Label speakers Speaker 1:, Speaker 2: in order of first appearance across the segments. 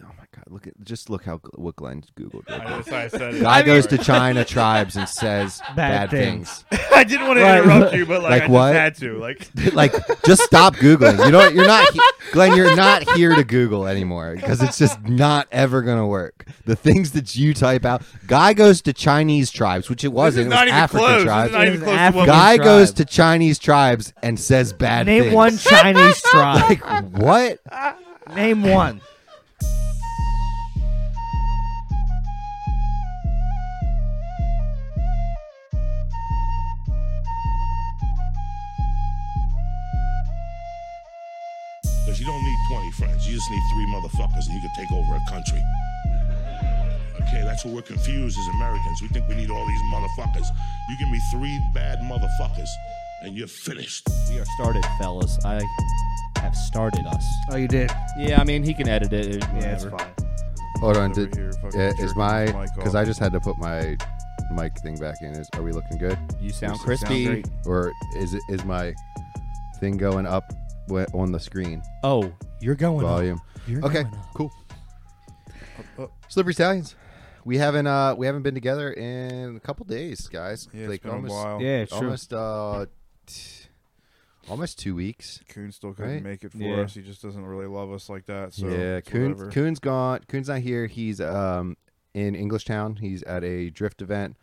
Speaker 1: Oh Look at just look how what Glenn googled. Real
Speaker 2: I,
Speaker 1: quick.
Speaker 2: that's why I said it.
Speaker 1: Guy
Speaker 3: I mean-
Speaker 1: goes to China tribes and says bad,
Speaker 3: things.
Speaker 1: things.
Speaker 2: I didn't want to
Speaker 3: Right.
Speaker 2: interrupt you, but
Speaker 1: Like
Speaker 2: like, I
Speaker 1: what?
Speaker 2: just had to. Like,
Speaker 1: like just stop googling. You know you're not he- Glenn. You're not here to Google anymore because it's just not ever gonna work. The things that you type out. Guy goes to Chinese tribes, which it
Speaker 2: this
Speaker 1: wasn't.
Speaker 2: is
Speaker 1: It
Speaker 2: not
Speaker 1: was
Speaker 2: even
Speaker 1: African
Speaker 2: close. This
Speaker 1: tribes.
Speaker 2: is not even
Speaker 3: It was
Speaker 2: close to what
Speaker 3: African.
Speaker 2: we-
Speaker 1: Guy
Speaker 3: tribe.
Speaker 1: goes to Chinese tribes and says bad
Speaker 3: Name
Speaker 1: things.
Speaker 3: one Chinese tribe.
Speaker 1: Like what?
Speaker 3: Name one.
Speaker 4: Because you don't need 20 friends. You just need three motherfuckers and you can take over a country. Okay, that's what we're confused as Americans. We think we need all these motherfuckers. You give me three bad motherfuckers and you're finished.
Speaker 5: We are started, fellas. I have started us.
Speaker 3: Oh, you did.
Speaker 5: Yeah, I mean he can edit it.
Speaker 3: Yeah, it's fine.
Speaker 1: Hold on.
Speaker 2: Over
Speaker 1: Did,
Speaker 2: here, fucking
Speaker 1: yeah, is
Speaker 2: jerking
Speaker 1: my
Speaker 2: his mic
Speaker 1: because
Speaker 2: off.
Speaker 1: I just had to put my mic thing back in. Is are we looking good
Speaker 5: You sound
Speaker 2: Sound
Speaker 5: crispy.
Speaker 2: great.
Speaker 1: or is it is my thing going up wi- on the screen
Speaker 5: oh, you're going. up.
Speaker 1: volume?
Speaker 5: You're
Speaker 1: Okay,
Speaker 5: going up.
Speaker 1: cool. Slippery Stallions. We haven't uh we haven't been together in a couple days, guys.
Speaker 2: Oh, Yeah, it's
Speaker 1: like
Speaker 2: been
Speaker 1: almost
Speaker 2: a while.
Speaker 3: Yeah, it's true.
Speaker 1: almost uh t- almost two weeks.
Speaker 2: Coon still couldn't
Speaker 1: Right?
Speaker 2: make it for
Speaker 3: Yeah.
Speaker 2: us. He just doesn't really love us like that. So
Speaker 1: yeah,
Speaker 2: it's
Speaker 1: Coon,
Speaker 2: whatever.
Speaker 1: Coon's gone. Coon's not here. He's um in Englishtown. He's at a drift event.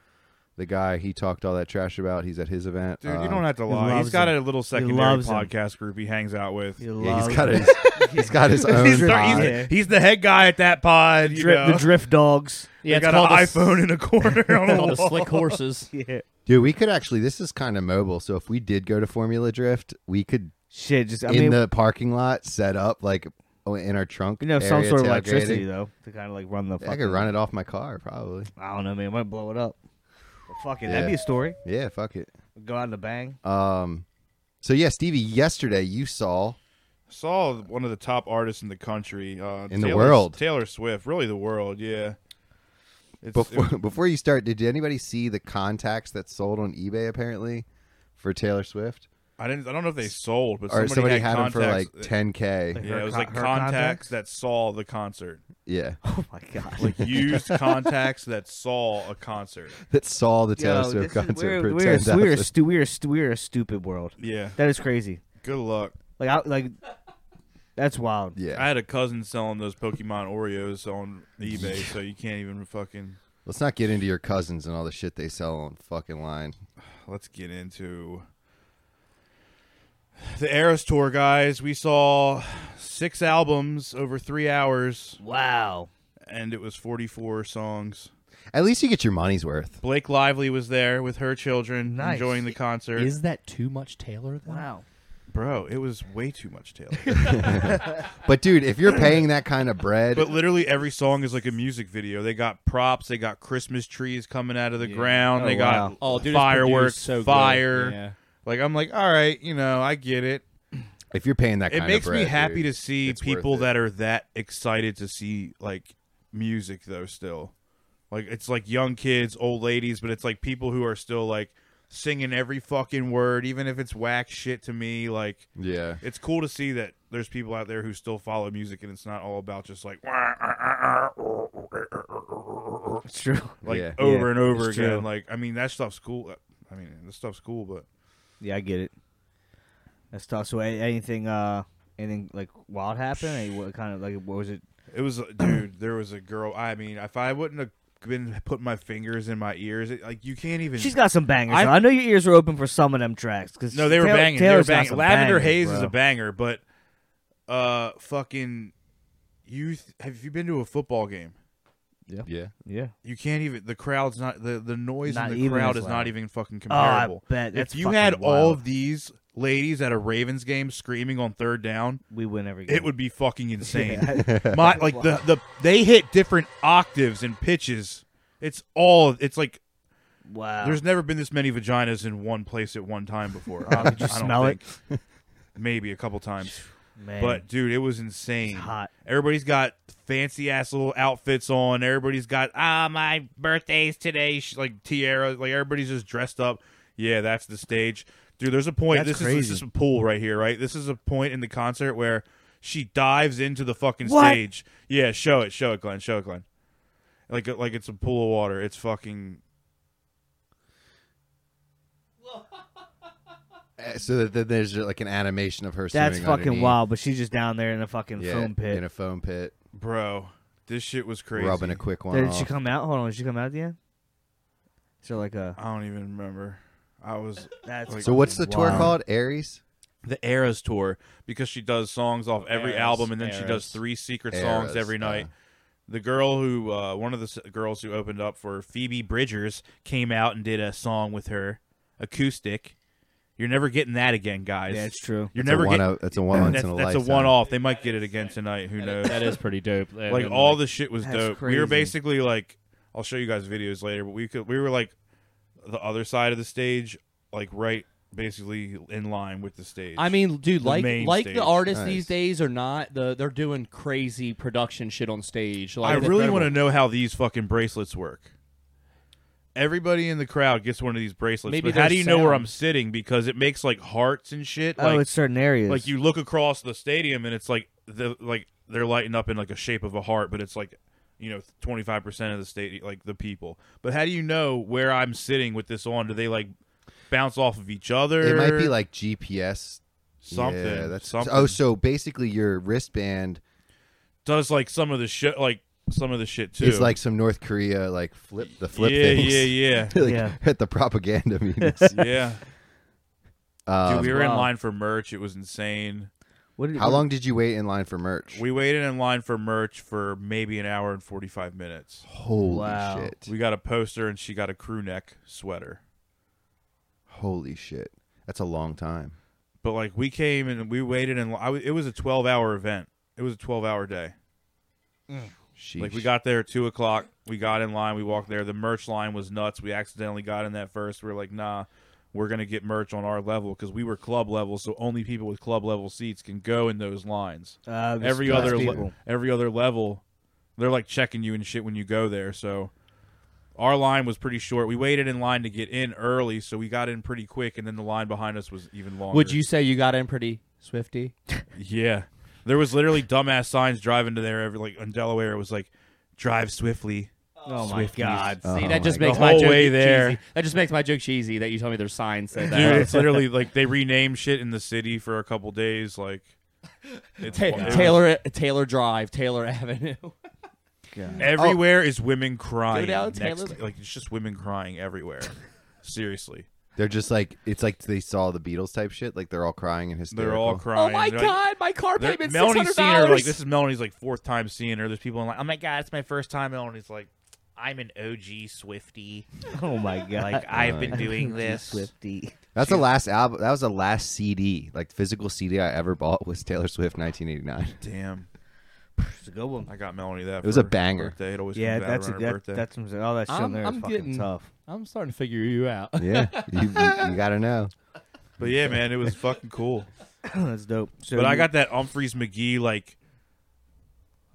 Speaker 1: The guy he talked all that trash about. He's at his event.
Speaker 2: Dude,
Speaker 1: Um,
Speaker 2: you don't have to
Speaker 3: he
Speaker 2: lie. He's
Speaker 3: loves
Speaker 2: got
Speaker 3: him.
Speaker 2: a little secondary
Speaker 3: loves him.
Speaker 2: podcast group he hangs out with.
Speaker 3: You
Speaker 1: Yeah,
Speaker 3: love
Speaker 1: he's got
Speaker 3: it.
Speaker 1: his he's got his own.
Speaker 2: He's, the,
Speaker 1: pod.
Speaker 3: Yeah.
Speaker 2: he's, he's the head guy at that pod. You
Speaker 3: Dri-
Speaker 2: know?
Speaker 3: the drift dogs.
Speaker 5: Yeah,
Speaker 2: They
Speaker 5: it's
Speaker 2: got
Speaker 5: called
Speaker 2: an
Speaker 5: a s-
Speaker 2: iPhone in a corner on
Speaker 5: it's
Speaker 2: a
Speaker 5: called
Speaker 2: wall.
Speaker 5: a slick horses.
Speaker 3: Yeah.
Speaker 1: Dude, we could actually. This is kind of mobile. So if we did go to Formula Drift, we could
Speaker 3: Shit, just I
Speaker 1: in
Speaker 3: mean,
Speaker 1: the parking lot set up like oh, in our trunk.
Speaker 3: you know, some
Speaker 1: area
Speaker 3: sort of
Speaker 1: tailgating.
Speaker 3: electricity though to kind of like run the.
Speaker 1: Yeah, I
Speaker 3: fucking-
Speaker 1: could run it off my car probably.
Speaker 3: I don't know, man. It might blow it up. But fuck it,
Speaker 1: Yeah.
Speaker 3: that'd be a story.
Speaker 1: Yeah, fuck it.
Speaker 3: Go out in a bang.
Speaker 1: Um, so yeah, Stevie, yesterday you saw
Speaker 2: Saw one of the top artists in the country, uh,
Speaker 1: In the
Speaker 2: Taylor-
Speaker 1: world.
Speaker 2: Taylor Swift, really the world. Yeah. It's,
Speaker 1: before
Speaker 2: it-
Speaker 1: before you start. Did anybody see the contacts that sold on eBay apparently for Taylor Swift?
Speaker 2: I didn't. I don't know if they sold, but
Speaker 1: Or
Speaker 2: somebody,
Speaker 1: somebody
Speaker 2: had,
Speaker 1: had, them for like
Speaker 2: contacts-
Speaker 1: ten k.
Speaker 3: Like-
Speaker 2: Yeah,
Speaker 3: Her
Speaker 2: it was
Speaker 3: con-
Speaker 2: like
Speaker 3: her
Speaker 2: contacts,
Speaker 3: contacts?
Speaker 2: that saw the concert,
Speaker 1: Yeah,
Speaker 3: Oh my god.
Speaker 2: like used contacts that saw a concert.
Speaker 1: that saw the Taylor
Speaker 3: Yo,
Speaker 1: Swift
Speaker 3: this is-
Speaker 1: concert
Speaker 3: We're,
Speaker 1: for
Speaker 3: we're,
Speaker 1: ten
Speaker 3: a- we're, a
Speaker 1: thousand.
Speaker 3: stu- we're, a stu- we're a stupid world.
Speaker 2: Yeah.
Speaker 3: That is crazy.
Speaker 2: Good luck.
Speaker 3: Like, I, like that's wild.
Speaker 2: I
Speaker 1: Yeah,
Speaker 2: had a cousin selling those Pokemon Oreos on eBay, so you can't even fucking.
Speaker 1: let's not get into your cousins and all the shit they sell on fucking line.
Speaker 2: Let's get into the Eras tour, guys. We saw six albums over three hours,
Speaker 3: Wow.
Speaker 2: and it was forty-four songs.
Speaker 1: At least you get your money's worth.
Speaker 2: Blake Lively was there with her children,
Speaker 3: Nice.
Speaker 2: enjoying the concert.
Speaker 5: Is that too much Taylor? Though?
Speaker 3: Wow.
Speaker 2: Bro, it was way too much Taylor.
Speaker 1: But dude, if you're paying that kind of bread,
Speaker 2: But literally every song is like a music video. They got props. They got Christmas trees coming out of the ground.
Speaker 3: Oh,
Speaker 2: they
Speaker 3: wow.
Speaker 2: got
Speaker 5: Oh, dude, it's
Speaker 2: fireworks,
Speaker 5: produced so good.
Speaker 2: fire.
Speaker 5: Yeah.
Speaker 2: Like I'm like, all right, you know, I get it.
Speaker 1: if you're paying that,
Speaker 2: It
Speaker 1: kind
Speaker 2: makes
Speaker 1: of bread,
Speaker 2: me happy
Speaker 1: dude,
Speaker 2: to see
Speaker 1: it's worth
Speaker 2: people
Speaker 1: it.
Speaker 2: that are that excited to see like music though. Still, like it's like young kids, old ladies, but it's like people who are still like singing every fucking word, even if it's whack shit to me. Like
Speaker 1: Yeah,
Speaker 2: it's cool to see that there's people out there who still follow music and it's not all about just like like
Speaker 3: It's true.
Speaker 1: Yeah.
Speaker 2: over
Speaker 3: Yeah,
Speaker 2: and over
Speaker 3: it's
Speaker 2: again
Speaker 3: true.
Speaker 2: like i mean that stuff's cool i mean this stuff's cool but
Speaker 3: Yeah, I get it. That's tough. So, a- anything, uh, anything like wild happen? Any, what kind of like what was it?
Speaker 2: it was uh, dude there was a girl i mean if i wouldn't have been putting my fingers in my ears it, like you can't even
Speaker 3: She's got some bangers.
Speaker 2: I-
Speaker 3: though. I know your ears were open for some of them tracks. Cause
Speaker 2: no they were
Speaker 3: Taylor-
Speaker 2: banging
Speaker 3: Taylor's
Speaker 2: they
Speaker 3: got
Speaker 2: were banging
Speaker 3: some
Speaker 2: lavender
Speaker 3: bangers,
Speaker 2: haze is
Speaker 3: bro.
Speaker 2: a banger but uh fucking you th- have you been to a football game
Speaker 1: yeah.
Speaker 3: Yeah.
Speaker 2: you can't even the crowd's not the the noise
Speaker 3: Not
Speaker 2: in the
Speaker 3: even
Speaker 2: crowd
Speaker 3: as
Speaker 2: is not
Speaker 3: loud.
Speaker 2: even fucking
Speaker 3: Oh, I
Speaker 2: comparable
Speaker 3: bet that's
Speaker 2: if you had all
Speaker 3: the,
Speaker 2: of these ladies at a Ravens game screaming on third down,
Speaker 3: we win every game.
Speaker 2: it would be fucking insane.
Speaker 3: Yeah.
Speaker 2: My like the the they hit different octaves and pitches. It's all it's like
Speaker 3: wow.
Speaker 2: there's never been this many vaginas in one place at one time before.
Speaker 3: Wow, did you
Speaker 2: I don't
Speaker 3: smell it?
Speaker 2: think. Maybe a couple times.
Speaker 3: Man,
Speaker 2: But dude, it was insane.
Speaker 3: it's hot.
Speaker 2: Everybody's got fancy ass little outfits on. Everybody's got ah my birthday's today, sh- like tiara. Like everybody's just dressed up. Yeah, that's the stage, dude. There's a point. this
Speaker 3: That's
Speaker 2: is
Speaker 3: crazy.
Speaker 2: this is a pool right here, right? This is a point in the concert where She dives into the fucking
Speaker 3: What?
Speaker 2: stage. Yeah, show it, show it, Glenn, show it, Glenn. Like like it's a pool of water. It's fucking
Speaker 1: Uh, So that that there's like an animation of her.
Speaker 3: That's
Speaker 1: swimming
Speaker 3: fucking
Speaker 1: underneath.
Speaker 3: wild, but she's just down there in a fucking
Speaker 1: Yeah,
Speaker 3: foam pit.
Speaker 1: in a foam pit,
Speaker 2: bro. This shit was crazy.
Speaker 1: rubbing a quick one.
Speaker 3: Did
Speaker 1: off.
Speaker 3: she come out? Hold on, did she come out at the end? Is there like a
Speaker 2: I don't even remember. I was
Speaker 3: that's
Speaker 2: Like-
Speaker 1: so what's the tour
Speaker 2: Wow.
Speaker 1: called? Aries.
Speaker 2: the Eras tour because she does songs off every
Speaker 5: Eras,
Speaker 2: album, and then she does
Speaker 5: Eras.
Speaker 2: three secret
Speaker 1: Eras,
Speaker 2: songs every night.
Speaker 1: uh.
Speaker 2: the girl who, uh, one of the s- girls who opened up for Phoebe Bridgers, came out and did a song with her, acoustic. You're never getting that again, guys.
Speaker 3: yeah, it's true.
Speaker 1: It's
Speaker 2: You're
Speaker 1: a
Speaker 2: never
Speaker 1: one
Speaker 2: getting.
Speaker 1: o- That's a one once
Speaker 2: that's
Speaker 1: in a
Speaker 2: that's a
Speaker 1: lifetime.
Speaker 2: one-off. They might get it again tonight. Who knows?
Speaker 5: that is pretty dope. And
Speaker 2: like
Speaker 5: then,
Speaker 2: all the shit was
Speaker 3: That's
Speaker 2: dope. We were
Speaker 3: crazy.
Speaker 2: basically like, I'll show you guys videos later, but we could we were like the other side of the stage, like right basically in line with the stage.
Speaker 5: I mean, dude,
Speaker 2: The
Speaker 5: like
Speaker 2: main
Speaker 5: like
Speaker 2: stage.
Speaker 5: the artists
Speaker 1: Nice.
Speaker 5: these days are not the they're doing crazy production shit on stage.
Speaker 2: I
Speaker 5: Like
Speaker 2: really want to know how these fucking bracelets work. Everybody in the crowd gets one of these bracelets,
Speaker 5: Maybe
Speaker 2: but how
Speaker 5: their
Speaker 2: do you know where
Speaker 5: sound.
Speaker 2: I'm sitting? Because it makes like hearts and shit.
Speaker 3: oh,
Speaker 2: like,
Speaker 3: it's certain areas.
Speaker 2: like you look across the stadium and it's like the like they're lighting up in like a shape of a heart, but it's like you know twenty five percent of the state like the people. But how do you know where I'm sitting with this on? Do they like bounce off of each other?
Speaker 1: It might be like GPS.
Speaker 2: something.
Speaker 1: Yeah, that's
Speaker 2: something.
Speaker 1: oh. So basically, your wristband
Speaker 2: does like some of the shit like some of the shit too.
Speaker 1: is like some North Korea like flip the flip
Speaker 2: yeah,
Speaker 1: things.
Speaker 2: yeah, yeah,
Speaker 1: like,
Speaker 3: Yeah.
Speaker 1: At the propaganda meetings.
Speaker 2: yeah. Dude,
Speaker 1: Um,
Speaker 2: we were in
Speaker 3: Wow.
Speaker 2: line for merch. It was insane.
Speaker 3: what did,
Speaker 1: how
Speaker 3: what-
Speaker 1: long did you wait in line for merch?
Speaker 2: We waited in line for merch for maybe an hour and 45 minutes.
Speaker 1: Holy
Speaker 3: Wow.
Speaker 1: shit!
Speaker 2: We got a poster and she got a crew neck sweater.
Speaker 1: Holy shit! That's a long time.
Speaker 2: But like we came and we waited and I, w- it was a 12 hour event. It was a 12 hour day.
Speaker 1: Sheesh.
Speaker 2: Like we got there at two o'clock. We got in line. We walked there. The merch line was nuts. We accidentally got in that first. We were like, nah, we're gonna get merch on our level because we were club level, so only people with club level seats can go in those lines.
Speaker 3: Uh, it
Speaker 2: every
Speaker 3: was
Speaker 2: other
Speaker 3: people.
Speaker 2: le- every other level they're like checking you and shit when you go there so our line was pretty short we waited in line to get in early so we got in pretty quick and then the line behind us was even longer
Speaker 5: Would you say you got in pretty swifty?
Speaker 2: yeah there was literally dumbass signs driving to there every like in delaware it was like drive swiftly
Speaker 3: Oh my god.
Speaker 5: See,
Speaker 1: Oh
Speaker 5: that just
Speaker 1: my
Speaker 5: makes
Speaker 2: God.
Speaker 5: my
Speaker 2: The whole
Speaker 5: joke
Speaker 2: way there.
Speaker 5: cheesy. That just makes my joke cheesy that you told me there's signs said
Speaker 2: dude
Speaker 5: that.
Speaker 2: it's literally like they renamed shit in the city for a couple days like it's,
Speaker 5: Ta-
Speaker 2: it was-
Speaker 5: Taylor Taylor Drive, Taylor Avenue.
Speaker 2: everywhere is women crying
Speaker 5: Oh. Go down
Speaker 2: next-
Speaker 5: Taylor-
Speaker 2: like it's just women crying everywhere seriously
Speaker 1: They're just like it's like they saw the Beatles type shit. Like they're all crying and hysterical.
Speaker 2: they're all
Speaker 3: Oh
Speaker 2: crying They're like-
Speaker 5: Oh my car
Speaker 2: There- Melanie's seen her like this is Melanie's like fourth time seeing her. There's people in like, oh my god, it's my first time. Melanie's like, I'm an OG Swifty.
Speaker 3: Oh my god.
Speaker 2: Like I've
Speaker 1: Uh,
Speaker 2: been doing this.
Speaker 3: Swifty.
Speaker 1: That's the last album. That was the last CD, like physical CD I ever bought was Taylor Swift 1989.
Speaker 2: Damn,
Speaker 3: It's a good one.
Speaker 2: I got Melanie that.
Speaker 1: It was
Speaker 2: for
Speaker 1: a banger.
Speaker 2: her Birthday. It always
Speaker 3: Yeah,
Speaker 2: comes out
Speaker 3: that's a,
Speaker 2: around her
Speaker 3: that,
Speaker 2: birthday.
Speaker 3: that's what I'm saying. Oh, that shit
Speaker 5: I'm-
Speaker 3: on there is
Speaker 5: I'm
Speaker 3: fucking
Speaker 5: getting-
Speaker 3: tough.
Speaker 5: I'm starting to figure you out.
Speaker 1: Yeah, you, you, you gotta know.
Speaker 2: But yeah, man, it was fucking cool.
Speaker 3: that's dope. So
Speaker 2: But I
Speaker 3: you-
Speaker 2: got that Humphreys McGee like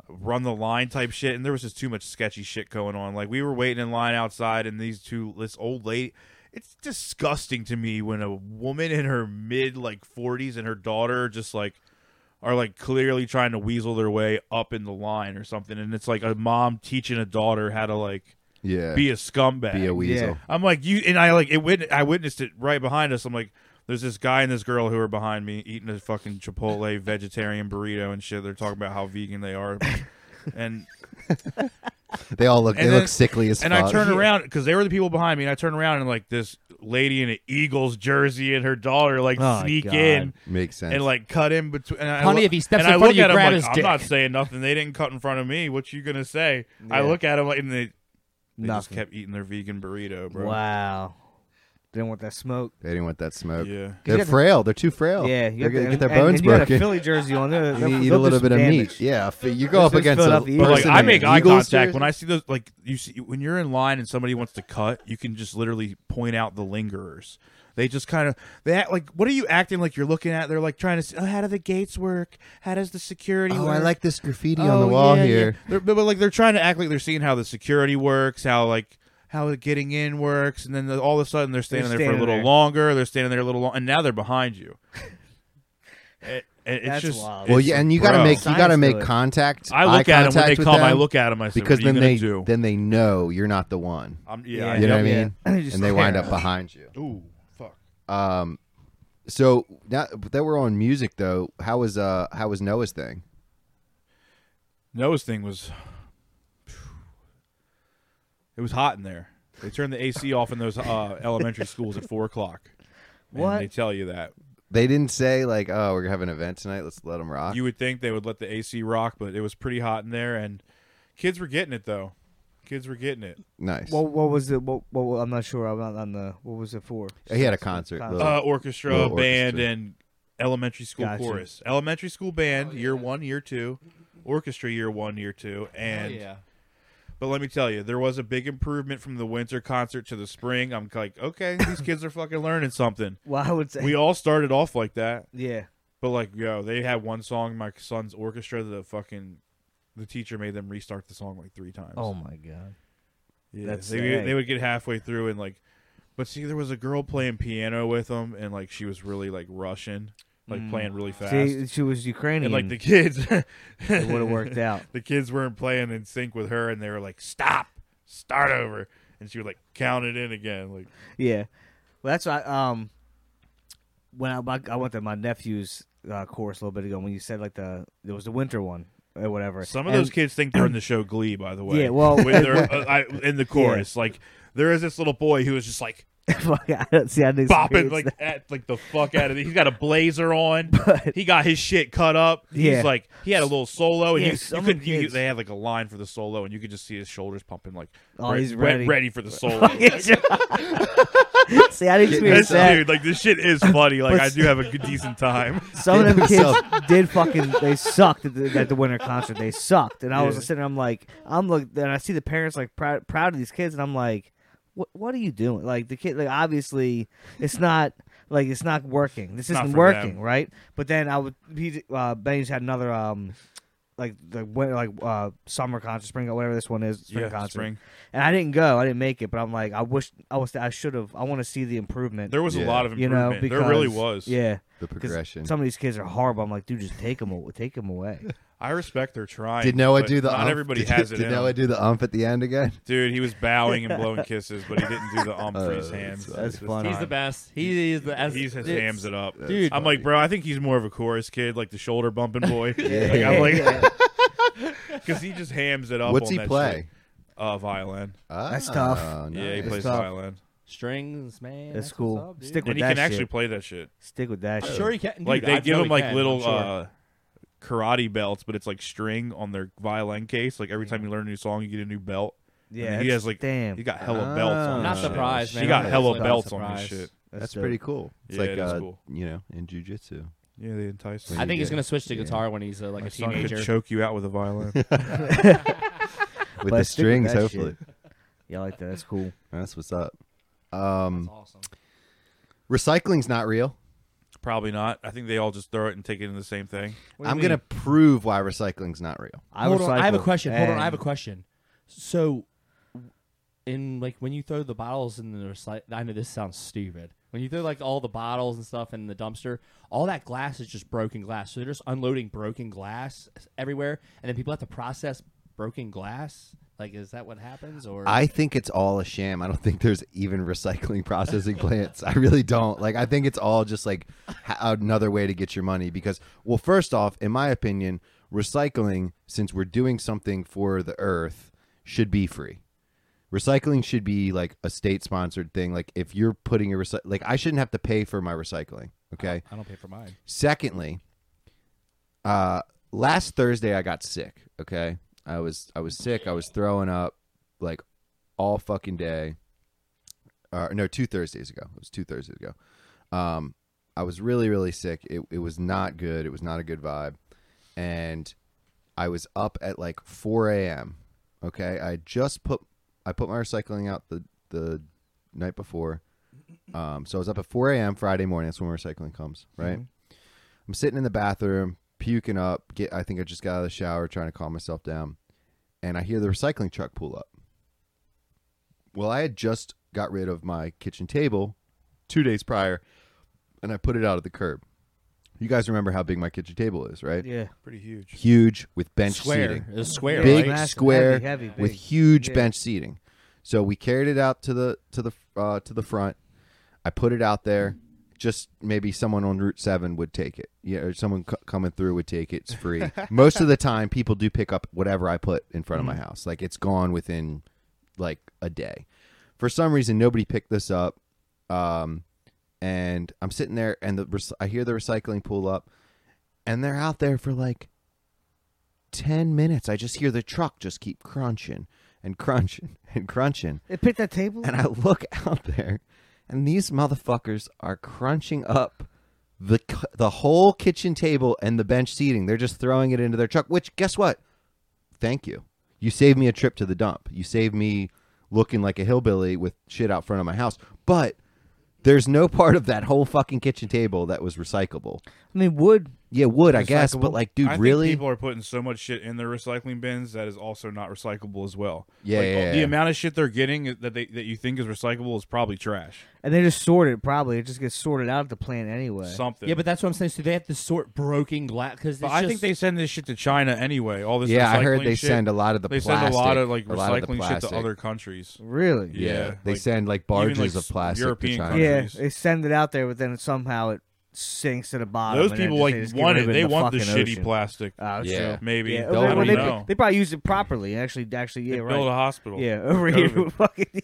Speaker 2: run the line type shit, and there was just too much sketchy shit going on. Like we were waiting in line outside, and these two, this old lady. It's disgusting to me when a woman in her mid like forties and her daughter just like are like clearly trying to weasel their way up in the line or something, and it's like a mom teaching a daughter how to like
Speaker 1: Yeah,
Speaker 2: be a scumbag,
Speaker 1: Be a weasel.
Speaker 2: I'm like you, and I like it. Wit- I witnessed it right behind us. I'm like, there's this guy and this girl who are behind me eating a fucking Chipotle vegetarian burrito and shit. They're talking about how vegan they are, and
Speaker 1: They all look.
Speaker 2: And
Speaker 1: They
Speaker 2: then-
Speaker 1: look sickly as
Speaker 2: and
Speaker 1: fuck.
Speaker 2: I turn around because they were the people behind me, and I turn around and like this lady in an Eagles jersey and her daughter like
Speaker 3: Oh,
Speaker 2: sneak
Speaker 3: God.
Speaker 2: in.
Speaker 1: Makes sense.
Speaker 2: And like cut in between. And I
Speaker 5: Honey,
Speaker 2: look-
Speaker 5: if he steps
Speaker 2: and
Speaker 5: in
Speaker 2: I
Speaker 5: front of
Speaker 2: look
Speaker 5: you,
Speaker 2: at him
Speaker 5: grab
Speaker 2: like,
Speaker 5: his
Speaker 2: I'm
Speaker 5: dick."
Speaker 2: not saying nothing. They didn't cut in front of me. What you gonna say? I
Speaker 3: Yeah.
Speaker 2: look at him like, and they, they just
Speaker 3: Nothing.
Speaker 2: kept eating their vegan burrito, bro.
Speaker 3: Wow. Didn't want that smoke.
Speaker 1: they didn't want that smoke.
Speaker 2: Yeah.
Speaker 1: They're
Speaker 3: You got the-
Speaker 1: frail. They're too frail.
Speaker 3: Yeah, you
Speaker 1: they're
Speaker 3: got
Speaker 1: gonna
Speaker 3: the-
Speaker 1: Oh, get their
Speaker 3: and-
Speaker 1: bones
Speaker 3: and you got a
Speaker 1: broken.
Speaker 3: Philly jersey on there.
Speaker 1: You need a little bit of meat. Yeah, if you go
Speaker 3: Those
Speaker 1: up
Speaker 3: things
Speaker 1: against
Speaker 3: filled
Speaker 1: a
Speaker 3: up the
Speaker 1: person
Speaker 2: But like
Speaker 1: in
Speaker 2: I
Speaker 1: an
Speaker 2: make eye
Speaker 1: Eagles
Speaker 2: contact
Speaker 1: jersey-
Speaker 2: when I see those. Like you see when you're in line and somebody wants to cut, you can just literally point out the lingerers. They just kind of they act like what are you acting like you're looking at? They're like trying to see, oh, how do the gates work? How does the security?
Speaker 1: Oh,
Speaker 2: work?
Speaker 1: I like this graffiti on the wall
Speaker 2: Oh, yeah, yeah."
Speaker 1: here.
Speaker 2: They're, but, but, like they're trying to act like they're seeing how the security works, how like how it getting in works, and then the- all of a sudden they're standing there for a
Speaker 3: standing
Speaker 2: little
Speaker 3: there.
Speaker 2: longer. They're standing there a little long, and now they're behind you. It- And it's
Speaker 3: That's
Speaker 2: just
Speaker 3: wild.
Speaker 1: Well,
Speaker 2: it's-
Speaker 1: yeah, and you got to
Speaker 2: bro.
Speaker 1: make you got to
Speaker 3: Science
Speaker 1: make
Speaker 3: do it.
Speaker 1: contact.
Speaker 2: I look
Speaker 1: eye
Speaker 2: at them when they
Speaker 1: contact with
Speaker 2: come. I
Speaker 1: them,
Speaker 2: look at them. I say,
Speaker 1: because
Speaker 2: what are you
Speaker 1: then
Speaker 2: gonna
Speaker 1: they
Speaker 2: do?
Speaker 1: then they know you're not the one.
Speaker 2: I'm,
Speaker 3: Yeah.
Speaker 2: yeah,
Speaker 1: You know what I
Speaker 2: yeah.
Speaker 1: mean?
Speaker 3: And they just
Speaker 1: And they wind
Speaker 3: stare.
Speaker 1: up behind you.
Speaker 2: Ooh, fuck.
Speaker 1: Um, so now that we're on music though, how was uh how was Noah's thing?
Speaker 2: Nose thing was. It was hot in there. They turn the AC off in those uh, elementary schools at four o'clock. And
Speaker 3: What?
Speaker 2: they tell you that
Speaker 1: They didn't say like, oh, we're having an event tonight. Let's let them rock.
Speaker 2: you would think they would let the AC rock, but it was pretty hot in there, and kids were getting it though. Kids were getting it.
Speaker 1: nice.
Speaker 3: What what was it? What, what, what I'm not sure. I'm not on the. What was it for?
Speaker 1: he had a concert.
Speaker 3: Concert.
Speaker 1: little-
Speaker 2: Uh, orchestra,
Speaker 1: Little
Speaker 2: band,
Speaker 1: Oh. orchestra.
Speaker 2: and elementary school
Speaker 3: Gotcha.
Speaker 2: chorus. Elementary school band, year one, year two. Orchestra, year one, year two,
Speaker 3: Oh,
Speaker 2: and
Speaker 5: yeah.
Speaker 2: But let me tell you, there was a big improvement from the winter concert to the spring. I'm like, okay, these kids are fucking learning something.
Speaker 3: Well, I would say.
Speaker 2: We all started off like that,
Speaker 3: yeah.
Speaker 2: but like, yo, they had one song, my son's orchestra, the fucking, the teacher made them restart the song like three times.
Speaker 3: Oh my god.
Speaker 2: yeah,
Speaker 3: that's
Speaker 2: they,
Speaker 3: sick.
Speaker 2: they would get halfway through and like, but see, there was a girl playing piano with them, and like she was really like Russian, like playing really fast,
Speaker 3: Mm. See, she was Ukrainian.
Speaker 2: and like the kids, it
Speaker 3: it would have worked out.
Speaker 2: the kids weren't playing in sync with her and they were like stop start over and she would like count it in again like
Speaker 3: Yeah. Well, that's why. Um, when I my, I went to my nephew's uh, course a little bit ago, when you said like the there was the winter one or whatever.
Speaker 2: some of
Speaker 3: And-
Speaker 2: those kids think they're in the show glee by the way
Speaker 3: Yeah, well-
Speaker 2: When they're, uh, I, in the chorus like there is this little boy who is just like
Speaker 3: Fuck, I don't see how
Speaker 2: bopping like at, like the fuck out of it. He's got a blazer on. he got his shit cut up.
Speaker 3: Yeah.
Speaker 2: He's like he had a little solo, and
Speaker 3: Yeah,
Speaker 2: you- you,
Speaker 3: some
Speaker 2: could you,
Speaker 3: kids-
Speaker 2: they had like a line for the solo, and you could just see his shoulders pumping like
Speaker 3: Oh, he's ready.
Speaker 2: ready for the solo.
Speaker 3: See, I didn't
Speaker 2: This
Speaker 3: experience that.
Speaker 2: dude, like this shit is funny. Like
Speaker 3: But-
Speaker 2: I do have a good decent time.
Speaker 3: Some of them kids
Speaker 1: Himself.
Speaker 3: did fucking. They sucked at the, at the winter concert. They sucked, and I was
Speaker 2: Yeah.
Speaker 3: sitting. there, I'm like, I'm look, and I see the parents like proud, proud of these kids, and I'm like, what What are you doing? Like the kid, like obviously, it's not like it's not working. This
Speaker 2: not
Speaker 3: isn't
Speaker 2: for
Speaker 3: working,
Speaker 2: them.
Speaker 3: right? But then I would. He, uh, Benny's had another um, like the winter, like uh, summer concert, spring or whatever this one is, spring concert.
Speaker 2: spring.
Speaker 3: And I didn't go. I didn't make it, but I'm like, I wish I was. I should have. I want to see the improvement.
Speaker 2: There was
Speaker 1: Yeah.
Speaker 2: a lot of
Speaker 3: you know,
Speaker 2: improvement.
Speaker 3: because
Speaker 2: there really was.
Speaker 3: Yeah.
Speaker 1: the
Speaker 3: 'Cause
Speaker 1: progression.
Speaker 3: Some of these kids are horrible. I'm like, dude, just take them, take them away.
Speaker 2: I respect their trying.
Speaker 1: Did Noah
Speaker 2: but
Speaker 1: do the?
Speaker 2: Not
Speaker 1: umph?
Speaker 2: everybody
Speaker 1: did,
Speaker 2: has it.
Speaker 1: Did
Speaker 2: in
Speaker 1: Noah
Speaker 2: him.
Speaker 1: do the umph at the end again?
Speaker 2: Dude, he was bowing and blowing kisses, but he didn't do the ump for his
Speaker 1: Oh,
Speaker 2: hands.
Speaker 1: that's
Speaker 2: this
Speaker 3: funny.
Speaker 5: He's the
Speaker 2: time.
Speaker 5: best. He is the as
Speaker 2: He just
Speaker 5: it's-
Speaker 2: hams it up.
Speaker 5: Dude.
Speaker 2: I'm like, bro, I think he's more of a chorus kid, like the shoulder bumping boy. Like,
Speaker 3: Yeah,
Speaker 2: I'm like,
Speaker 3: yeah.
Speaker 2: because he just hams it up.
Speaker 1: What's
Speaker 2: on
Speaker 1: he
Speaker 2: that
Speaker 1: play?
Speaker 2: shit. Uh, violin.
Speaker 3: That's tough.
Speaker 1: Oh,
Speaker 2: Yeah, he
Speaker 1: nice.
Speaker 2: plays
Speaker 3: tough.
Speaker 2: violin,
Speaker 5: strings, man.
Speaker 3: That's
Speaker 5: what's
Speaker 3: cool.
Speaker 5: up, dude.
Speaker 3: Stick with
Speaker 2: and he
Speaker 3: that
Speaker 2: can actually
Speaker 3: shit.
Speaker 2: play that shit.
Speaker 3: Stick with
Speaker 2: Uh,
Speaker 3: that
Speaker 5: I'm
Speaker 3: shit.
Speaker 5: sure he can. Dude,
Speaker 2: like they
Speaker 5: I
Speaker 2: give
Speaker 5: know
Speaker 2: him
Speaker 5: he
Speaker 2: like
Speaker 5: can,
Speaker 2: little
Speaker 5: I'm sure.
Speaker 2: uh, karate belts, but it's like string on their violin case. Like every time you learn a new song, you get a new belt. And
Speaker 3: yeah,
Speaker 2: he
Speaker 3: that's-
Speaker 2: has like
Speaker 3: damn.
Speaker 2: He got hella belts on.
Speaker 5: I'm
Speaker 1: Ah.
Speaker 5: not
Speaker 2: his shit.
Speaker 5: surprised, man.
Speaker 2: He got
Speaker 5: I'm
Speaker 2: hella
Speaker 5: honestly not
Speaker 2: belts on his shit.
Speaker 5: surprised.
Speaker 1: That's
Speaker 3: dope.
Speaker 1: pretty cool. It's
Speaker 2: Yeah,
Speaker 1: like
Speaker 2: it is
Speaker 1: uh,
Speaker 2: cool.
Speaker 1: you know, in jujitsu.
Speaker 2: Yeah, they entice.
Speaker 1: When
Speaker 5: I think
Speaker 1: you
Speaker 5: he's
Speaker 1: do.
Speaker 5: gonna switch to
Speaker 1: Yeah.
Speaker 5: guitar when he's uh, like
Speaker 2: My
Speaker 5: a
Speaker 2: son could
Speaker 5: teenager.
Speaker 2: choke you out with a violin.
Speaker 1: with
Speaker 3: But
Speaker 1: the
Speaker 3: stick with
Speaker 1: strings.
Speaker 3: that shit.
Speaker 1: hopefully,
Speaker 3: Yeah, I like that. That's cool.
Speaker 1: that's what's up. Um,
Speaker 5: That's awesome.
Speaker 1: recycling's not real.
Speaker 2: Probably not. I think they all just throw it and take it in the same thing.
Speaker 1: I'm gonna prove why recycling's not real.
Speaker 3: I
Speaker 5: Hold on, I have a
Speaker 3: recycle,
Speaker 5: question. Hold on, I
Speaker 3: and-
Speaker 5: have a question. So, in like when you throw the bottles in the recycle, I know this sounds stupid. When you throw like all the bottles and stuff in the dumpster, all that glass is just broken glass. So they're just unloading broken glass everywhere, and then people have to process broken glass. Like, is that what happens? Or
Speaker 1: I think it's all a sham. I don't think there's even recycling processing plants. I really don't. Like, I think it's all just like ha- another way to get your money. Because, well, first off, in my opinion, recycling, since we're doing something for the earth, should be free. Recycling should be like a state sponsored thing. Like, if you're putting a recycle, like, I shouldn't have to pay for my recycling. Okay.
Speaker 5: I don't pay for mine.
Speaker 1: Secondly, uh, last Thursday I got sick. Okay, I was I was sick. I was throwing up like all fucking day. Uh, no, two Thursdays ago. It was two Thursdays ago. Um, I was really really sick. It it was not good. It was not a good vibe, and I was up at like 4 a.m. Okay, I just put I put my recycling out the the night before. Um, so I was up at 4 a.m. Friday morning. That's when recycling comes, right? I'm sitting in the bathroom, puking up. Get I think I just got out of the shower, trying to calm myself down, and I hear the recycling truck pull up. Well, I had just got rid of my kitchen table two days prior, and I put it out at the curb. You guys remember how big my kitchen table is, right?
Speaker 3: Yeah.
Speaker 2: Pretty huge.
Speaker 1: Huge with bench
Speaker 5: square.
Speaker 1: seating.
Speaker 5: It was square,
Speaker 1: big
Speaker 5: right?
Speaker 3: Massive,
Speaker 1: square
Speaker 3: heavy, heavy,
Speaker 1: with
Speaker 3: big.
Speaker 1: huge
Speaker 3: Yeah.
Speaker 1: bench seating. So we carried it out to the to the uh, to the front. I put it out there. Just maybe someone on Route Seven would take it. Yeah, or someone c- coming through would take it. It's free. Most of the time, people do pick up whatever I put in front
Speaker 3: Mm-hmm.
Speaker 1: of my house. Like it's gone within like a day. For some reason, nobody picked this up. Um, and I'm sitting there, and the rec- I hear the recycling pull up, and they're out there for like 10 minutes i just hear the truck just keep crunching and crunching and crunching
Speaker 3: They picked that table.
Speaker 1: and i look out there and these motherfuckers are crunching up the c- the whole kitchen table and the bench seating they're just throwing it into their truck which guess what thank you you saved me a trip to the dump you saved me looking like a hillbilly with shit out front of my house but there's no part of that whole fucking kitchen table that was recyclable
Speaker 3: I mean, wood.
Speaker 1: yeah wood i guess but
Speaker 3: Recyclable?
Speaker 1: like dude
Speaker 2: I
Speaker 1: really
Speaker 2: think people are putting so much shit in their recycling bins that is also not recyclable as well.
Speaker 1: Yeah,
Speaker 2: Like,
Speaker 1: yeah,
Speaker 2: the
Speaker 1: yeah.
Speaker 2: amount of shit they're getting that they that you think is recyclable is probably trash.
Speaker 3: And they just sort it, probably. It just gets sorted out at the plant anyway.
Speaker 2: Something.
Speaker 5: Yeah, but that's what I'm saying. So they have to sort broken glass because
Speaker 2: But I think they send this shit to China anyway. All this.
Speaker 1: Yeah, I
Speaker 2: recycling
Speaker 1: heard they
Speaker 2: shit.
Speaker 1: send a lot of the
Speaker 2: They
Speaker 1: plastic.
Speaker 2: send a lot of like
Speaker 1: a lot of the
Speaker 2: recycling shit
Speaker 1: plastic.
Speaker 2: to other countries.
Speaker 3: Really?
Speaker 1: Yeah,
Speaker 2: Yeah,
Speaker 1: they
Speaker 2: like,
Speaker 1: send like barges
Speaker 2: like,
Speaker 1: of plastic
Speaker 2: European
Speaker 1: to China.
Speaker 2: countries.
Speaker 3: Yeah,
Speaker 2: Jeez.
Speaker 3: they send it out there, but then somehow it sinks to the bottom.
Speaker 2: Those
Speaker 3: and then
Speaker 2: people
Speaker 3: just-
Speaker 2: like
Speaker 3: they just get
Speaker 2: want
Speaker 3: rid
Speaker 2: it.
Speaker 3: of in
Speaker 2: They want the
Speaker 3: fucking
Speaker 2: shitty
Speaker 3: ocean.
Speaker 2: plastic.
Speaker 3: Oh, that's
Speaker 1: Yeah.
Speaker 3: true.
Speaker 2: Maybe.
Speaker 3: Yeah,
Speaker 1: Don't
Speaker 3: well,
Speaker 2: I
Speaker 1: really
Speaker 3: they,
Speaker 2: don't
Speaker 1: know.
Speaker 2: know.
Speaker 3: they probably used it properly. Actually, actually, yeah,
Speaker 2: They
Speaker 3: right.
Speaker 2: build a hospital.
Speaker 3: yeah, over here,
Speaker 2: COVID.
Speaker 3: fucking.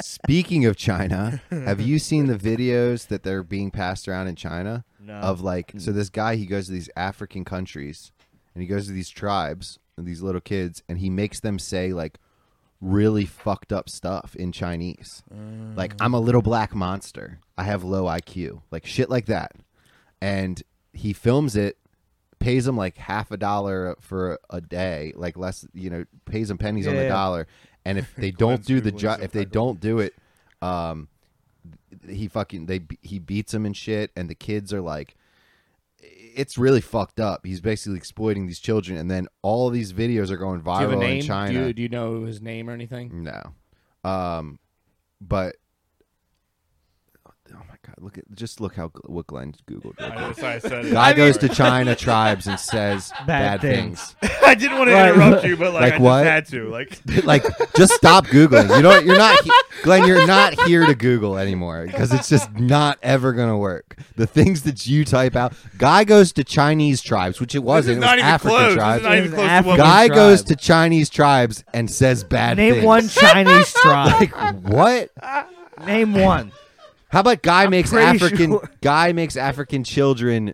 Speaker 1: Speaking of China, have you seen the videos that they're being passed around in China
Speaker 3: No. Mm.
Speaker 1: of like so this guy he goes to these African countries and he goes to these tribes and these little kids and he makes them say like really fucked up stuff in Chinese. Like
Speaker 3: Mm.
Speaker 1: I'm a little black monster. I have low IQ. Like shit like that. And he films it pays him like half a dollar for a day, like less, you know, pays him pennies on the
Speaker 3: Yeah.
Speaker 1: dollar. And if they don't do the job, if they don't do it, um, he fucking they he beats him and shit, and the kids are like, it's really fucked up. He's basically exploiting these children, and then all these videos are going
Speaker 5: Do you have
Speaker 1: viral
Speaker 5: a
Speaker 1: in
Speaker 5: name?
Speaker 1: China.
Speaker 5: Do you, do you know his name or anything?
Speaker 1: No. Um, but oh my god, look at just look how what Glenn googled. real
Speaker 2: I
Speaker 1: quick.
Speaker 2: know, that's why I said it.
Speaker 1: Guy goes to China tribes and says bad,
Speaker 3: Bad
Speaker 1: things.
Speaker 3: things.
Speaker 2: I didn't want to
Speaker 3: Right.
Speaker 2: interrupt you, but like,
Speaker 1: Like
Speaker 2: I just
Speaker 1: what?
Speaker 2: had to. Like
Speaker 1: like, just stop googling. You don't. You're not, he- Glenn. You're not here to Google anymore because it's just not ever gonna work. The things that you type out. Guy goes to Chinese tribes, which it
Speaker 2: this
Speaker 1: wasn't.
Speaker 2: is
Speaker 1: It
Speaker 2: not
Speaker 1: was
Speaker 2: even
Speaker 1: African
Speaker 2: close. This
Speaker 1: tribes.
Speaker 2: is not
Speaker 3: It
Speaker 2: even
Speaker 3: was
Speaker 2: close to what
Speaker 3: African.
Speaker 2: we-
Speaker 1: Guy
Speaker 3: tribe.
Speaker 1: goes to Chinese tribes and says bad
Speaker 3: Name
Speaker 1: things.
Speaker 3: one Chinese tribe.
Speaker 1: Like what?
Speaker 3: Name one.
Speaker 1: How about guy makes
Speaker 3: pretty
Speaker 1: African
Speaker 3: sure.
Speaker 1: guy makes African children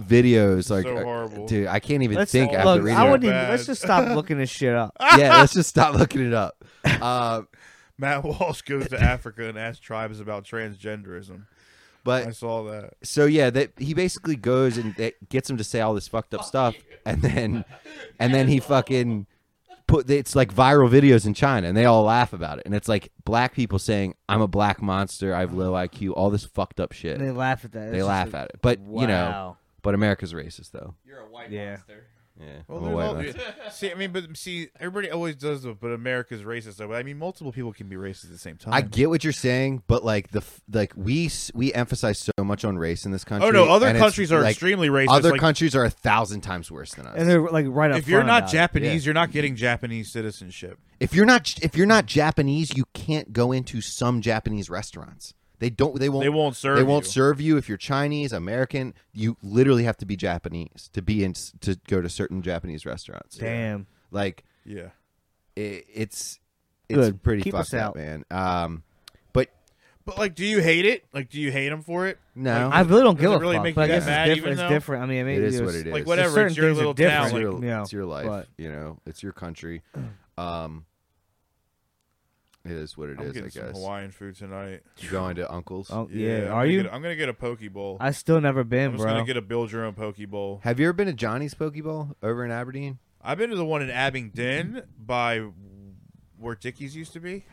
Speaker 1: videos like
Speaker 2: Oh.
Speaker 1: uh,
Speaker 2: so horrible.
Speaker 1: dude I can't even
Speaker 3: Let's
Speaker 1: think after
Speaker 3: look.
Speaker 1: reading
Speaker 3: I
Speaker 1: it.
Speaker 3: wouldn't.
Speaker 2: it.
Speaker 3: Even, let's just stop looking this shit up.
Speaker 1: yeah let's just stop looking it up uh,
Speaker 2: Matt Walsh goes to Africa and asks tribes about transgenderism. I
Speaker 1: but
Speaker 2: saw that.
Speaker 1: so yeah that he basically goes and they- gets him to say all this fucked up stuff and then and then he fucking put it's like viral videos in China and they all laugh about it and it's like black people saying I'm a black monster I have low IQ all this fucked up shit
Speaker 3: And they laugh at that. It's
Speaker 1: they
Speaker 3: just
Speaker 1: laugh
Speaker 3: a-
Speaker 1: at it but you know
Speaker 3: Wow.
Speaker 1: but America's racist though
Speaker 5: You're a white
Speaker 3: Yeah.
Speaker 1: yeah
Speaker 2: Well,
Speaker 3: Oh,
Speaker 1: I'm a
Speaker 2: there's
Speaker 1: white
Speaker 2: all-
Speaker 1: man.
Speaker 2: see, I mean, but see, everybody always does, it, but America's racist. Though, but I mean, multiple people can be racist at the same time.
Speaker 1: I get what you're saying, but like the f- like we s- we emphasize so much on race in this country.
Speaker 2: Oh no, other
Speaker 1: and it's,
Speaker 2: countries are
Speaker 1: like,
Speaker 2: extremely racist.
Speaker 1: Other
Speaker 2: like,
Speaker 1: countries are a thousand times worse than us.
Speaker 3: And they're like right up.
Speaker 2: if you're
Speaker 3: front
Speaker 2: not
Speaker 3: about it.
Speaker 2: Japanese, you're not getting Japanese citizenship.
Speaker 1: if you're not if you're not Japanese, you can't go into some Japanese restaurants. They don't. They won't.
Speaker 2: They won't serve
Speaker 1: They won't
Speaker 2: you.
Speaker 1: serve you if you're Chinese, American. You literally have to be Japanese to be in s- to go to certain Japanese restaurants.
Speaker 3: Damn.
Speaker 1: Like
Speaker 2: Yeah,
Speaker 1: it, it's it's
Speaker 3: Good.
Speaker 1: pretty
Speaker 3: Keep
Speaker 1: fucked
Speaker 3: us
Speaker 1: up,
Speaker 3: out.
Speaker 1: man. Um, but
Speaker 2: but like, do you hate it? Like, do you hate them for it?
Speaker 1: no,
Speaker 3: I really don't
Speaker 2: Does
Speaker 3: give
Speaker 2: it
Speaker 3: a
Speaker 2: really
Speaker 3: fuck.
Speaker 2: make
Speaker 3: But I
Speaker 2: you that
Speaker 3: guess
Speaker 2: mad
Speaker 3: it's
Speaker 2: even
Speaker 3: different. It's
Speaker 2: though?
Speaker 3: different. I mean, I mean,
Speaker 1: it is
Speaker 3: it
Speaker 1: what
Speaker 3: was-
Speaker 1: it is.
Speaker 2: like, whatever,
Speaker 3: certain
Speaker 2: it's your
Speaker 3: things are
Speaker 2: little
Speaker 3: different.
Speaker 2: town.
Speaker 1: it's
Speaker 2: Like,
Speaker 1: your,
Speaker 3: you know,
Speaker 1: it's your life
Speaker 3: but-
Speaker 1: you know it's your country um it is what it
Speaker 2: I'm
Speaker 1: is.
Speaker 2: getting
Speaker 1: i
Speaker 2: some
Speaker 1: guess
Speaker 2: Hawaiian food tonight.
Speaker 1: You going to uncle's
Speaker 3: Oh
Speaker 2: I'm
Speaker 3: yeah. Are
Speaker 2: gonna
Speaker 3: you?
Speaker 2: Get, I'm gonna get a poke bowl.
Speaker 3: I still never been,
Speaker 2: I'm just
Speaker 3: bro.
Speaker 2: gonna get a build your own poke bowl.
Speaker 1: have you ever been to johnny's pokeball over in aberdeen
Speaker 2: I've been to the one in Abingdon by where Dickies used to be.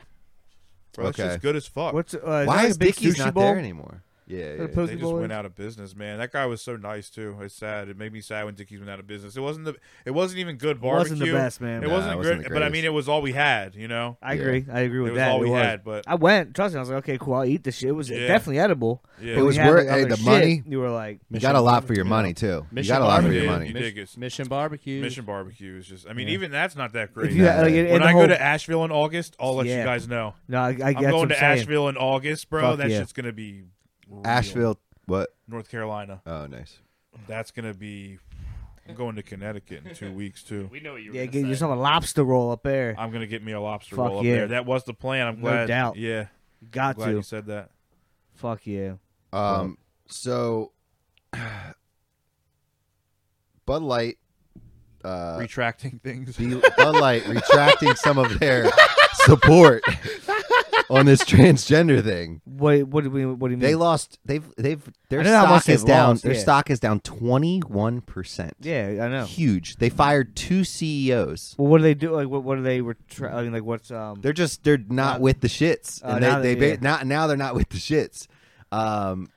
Speaker 2: Bro, that
Speaker 1: Okay.
Speaker 2: shit's good as fuck.
Speaker 3: What's
Speaker 1: why
Speaker 3: uh, that
Speaker 1: is
Speaker 3: a big
Speaker 1: dickie's
Speaker 3: sushi
Speaker 1: not
Speaker 3: bowl?
Speaker 1: there anymore Yeah,
Speaker 3: Or
Speaker 1: yeah.
Speaker 3: post-
Speaker 2: They
Speaker 3: Posey
Speaker 2: just
Speaker 3: Bowlers.
Speaker 2: went out of business, man. That guy was so nice too. It's sad. It made me sad when Dickies went out of business. It wasn't the. It wasn't even good barbecue.
Speaker 3: Wasn't the best, man.
Speaker 2: It
Speaker 1: Nah,
Speaker 2: wasn't
Speaker 1: it
Speaker 2: good,
Speaker 1: wasn't the
Speaker 2: but I
Speaker 1: greatest.
Speaker 2: mean, it was all we had. You know,
Speaker 3: I
Speaker 1: Yeah.
Speaker 3: agree. I agree
Speaker 2: it
Speaker 3: with
Speaker 2: was
Speaker 3: that.
Speaker 2: all
Speaker 3: It
Speaker 2: we
Speaker 3: was.
Speaker 2: had. But
Speaker 3: I went. Trust me, I was like, okay, cool. I'll eat this shit. It was
Speaker 2: Yeah.
Speaker 3: definitely edible.
Speaker 2: yeah,
Speaker 1: It was
Speaker 3: had,
Speaker 1: worth-
Speaker 3: like,
Speaker 1: hey,
Speaker 3: other
Speaker 1: the money-
Speaker 3: shit, You were like,
Speaker 1: You got a lot for your money too. You
Speaker 5: Mission
Speaker 1: got a lot for
Speaker 5: Barbecue.
Speaker 1: your
Speaker 2: Yeah,
Speaker 1: money.
Speaker 2: you
Speaker 5: Mis-
Speaker 2: dig it.
Speaker 5: Mission barbecue.
Speaker 2: Mission Barbecue is just. I mean,
Speaker 5: Yeah.
Speaker 2: even that's not that great.
Speaker 3: if you had, like,
Speaker 1: Yeah.
Speaker 3: and- and
Speaker 2: when
Speaker 3: the
Speaker 2: I
Speaker 3: whole-
Speaker 2: go to Asheville in August, I'll let
Speaker 3: Yeah.
Speaker 2: you guys know.
Speaker 3: no, I, I
Speaker 2: I'm
Speaker 3: that's what
Speaker 2: going to
Speaker 3: saying.
Speaker 2: Asheville in August, bro.
Speaker 3: Fuck
Speaker 2: that
Speaker 3: yeah.
Speaker 2: shit's gonna be real.
Speaker 1: Asheville, what?
Speaker 2: North Carolina.
Speaker 1: Oh, nice.
Speaker 2: That's gonna be. I'm going to Connecticut in two weeks too.
Speaker 6: We know what you were
Speaker 3: Yeah,
Speaker 6: yeah,
Speaker 3: get
Speaker 6: gonna say.
Speaker 3: yourself a lobster roll up there.
Speaker 2: I'm gonna get me a lobster
Speaker 3: Fuck
Speaker 2: roll up
Speaker 3: yeah.
Speaker 2: there. That was the plan. I'm
Speaker 3: No
Speaker 2: glad.
Speaker 3: doubt.
Speaker 2: Yeah,
Speaker 3: Got
Speaker 2: glad
Speaker 3: to.
Speaker 2: you said that.
Speaker 3: Fuck yeah.
Speaker 1: Um, so Bud Light, uh,
Speaker 2: Retracting things.
Speaker 1: Be- Bud Light retracting some of their support on this transgender thing.
Speaker 3: What? What do we? What do you mean?
Speaker 1: They lost. They've they've
Speaker 3: Hmm.
Speaker 1: their
Speaker 3: I know how
Speaker 1: stock
Speaker 3: much they've
Speaker 1: is down.
Speaker 3: lost,
Speaker 1: their
Speaker 3: yeah.
Speaker 1: stock is down twenty one percent.
Speaker 3: yeah, I know.
Speaker 1: Huge. They fired two E CEOs.
Speaker 3: Well, what do they do? Like, what? What do they? Retra- I mean, like, what's um?
Speaker 1: They're just they're not
Speaker 3: Uh,
Speaker 1: with the shits,
Speaker 3: uh,
Speaker 1: and they
Speaker 3: now
Speaker 1: they,
Speaker 3: they-
Speaker 1: ba-
Speaker 3: yeah.
Speaker 1: now now they're not with the shits. Um,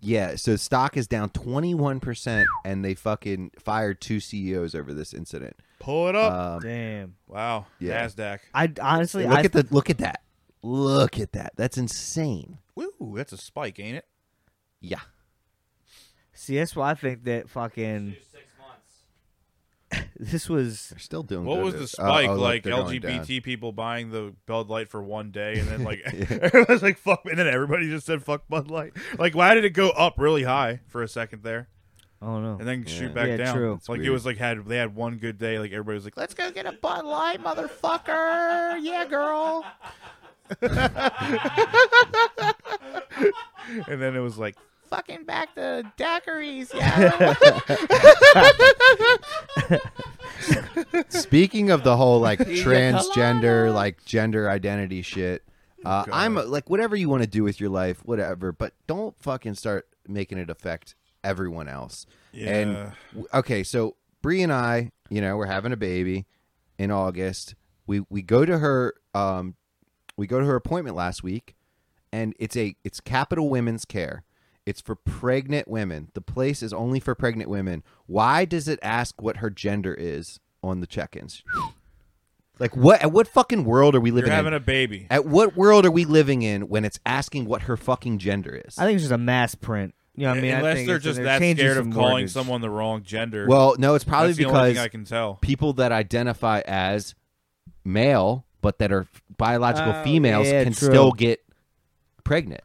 Speaker 1: yeah. So stock is down twenty one percent, and they fucking fired two CEOs over this incident.
Speaker 2: Pull it
Speaker 3: uh,
Speaker 2: up.
Speaker 1: Um,
Speaker 3: Damn.
Speaker 2: wow.
Speaker 1: yeah.
Speaker 2: Nasdaq.
Speaker 3: I honestly,
Speaker 1: look
Speaker 3: I
Speaker 1: at the look at that. Look at that. That's insane.
Speaker 2: Woo, that's a spike, ain't it?
Speaker 1: Yeah.
Speaker 3: see. That's why I think that fucking
Speaker 6: Six months.
Speaker 3: this was.
Speaker 1: They're still doing.
Speaker 2: What
Speaker 1: good
Speaker 2: was
Speaker 1: at
Speaker 2: the
Speaker 1: it.
Speaker 2: spike?
Speaker 1: Oh, oh, look,
Speaker 2: like
Speaker 1: they're going down.
Speaker 2: LGBT people buying the Bud Light for one day, and then like everyone's like fuck, and then everybody just said fuck Bud Light. Like, why did it go up really high for a second there,
Speaker 3: I don't know.
Speaker 2: and then shoot
Speaker 1: Yeah.
Speaker 2: back
Speaker 3: Yeah,
Speaker 2: down?
Speaker 3: true.
Speaker 2: It's like it
Speaker 1: Weird.
Speaker 2: was like had they had one good day, like everybody was like, let's go get a Bud Light, motherfucker.
Speaker 1: Fucker, yeah, girl.
Speaker 2: and then it was like
Speaker 1: Fucking back to daiquiris, yeah. Speaking of the whole like transgender, like gender identity shit, uh,
Speaker 2: God.
Speaker 1: I'm like whatever you want to do with your life, whatever, but don't fucking start making it affect everyone else.
Speaker 2: Yeah.
Speaker 1: And w- okay, so Bree and I, you know, we're having a baby in August. We we go to her um we go to her appointment last week and it's a it's Capital Women's Care. It's for pregnant women. The place is only for pregnant women. Why does it ask what her gender is on the check-ins? Like what at what fucking world are we
Speaker 2: you're
Speaker 1: living
Speaker 2: having
Speaker 1: in?
Speaker 2: a baby.
Speaker 1: at what world are we living in when it's asking what her fucking gender is?
Speaker 3: I think it's just a mass print. You know what I mean? I
Speaker 2: Unless
Speaker 3: think
Speaker 2: they're
Speaker 3: it's- and
Speaker 2: just that
Speaker 3: changing
Speaker 2: scared of
Speaker 3: some
Speaker 2: calling
Speaker 3: wordage.
Speaker 2: someone the wrong gender.
Speaker 1: well, no, it's probably
Speaker 2: That's the only
Speaker 1: because
Speaker 2: thing I can tell.
Speaker 1: people that identify as male but that are biological
Speaker 3: Oh,
Speaker 1: females
Speaker 3: yeah,
Speaker 1: can
Speaker 3: true.
Speaker 1: still get pregnant.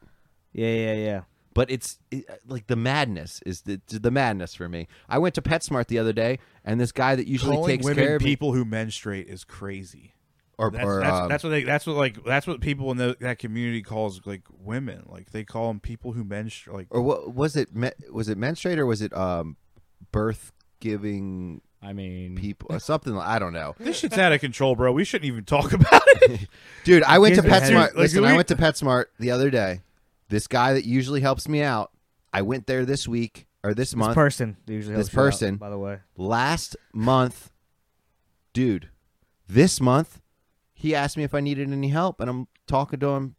Speaker 3: Yeah, yeah, yeah.
Speaker 1: But it's it, like the madness is the, the madness for me. I went to PetSmart the other day, and this guy that usually
Speaker 2: Calling
Speaker 1: takes
Speaker 2: women
Speaker 1: care of me,
Speaker 2: people who menstruate is crazy.
Speaker 1: or,
Speaker 2: That's,
Speaker 1: or,
Speaker 2: that's,
Speaker 1: um,
Speaker 2: that's what they, that's what like that's what people in tho- that community calls like women. Like they call them people who menstruate. Like
Speaker 1: or what was it? Me, was it menstruate or was it um, birth giving
Speaker 5: I mean,
Speaker 1: people or something? like- I don't know,
Speaker 2: this shit's out of control, bro. We shouldn't even talk about it.
Speaker 1: dude. I went to
Speaker 3: Gives me
Speaker 1: PetSmart.
Speaker 2: headaches. Like,
Speaker 1: Listen,
Speaker 2: we-
Speaker 1: I went to PetSmart the other day. This guy that usually helps me out, I went there this week or this
Speaker 3: This
Speaker 1: month.
Speaker 3: person usually
Speaker 1: This
Speaker 3: helps you out,
Speaker 1: person.
Speaker 3: by the way.
Speaker 1: last month, dude, this month, he asked me if I needed any help, and I'm talking to him,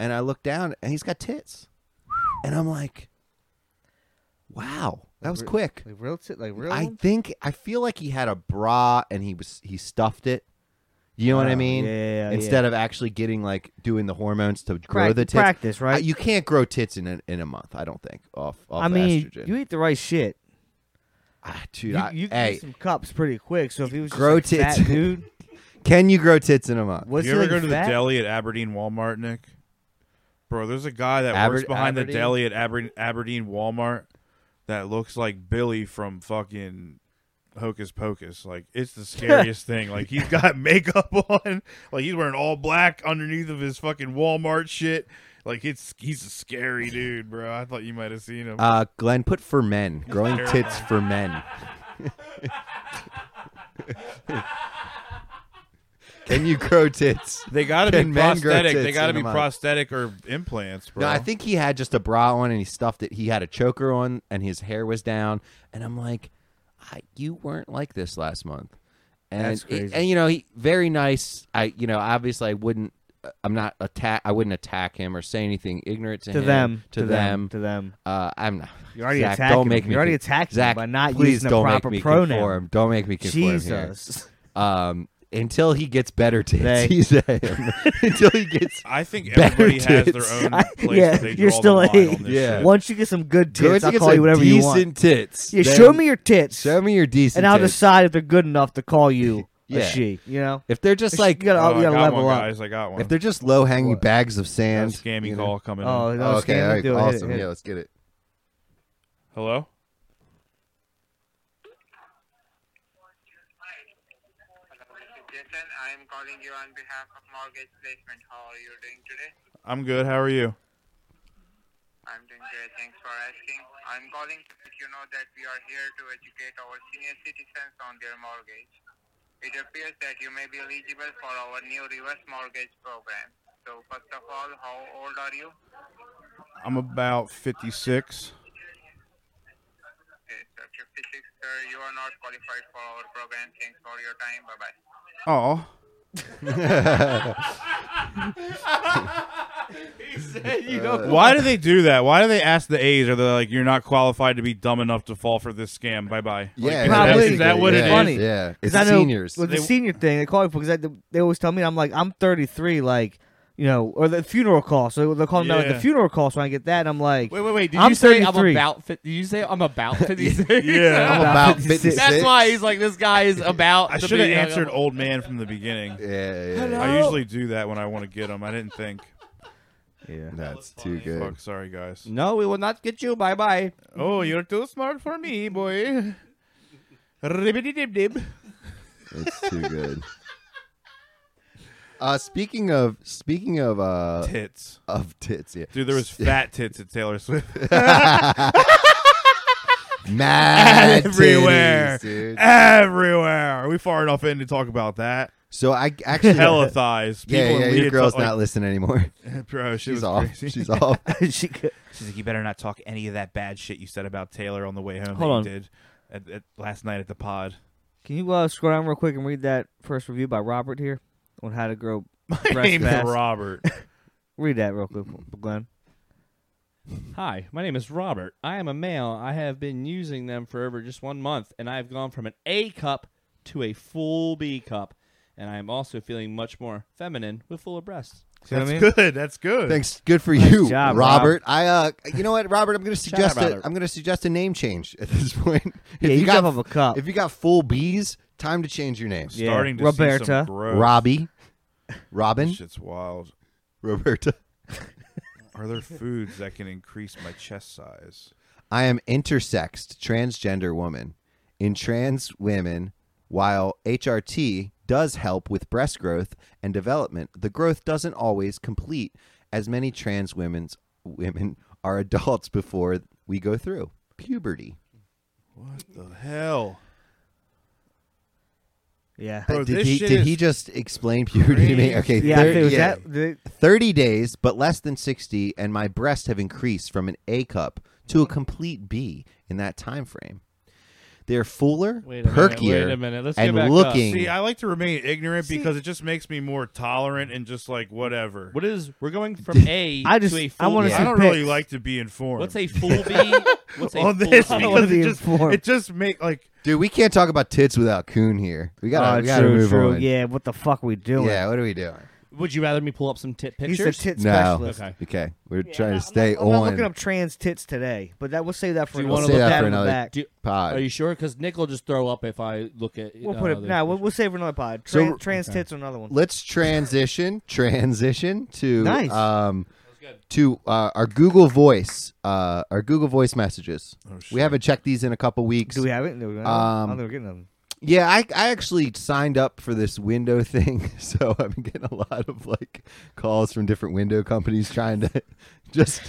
Speaker 1: and I look down, and he's got tits, and I'm like, wow, that was quick.
Speaker 3: Like real, t- like real.
Speaker 1: I
Speaker 3: ones?
Speaker 1: think I feel like he had a bra, and he was he stuffed it. You know what I
Speaker 3: Oh,
Speaker 1: mean?
Speaker 3: yeah, yeah, yeah.
Speaker 1: Instead of actually getting like doing the hormones to grow
Speaker 3: Prac-
Speaker 1: the tits,
Speaker 3: practice, right?
Speaker 1: Uh, you can't grow tits in a, in a month. I don't think off. off
Speaker 3: I mean,
Speaker 1: estrogen.
Speaker 3: you eat the right shit.
Speaker 1: Ah, dude,
Speaker 3: You,
Speaker 1: I,
Speaker 3: you can
Speaker 1: hey,
Speaker 3: eat some cups pretty quick. So if he was just,
Speaker 1: grow
Speaker 3: like, fat
Speaker 1: tits.
Speaker 3: dude,
Speaker 1: Can you grow tits in a month?
Speaker 3: was
Speaker 2: you
Speaker 3: he
Speaker 2: ever
Speaker 3: like
Speaker 2: go to
Speaker 3: fat?
Speaker 2: the deli at Aberdeen Walmart, Nick? Bro, there's a guy that
Speaker 1: Aber-
Speaker 2: works behind the
Speaker 1: Aberdeen?
Speaker 2: deli at Aber- Aberdeen Walmart that looks like Billy from fucking Hocus Pocus. Like it's the scariest thing. Like he's got makeup on. Like he's wearing all black underneath of his fucking Walmart shit. Like it's he's a scary dude, bro. I thought you might have seen him.
Speaker 1: Uh, Glenn, put for men. Growing tits for men. Can you grow tits?
Speaker 2: they gotta be
Speaker 1: can men grow
Speaker 2: prosthetic. They
Speaker 1: tits
Speaker 2: gotta
Speaker 1: in a
Speaker 2: be
Speaker 1: month?
Speaker 2: prosthetic or implants, bro.
Speaker 1: No, I think he had just a bra on and he stuffed it. He had a choker on and his hair was down. And I'm like, I, you weren't like this last month. And
Speaker 3: That's
Speaker 1: it-
Speaker 3: crazy.
Speaker 1: and you know, he very nice. I you know, obviously I wouldn't uh, I'm not attack. I wouldn't attack him or say anything ignorant to,
Speaker 3: to
Speaker 1: him,
Speaker 3: them,
Speaker 1: to, them.
Speaker 3: to them.
Speaker 1: Uh, I'm not.
Speaker 3: You're already
Speaker 1: Zach,
Speaker 3: attacking
Speaker 1: Don't
Speaker 3: him.
Speaker 1: make me.
Speaker 3: You're already
Speaker 1: con-
Speaker 3: attacking him
Speaker 1: Zach,
Speaker 3: by not
Speaker 1: please
Speaker 3: using the
Speaker 1: don't
Speaker 3: proper
Speaker 1: make me
Speaker 3: pronoun.
Speaker 1: Conform. Don't make me conform here.
Speaker 3: Jesus,
Speaker 1: Um, until he gets better
Speaker 3: They.
Speaker 1: tits, he's a him. until he gets
Speaker 2: I think
Speaker 1: Better
Speaker 2: everybody has
Speaker 1: tits.
Speaker 2: their own
Speaker 3: I-
Speaker 2: place
Speaker 3: yeah,
Speaker 2: that they draw
Speaker 3: you're still
Speaker 2: the line
Speaker 3: a-
Speaker 2: on this
Speaker 1: Yeah.
Speaker 2: shit.
Speaker 3: once you get some good
Speaker 1: Once
Speaker 3: tits,
Speaker 1: he
Speaker 3: I'll
Speaker 1: gets
Speaker 3: call
Speaker 1: a
Speaker 3: you whatever
Speaker 1: decent
Speaker 3: you want.
Speaker 1: tits.
Speaker 3: Yeah,
Speaker 1: then
Speaker 3: show me your tits,
Speaker 1: show me your decent.
Speaker 3: and I'll
Speaker 1: tits.
Speaker 3: decide if they're good enough to call you a
Speaker 1: Yeah.
Speaker 3: she. You know,
Speaker 1: If they're just
Speaker 3: It's
Speaker 1: like
Speaker 3: you gotta,
Speaker 2: Oh,
Speaker 3: you
Speaker 2: I
Speaker 3: gotta
Speaker 2: got
Speaker 3: level
Speaker 2: one,
Speaker 3: up.
Speaker 2: guys. I got one.
Speaker 1: if they're just low hanging
Speaker 3: What?
Speaker 1: bags of
Speaker 2: Got a
Speaker 1: sand.
Speaker 2: scammy
Speaker 1: you know.
Speaker 2: call coming.
Speaker 3: Oh,
Speaker 2: in.
Speaker 3: no,
Speaker 1: Oh, okay,
Speaker 3: Stan,
Speaker 1: all right,
Speaker 3: do it, hit it,
Speaker 1: awesome.
Speaker 3: hit it.
Speaker 1: Yeah, let's get it.
Speaker 2: Hello.
Speaker 6: Jason, I'm calling you on behalf of Mortgage Placement. How are you doing today?
Speaker 2: I'm good. How are you?
Speaker 6: I'm doing great. Thanks for asking. I'm calling to let you know that we are here to educate our senior citizens on their mortgage. It appears that you may be eligible for our new reverse mortgage program. So first of all, how old are you?
Speaker 2: I'm about 56.
Speaker 6: Okay, so 56, sir. You are not qualified for our program. Thanks for your time. Bye-bye.
Speaker 2: Oh,
Speaker 5: you know,
Speaker 2: why do they do that? Why do they ask the A's? Are they like, you're not qualified to be dumb enough to fall for this scam? Bye bye.
Speaker 1: Yeah,
Speaker 2: is
Speaker 3: Probably.
Speaker 2: that- is that what
Speaker 1: yeah,
Speaker 2: it is?
Speaker 3: Funny.
Speaker 1: Yeah, it's
Speaker 3: 'Cause I know
Speaker 1: seniors.
Speaker 3: With
Speaker 2: They-
Speaker 3: the senior thing, they call it because I, they always tell me I'm like I'm 33, like you know, or the funeral call. So they'll call me like
Speaker 2: Yeah.
Speaker 3: the funeral call. So I get that, and I'm like,
Speaker 5: Wait, wait, wait. Did
Speaker 3: I'm
Speaker 5: you say I'm
Speaker 3: 33.
Speaker 5: about? Fi- did you say I'm about 56?
Speaker 2: Yeah.
Speaker 1: I'm
Speaker 3: about
Speaker 1: about
Speaker 3: 56.
Speaker 1: 56.
Speaker 5: That's why he's like, this guy is about.
Speaker 2: I
Speaker 5: to
Speaker 2: should have
Speaker 5: be uh, young.
Speaker 2: answered old man from the beginning.
Speaker 1: Yeah, yeah, yeah.
Speaker 5: Hello?
Speaker 2: I usually do that when I want to get them. I didn't think.
Speaker 3: yeah.
Speaker 1: That's too good.
Speaker 2: Fuck, sorry guys.
Speaker 5: No, we will not get you. Bye bye.
Speaker 2: Oh, you're too smart for me, boy. Ribbity dib dib.
Speaker 1: It's too good. Uh, speaking of speaking of uh
Speaker 2: Tits.
Speaker 1: of tits, yeah,
Speaker 2: Dude, there was fat tits at Taylor Swift.
Speaker 1: mad
Speaker 2: Everywhere.
Speaker 1: titties, dude.
Speaker 2: Everywhere. Are we far enough in to talk about that?
Speaker 1: So I actually
Speaker 2: Hella thighs.
Speaker 1: yeah,
Speaker 2: People
Speaker 1: yeah,
Speaker 2: in
Speaker 1: your
Speaker 2: leads
Speaker 1: girl's
Speaker 2: are like-
Speaker 1: not listening anymore.
Speaker 2: Bro, she
Speaker 1: She's
Speaker 2: was
Speaker 1: off.
Speaker 2: crazy.
Speaker 1: She's off.
Speaker 3: she could,
Speaker 2: She's like, you better not talk any of that bad shit you said about Taylor on the way home.
Speaker 3: Hold
Speaker 2: that
Speaker 3: on.
Speaker 2: you did at, at last night at the pod.
Speaker 3: can you uh, scroll down real quick and read that first review by Robert here on how to grow breast
Speaker 2: Name
Speaker 3: fast?
Speaker 2: Robert.
Speaker 3: Read that real quick, Glenn.
Speaker 5: Hi, my name is Robert. I am a male. I have been using them for over just one month, and I have gone from an A cup to a full B cup, and I am also feeling much more feminine with fuller breasts.
Speaker 3: See what I
Speaker 2: That's
Speaker 3: mean?
Speaker 2: good. That's good.
Speaker 1: Thanks. Good for you,
Speaker 3: job,
Speaker 1: Robert. I uh, you know what, Robert? I'm going to
Speaker 5: out,
Speaker 1: suggest a,
Speaker 5: Robert.
Speaker 1: I'm going to suggest a name change at this point.
Speaker 3: Yeah, you
Speaker 1: got
Speaker 3: jump off a cup.
Speaker 1: If you got full B's, time to change your name.
Speaker 3: Yeah.
Speaker 2: Starting to see
Speaker 3: Roberta.
Speaker 2: some growth.
Speaker 1: Robbie,
Speaker 2: This
Speaker 1: Robin,
Speaker 2: Shit's wild.
Speaker 1: Roberta.
Speaker 2: Are there foods that can increase my chest size?
Speaker 1: I am intersexed, transgender woman. In trans women, while HRT does help with breast growth and development, the growth doesn't always complete as many trans women's women are adults before we go through puberty.
Speaker 2: What the hell?
Speaker 3: Yeah.
Speaker 2: Bro,
Speaker 1: did
Speaker 2: this
Speaker 1: he,
Speaker 2: shit
Speaker 1: did
Speaker 2: is
Speaker 1: he just explain puberty to me?
Speaker 2: crazy.
Speaker 1: Okay,
Speaker 3: Yeah, I
Speaker 1: thir-
Speaker 3: think it was
Speaker 1: yeah.
Speaker 3: that. The,
Speaker 1: 30 days, but less than 60, and my breasts have increased from an A cup to a complete B in that time frame. They're fuller,
Speaker 5: Wait a minute,
Speaker 1: perkier,
Speaker 5: wait a minute. Let's get
Speaker 1: and
Speaker 5: back up.
Speaker 1: looking.
Speaker 2: See, I like to remain ignorant
Speaker 3: See-
Speaker 2: because it just makes me more tolerant and just like whatever.
Speaker 5: What is? We're going from A
Speaker 3: I just-
Speaker 5: to a
Speaker 3: I
Speaker 5: full.
Speaker 3: wanna
Speaker 5: B.
Speaker 2: I
Speaker 3: see-
Speaker 2: don't really
Speaker 3: pics.
Speaker 2: like to be informed.
Speaker 5: What's a full B? What's a
Speaker 2: on
Speaker 5: full
Speaker 2: this
Speaker 5: B?
Speaker 3: I wanna
Speaker 2: because
Speaker 3: be
Speaker 2: it just
Speaker 3: informed.
Speaker 2: it just make like
Speaker 1: Dude, we can't talk about tits without Coon here. We gotta,
Speaker 5: Ah,
Speaker 3: oh,
Speaker 1: we gotta
Speaker 3: true,
Speaker 1: move
Speaker 3: true.
Speaker 1: on.
Speaker 3: Yeah, what the fuck we doing?
Speaker 1: Yeah, what are we doing?
Speaker 5: Would you rather me pull up some tit
Speaker 3: He's
Speaker 5: pictures?
Speaker 3: a tit
Speaker 1: No.
Speaker 3: specialist.
Speaker 5: okay.
Speaker 1: Okay, we're
Speaker 3: Yeah,
Speaker 1: trying
Speaker 3: I'm
Speaker 1: to stay
Speaker 3: not, I'm not
Speaker 1: on.
Speaker 3: looking up trans tits today, but that we'll save that for
Speaker 5: Do you
Speaker 3: another-
Speaker 5: wanna
Speaker 3: we'll
Speaker 5: look
Speaker 3: put
Speaker 5: that
Speaker 3: that
Speaker 1: for
Speaker 3: in the
Speaker 1: another-
Speaker 3: back.
Speaker 5: Do,
Speaker 1: pod.
Speaker 5: are you sure? Because Nick will just throw up if I look at.
Speaker 3: We'll
Speaker 5: uh,
Speaker 3: put it.
Speaker 5: the-
Speaker 3: No, we'll, we'll save it for another pod.
Speaker 1: So
Speaker 3: Tran,
Speaker 1: we're-
Speaker 3: trans tits are another one.
Speaker 1: Let's transition, transition to
Speaker 3: Nice.
Speaker 1: um, to uh, our Google Voice, uh, our Google Voice messages. we haven't checked these in a couple weeks.
Speaker 3: Oh, Do we have it? No, we don't. I
Speaker 1: Um,
Speaker 3: don't think we're getting them.
Speaker 1: Yeah, I, I actually signed up for this window thing, so I've been getting a lot of like calls from different window companies trying to just.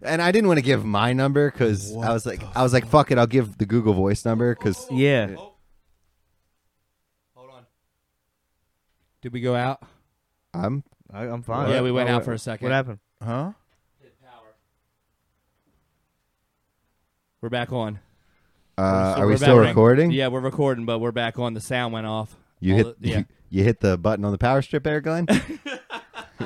Speaker 1: And I didn't want to give my number because I was like, I was like, fuck it, I'll give the Google Voice number because
Speaker 5: Oh.
Speaker 3: Yeah.
Speaker 5: Hold on. Did we go out?
Speaker 1: I'm
Speaker 3: I, I'm fine.
Speaker 5: Yeah, we went
Speaker 3: Oh,
Speaker 5: out
Speaker 3: wait,
Speaker 5: for a second.
Speaker 3: What happened?
Speaker 2: huh?
Speaker 5: We're back on.
Speaker 1: Uh,
Speaker 5: So
Speaker 1: are
Speaker 5: we're
Speaker 1: we still
Speaker 5: back-
Speaker 1: recording?
Speaker 5: Yeah, we're recording, but we're back on. The sound went off.
Speaker 1: You
Speaker 5: All
Speaker 1: hit
Speaker 5: the- yeah.
Speaker 1: you, you hit the button on the power strip there, Glenn.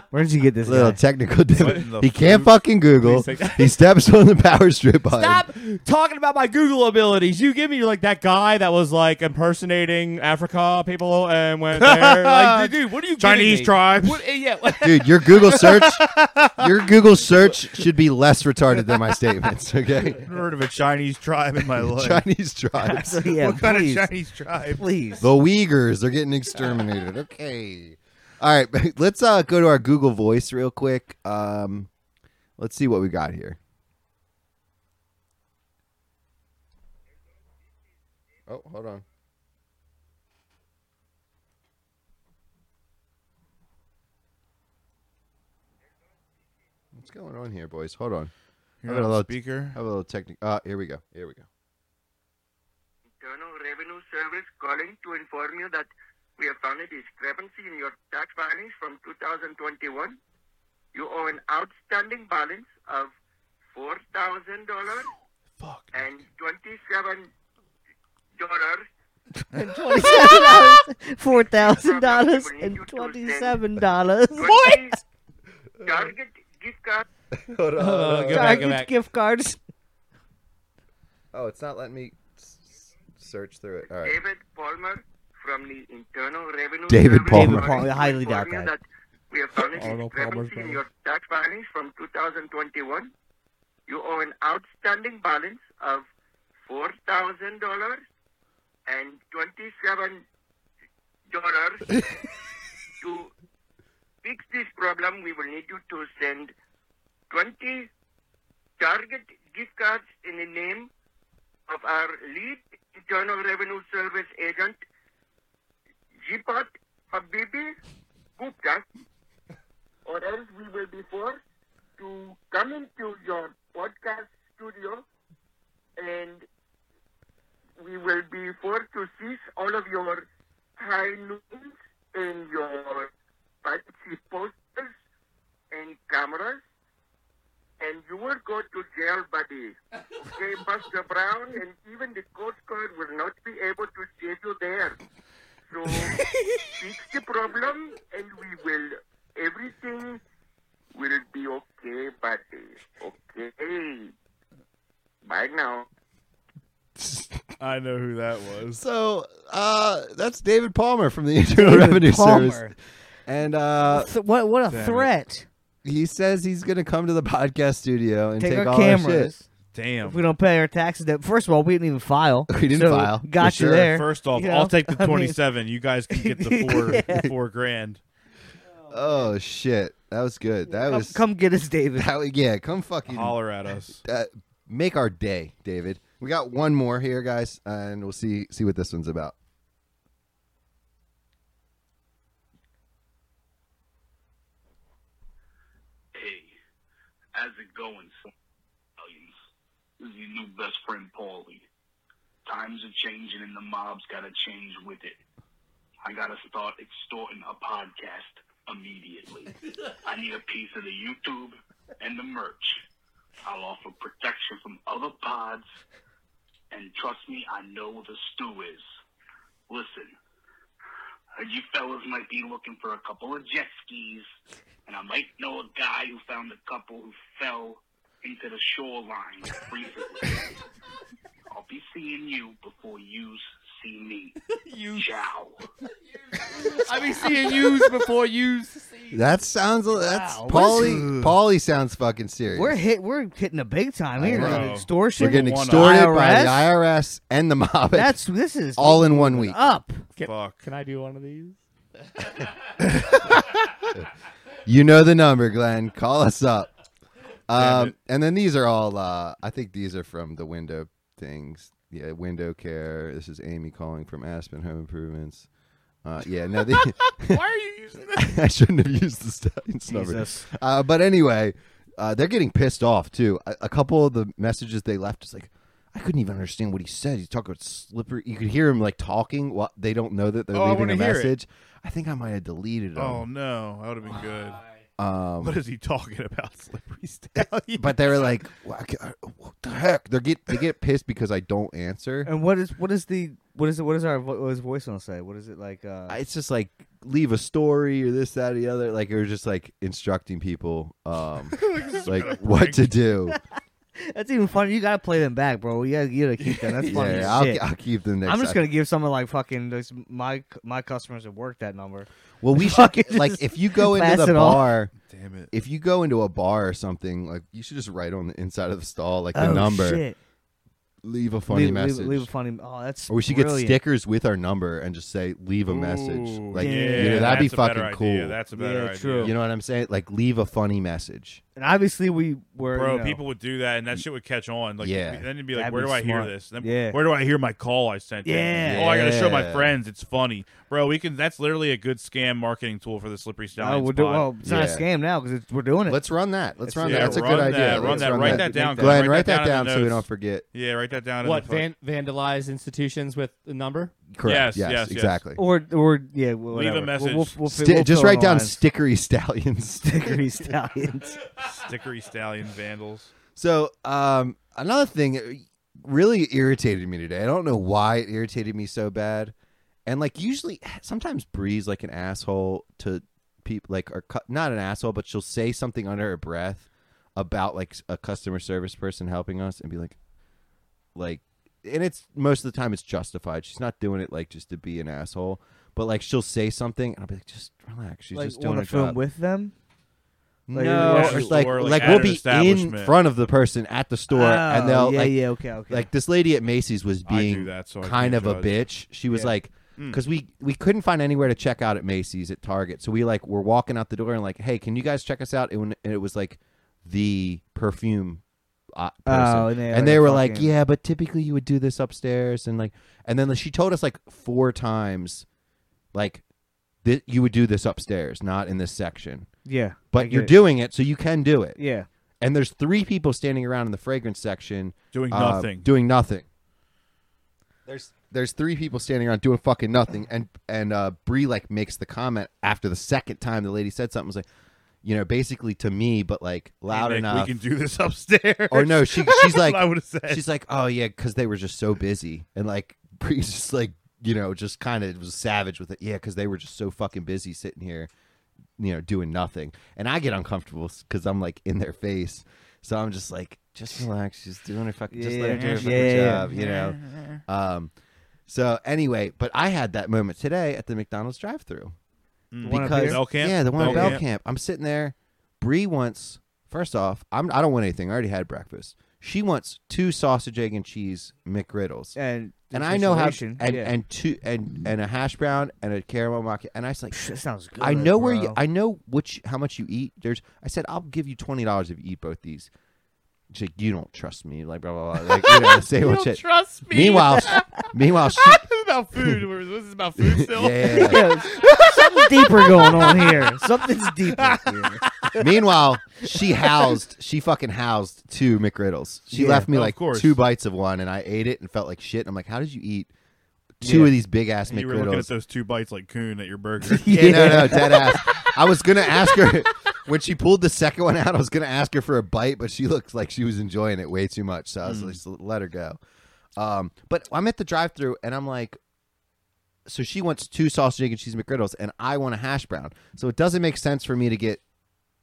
Speaker 3: Where did you get this?
Speaker 1: Little
Speaker 3: guy?
Speaker 1: technical
Speaker 2: What in
Speaker 1: difficulty.
Speaker 2: the
Speaker 1: He can't
Speaker 2: fuck?
Speaker 1: fucking Google.
Speaker 5: Please take-
Speaker 1: He steps on the power strip button.
Speaker 5: Stop talking about my Google abilities. You give me you're like that guy that was like impersonating Africa people and went there. like, dude, what are you
Speaker 2: Chinese
Speaker 5: giving me?
Speaker 2: tribes.
Speaker 5: What, eh, yeah, what-
Speaker 1: Dude, your Google search, your Google search should be less retarded than my statements. Okay,
Speaker 2: Never heard of a Chinese tribe in my life.
Speaker 1: Chinese tribes,
Speaker 3: So, yeah,
Speaker 2: what kind
Speaker 3: please,
Speaker 2: of Chinese tribe?
Speaker 3: please.
Speaker 1: the Uyghurs, they're getting exterminated. Okay, all right, let's uh, go to our Google Voice real quick. Um, let's see what we got here. Oh, hold on. What's going on here, boys? Hold on.
Speaker 2: You're
Speaker 1: I got a
Speaker 2: on
Speaker 1: lot-
Speaker 2: speaker.
Speaker 1: Have a little technical. Uh, here we go. Here we go.
Speaker 6: Internal Revenue Service calling to inform you that we have found a discrepancy in your tax filings from 2021. You owe an outstanding balance of $4,000 and $27
Speaker 3: Four thousand dollars and twenty-seven dollars.
Speaker 6: Target gift card
Speaker 5: Uh, go back, go
Speaker 3: Target
Speaker 5: back.
Speaker 3: gift cards.
Speaker 1: Oh, it's not letting me s- search through it. All right.
Speaker 6: David Palmer from the Internal Revenue
Speaker 1: David
Speaker 6: Service
Speaker 1: Palmer.
Speaker 3: David Palmer, I highly doubt
Speaker 6: inform you
Speaker 3: that.
Speaker 6: We have found a
Speaker 5: Arnold Palmer's
Speaker 6: discrepancy
Speaker 5: brother.
Speaker 6: in your tax filings from 2021. You owe an outstanding balance of $4,000 and $27. to fix this problem, we will need you to send 20 target gift cards in the name of our lead Internal Revenue Service agent, Jipat Habibi Gupta, or else we will be forced to come into your podcast studio and we will be forced to seize all of your high noons and your fancy posters and cameras and you will go to jail, buddy. Okay, Buster Brown, and even the Coast Guard will not be able to save you there. So fix the problem, and we will. Everything will be okay, buddy. Okay. Bye now.
Speaker 2: I know who that was.
Speaker 1: So uh, that's David Palmer from the Internal Revenue
Speaker 3: Palmer.
Speaker 1: Service, and uh,
Speaker 3: Th- what what a
Speaker 2: Damn it.
Speaker 3: threat!
Speaker 1: he says he's gonna come to the podcast studio and
Speaker 3: Take,
Speaker 1: take,
Speaker 3: our
Speaker 1: all our shit.
Speaker 3: cameras. if
Speaker 2: Damn.
Speaker 3: we don't pay our taxes, that first of all, we didn't even file.
Speaker 1: We didn't
Speaker 3: So,
Speaker 1: file, for
Speaker 3: Got you
Speaker 1: sure.
Speaker 3: there.
Speaker 2: First off,
Speaker 3: You know?
Speaker 2: I'll take the
Speaker 3: I mean-
Speaker 2: twenty-seven. you guys can get the four,
Speaker 3: Yeah.
Speaker 2: four grand.
Speaker 1: Oh shit, that was good. That
Speaker 3: Come,
Speaker 1: was
Speaker 3: come get us, David.
Speaker 1: that was- yeah, come fucking
Speaker 2: Holler at us.
Speaker 1: uh, make our day, David. We got one more here, guys, and we'll see see what this one's about.
Speaker 7: Hey, how's it going, Stallions? This is your new best friend, Paulie. Times are changing and the mob's gotta change with it. I gotta start extorting a podcast immediately. I need a piece of the YouTube and the merch. I'll offer protection from other pods, and trust me, I know the stew is. Listen, you fellas might be looking for a couple of jet skis, and I might know a guy who found a couple who fell into the shoreline recently. I'll be seeing you before you see me. You. Ciao.
Speaker 5: I be seeing yous before yous. See.
Speaker 1: That sounds that's
Speaker 5: Wow, what is-
Speaker 1: Paulie. Paulie sounds fucking serious.
Speaker 3: We're hit. We're hitting a big time
Speaker 1: I
Speaker 3: here.
Speaker 1: know.
Speaker 3: Extortion.
Speaker 1: We're getting
Speaker 2: One
Speaker 1: extorted by the
Speaker 3: IRS?
Speaker 1: IRS and the mob.
Speaker 3: That's this is
Speaker 1: all in one week.
Speaker 3: up.
Speaker 2: Fuck.
Speaker 5: Can I do one of these?
Speaker 1: You know the number, Glenn. Call us up.
Speaker 2: Damn
Speaker 1: Um,
Speaker 2: it.
Speaker 1: and then these are all. Uh, I think these are from the window things. Yeah, window care. This is Amy calling from Aspen Home Improvements. Uh, yeah, no, the,
Speaker 5: Why are you using that?
Speaker 1: I shouldn't have used the Stallions number.
Speaker 3: Jesus.
Speaker 1: Uh, but anyway, uh, they're getting pissed off too. A, a couple of the messages they left is like, I couldn't even understand what he said. He's talking about slippery. You could hear him like talking. While they don't know that they're
Speaker 2: Oh, I
Speaker 1: leaving a
Speaker 2: wanna hear it.
Speaker 1: message. I think I might have deleted it.
Speaker 2: Oh no, that would have been good.
Speaker 1: Um,
Speaker 2: What is he talking about, Slippery Stallion?
Speaker 1: but they were like, "Wha- I- "What the heck?" They get they get pissed because I don't answer.
Speaker 3: Oh. And what is what is the what is it? What is our vo- what does voicemail say? What is it like? Uh,
Speaker 1: It's just like leave a story or this, that, or the other. Like it was just like instructing people, um, like what to do.
Speaker 3: That's even funny. You gotta play them back, bro. You gotta, you gotta keep them. That's funny. as
Speaker 1: yeah, I'll,
Speaker 3: shit.
Speaker 1: I'll keep them next.
Speaker 3: I'm just
Speaker 1: time.
Speaker 3: gonna give some of like fucking those, my my customers at work that number.
Speaker 1: Well, we should
Speaker 3: fucking
Speaker 1: like
Speaker 3: just
Speaker 1: if you go into
Speaker 3: pass
Speaker 1: the
Speaker 3: it off.
Speaker 1: bar.
Speaker 2: Damn it.
Speaker 1: If you go into a bar or something, like you should just write on the inside of the stall like the
Speaker 3: oh,
Speaker 1: number,
Speaker 3: Shit.
Speaker 1: leave a funny
Speaker 3: leave, leave-
Speaker 1: message,
Speaker 3: Leave, a funny. Oh, that's.
Speaker 1: or we should
Speaker 3: brilliant.
Speaker 1: get stickers with our number and just say leave a message.
Speaker 2: Ooh,
Speaker 1: Like
Speaker 3: yeah,
Speaker 1: you know,
Speaker 2: that's
Speaker 1: that'd be
Speaker 2: a better
Speaker 1: fucking
Speaker 2: idea.
Speaker 1: cool.
Speaker 2: That's a better
Speaker 3: Yeah,
Speaker 2: idea.
Speaker 3: true.
Speaker 1: you know what I'm saying? Like leave a funny message.
Speaker 3: And obviously we were.
Speaker 2: Bro,
Speaker 3: you know,
Speaker 2: people would do that, and that shit would catch on. Like,
Speaker 1: Yeah.
Speaker 2: then it'd be like,
Speaker 3: That'd
Speaker 2: "Where
Speaker 3: be
Speaker 2: do I hear
Speaker 3: smart.
Speaker 2: this? Then,
Speaker 3: Yeah.
Speaker 2: Where do I hear my call I sent? in?
Speaker 3: Yeah.
Speaker 2: Oh, I gotta show my
Speaker 1: Yeah.
Speaker 2: friends. It's funny, bro. We can. That's literally a good scam marketing tool for the slippery
Speaker 3: Oh,
Speaker 2: stallions.
Speaker 3: we're doing.
Speaker 2: pod.
Speaker 3: Well, it's not a
Speaker 1: Yeah.
Speaker 3: scam now because we're doing it.
Speaker 1: Let's run that. Let's run
Speaker 2: yeah,
Speaker 1: that. That's a
Speaker 2: run
Speaker 1: good idea.
Speaker 2: that, run
Speaker 1: Let's
Speaker 2: that. Write that down, Glenn.
Speaker 1: Glenn.
Speaker 2: Write
Speaker 1: Write
Speaker 2: that
Speaker 1: that down
Speaker 2: down in the
Speaker 1: so we
Speaker 2: notes.
Speaker 1: don't forget.
Speaker 2: yeah, write that down. in
Speaker 5: What
Speaker 2: the fuck-
Speaker 5: van- vandalize institutions with the number?
Speaker 1: Correct.
Speaker 2: Yes, yes, yes.
Speaker 1: exactly.
Speaker 3: Or or yeah, well,
Speaker 2: Leave a
Speaker 3: whatever.
Speaker 2: message.
Speaker 3: We'll, we'll, we'll,
Speaker 1: Sti-
Speaker 3: we'll
Speaker 1: just
Speaker 3: fill in
Speaker 1: write
Speaker 3: the
Speaker 1: down
Speaker 3: lines.
Speaker 1: stickery stallions.
Speaker 3: Stickery stallions.
Speaker 2: stickery stallion vandals?
Speaker 1: So, um, another thing that really irritated me today. I don't know why it irritated me so bad. And like usually, sometimes Bree's like an asshole to people. Like, or cu- not an asshole, but she'll say something under her breath about like a customer service person helping us, and be like, like, and it's most of the time it's justified. She's not doing it like just to be an asshole, but like she'll say something, and I'll be like, just relax. She's
Speaker 3: like
Speaker 1: just doing
Speaker 3: on
Speaker 1: her
Speaker 3: the film
Speaker 1: job.
Speaker 3: with them. Like,
Speaker 1: No,
Speaker 3: yeah,
Speaker 1: or
Speaker 2: just
Speaker 1: like,
Speaker 2: or, like,
Speaker 1: like,
Speaker 2: at
Speaker 1: we'll
Speaker 2: an
Speaker 1: be in
Speaker 2: establishment.
Speaker 1: front of the person at the store,
Speaker 3: Oh,
Speaker 1: and they'll
Speaker 3: yeah
Speaker 1: like,
Speaker 3: yeah okay okay
Speaker 1: like this lady at Macy's was
Speaker 2: I do Mm.
Speaker 1: being
Speaker 2: that, so I
Speaker 1: kind of
Speaker 2: can't
Speaker 1: a
Speaker 2: judge.
Speaker 1: bitch. She was
Speaker 3: Yeah.
Speaker 1: like, because we we couldn't find anywhere to check out at Macy's at Target, so we like were walking out the door and like, hey, can you guys check us out? And, and it was like the perfume. Uh, person.
Speaker 3: Oh, and they had, like,
Speaker 1: they
Speaker 3: a
Speaker 1: were like,
Speaker 3: fucking-
Speaker 1: "Yeah, but typically you would do this upstairs," and like, and then she told us like four times, like, that you would do this upstairs, not in this section.
Speaker 3: yeah I
Speaker 1: But
Speaker 3: get
Speaker 1: you're
Speaker 3: it.
Speaker 1: doing it, so you can do it.
Speaker 3: yeah
Speaker 1: And there's three people standing around in the fragrance section
Speaker 2: Doing
Speaker 1: uh,
Speaker 2: nothing.
Speaker 1: doing nothing. There's there's three people standing around doing fucking nothing, and and uh, Bree like makes the comment after the second time the lady said something was like, you know, basically to me, but like loud
Speaker 2: Nick,
Speaker 1: enough.
Speaker 2: We can do this upstairs.
Speaker 1: or no, she she's like
Speaker 2: I would have said.
Speaker 1: she's like, oh yeah, because they were just so busy, and like Bree's just like you know just kind of was savage with it, yeah, because they were just so fucking busy sitting here, you know, doing nothing, and I get uncomfortable because I'm like in their face, so I'm just like, just relax, she's doing her fucking, just let her do her
Speaker 3: Yeah,
Speaker 1: fucking
Speaker 3: yeah, yeah.
Speaker 1: job, you know, um. So anyway, but I had that moment today at the McDonald's drive-through
Speaker 3: Mm. One up
Speaker 1: because
Speaker 3: here?
Speaker 2: Belcamp?
Speaker 1: yeah, the one at
Speaker 2: Belcamp.
Speaker 1: Belcamp. I'm sitting there. Bree wants first off, I'm I don't want anything. I already had breakfast. She wants two sausage, egg, and cheese McGriddles,
Speaker 3: and
Speaker 1: and I know how
Speaker 3: situation,
Speaker 1: and
Speaker 3: yeah.
Speaker 1: and two and and a hash brown and a caramel macchiato. And I was like,
Speaker 3: that sounds good
Speaker 1: I know
Speaker 3: bro.
Speaker 1: where you. I know which how much you eat. There's. I said I'll give you twenty dollars if you eat both these. She's like, you don't trust me. Like blah blah blah. Like you know, say what shit.
Speaker 2: trust me.
Speaker 1: Meanwhile, meanwhile, she,
Speaker 2: this is about food. We're- This is about food still.
Speaker 1: yeah, yeah, yeah.
Speaker 3: Yeah, something's deeper going on here something's deeper here.
Speaker 1: Meanwhile, she housed, she fucking housed two McGriddles. She
Speaker 3: Yeah.
Speaker 1: left me
Speaker 2: Of
Speaker 1: like
Speaker 2: course.
Speaker 1: two bites of one, and I ate it and felt like shit. I'm like, how did you eat two of these big ass
Speaker 2: You were looking at
Speaker 1: McGriddles?
Speaker 2: those two bites like coon at your burger.
Speaker 1: yeah, no, no, dead ass. I was gonna ask her when she pulled the second one out. I was gonna ask her for a bite, but she looked like she was enjoying it way too much. So I was
Speaker 2: Mm.
Speaker 1: like, just let her go. Um, but I'm at the drive-through, and I'm like, so she wants two sausage egg and cheese McGriddles, and I want a hash brown. So it doesn't make sense for me to get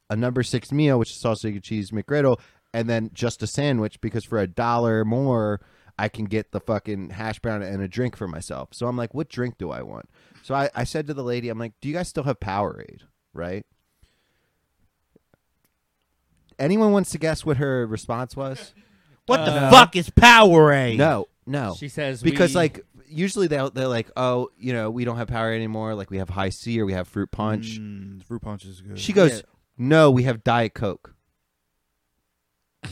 Speaker 1: a number six meal, which is sausage egg and cheese McGriddle, and then just a sandwich because for a dollar more, I can get the fucking hash brown and a drink for myself. So I'm like, what drink do I want? So I, I said to the lady, I'm like, do you guys still have Powerade? Right? Anyone wants to guess what her response was?
Speaker 5: What the
Speaker 3: fuck is Powerade
Speaker 1: No, no
Speaker 5: Uh, She says
Speaker 1: because
Speaker 5: we-
Speaker 1: like usually they'll they're like oh you know we don't have power anymore like we have high c or we have fruit punch
Speaker 2: Mm, fruit punch is good.
Speaker 1: she goes
Speaker 3: Yeah.
Speaker 1: no we have diet coke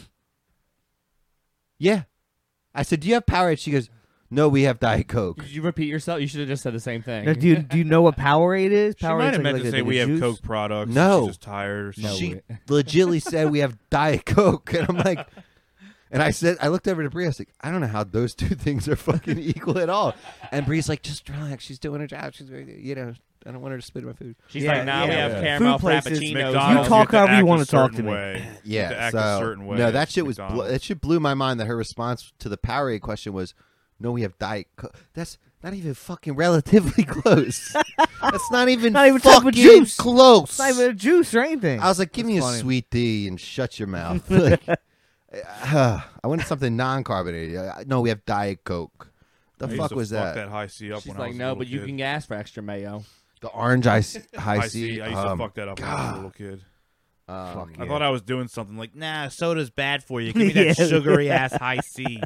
Speaker 1: yeah i said do you have power she goes no we have diet coke
Speaker 5: Did you repeat yourself? You should have just said the same thing.
Speaker 3: Now, do you do you know what Powerade is?
Speaker 2: She
Speaker 3: Powerade's
Speaker 2: might have
Speaker 3: like,
Speaker 2: meant
Speaker 3: like
Speaker 2: to
Speaker 3: a-
Speaker 2: say
Speaker 3: like a
Speaker 2: we have
Speaker 3: juice?
Speaker 2: Coke products.
Speaker 1: No.
Speaker 2: and She's just tired or something.
Speaker 1: she
Speaker 5: way.
Speaker 1: legitly said we have diet coke and i'm like and i said i looked over to bree i was like i don't know how those two things are fucking equal at all and bree's like just relax she's doing her job she's you know i don't want her to spit in my food
Speaker 5: She's
Speaker 3: Yeah,
Speaker 5: like, now we
Speaker 3: yeah.
Speaker 5: have
Speaker 2: Yeah.
Speaker 5: caramel
Speaker 3: Food places,
Speaker 5: frappuccinos.
Speaker 2: McDonald's,
Speaker 3: You
Speaker 2: have
Speaker 3: talk
Speaker 2: to
Speaker 3: however you
Speaker 2: act a
Speaker 3: wanna talk
Speaker 2: certain
Speaker 3: to me.
Speaker 2: way. You
Speaker 1: Yeah,
Speaker 2: have to act
Speaker 1: so
Speaker 2: a certain way.
Speaker 1: no, that
Speaker 2: It's
Speaker 1: shit was bl-
Speaker 2: McDonald's.
Speaker 1: that shit blew my mind. That her response to the Powerade question was, "No, we have diet." Co-. That's Not even fucking relatively close. That's not even
Speaker 3: Not even type of
Speaker 1: fucking
Speaker 3: juice.
Speaker 1: close.
Speaker 3: It's not even a juice or anything.
Speaker 1: I was like, give me
Speaker 3: funny.
Speaker 1: a sweet D and shut your mouth. Like, uh, I wanted something non-carbonated. Uh, No, we have Diet Coke. The
Speaker 2: I used
Speaker 1: fuck
Speaker 2: to
Speaker 1: was that?
Speaker 2: fuck that high C up
Speaker 5: She's
Speaker 2: when I
Speaker 5: like,
Speaker 2: was a
Speaker 5: no,
Speaker 2: little
Speaker 5: but you
Speaker 2: kid.
Speaker 5: can ask for extra mayo.
Speaker 1: The orange high C.
Speaker 2: high
Speaker 1: High
Speaker 2: C.
Speaker 1: C.
Speaker 2: I used to
Speaker 1: um,
Speaker 2: fuck that up when I was a little kid.
Speaker 1: um,
Speaker 2: I thought I was doing something like, nah, soda's bad for you.
Speaker 3: Give me that Yeah. sugary
Speaker 2: ass high C.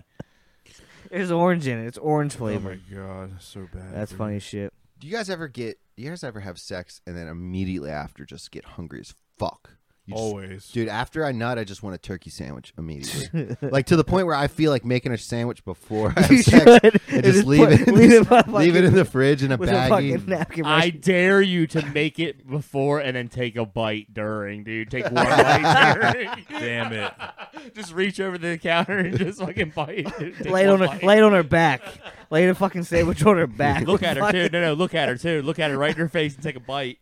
Speaker 3: There's orange in it. It's orange
Speaker 2: Oh
Speaker 3: flavor.
Speaker 2: my god, that's so bad.
Speaker 3: That's
Speaker 2: for you.
Speaker 3: funny shit.
Speaker 1: Do you guys ever get? Do you guys ever have sex and then immediately after just get hungry as fuck? You just-
Speaker 2: Always.
Speaker 1: Dude, after I nut, I just want a turkey sandwich immediately. like to the point where I feel like making a sandwich before I have
Speaker 3: You
Speaker 1: sex
Speaker 3: should.
Speaker 1: and just
Speaker 3: Just
Speaker 1: leave
Speaker 3: put-
Speaker 1: it, in
Speaker 3: leave
Speaker 1: the-
Speaker 3: it by fucking-
Speaker 1: leave it in the fridge in a
Speaker 3: With a fucking
Speaker 1: baggie.
Speaker 3: napkin.
Speaker 5: I
Speaker 3: right?
Speaker 5: dare you to make it before and then take a bite during, dude. Take one bite during.
Speaker 2: Damn it.
Speaker 5: just reach over the counter and just fucking bite. dude. Take
Speaker 3: Lay it on
Speaker 5: one
Speaker 3: her.
Speaker 5: bite.
Speaker 3: Lay it on her back. Lay the fucking sandwich on her back.
Speaker 5: Look at her
Speaker 3: Fucking-
Speaker 5: too. No, no, look at her too. Look at her right in her face and take a bite.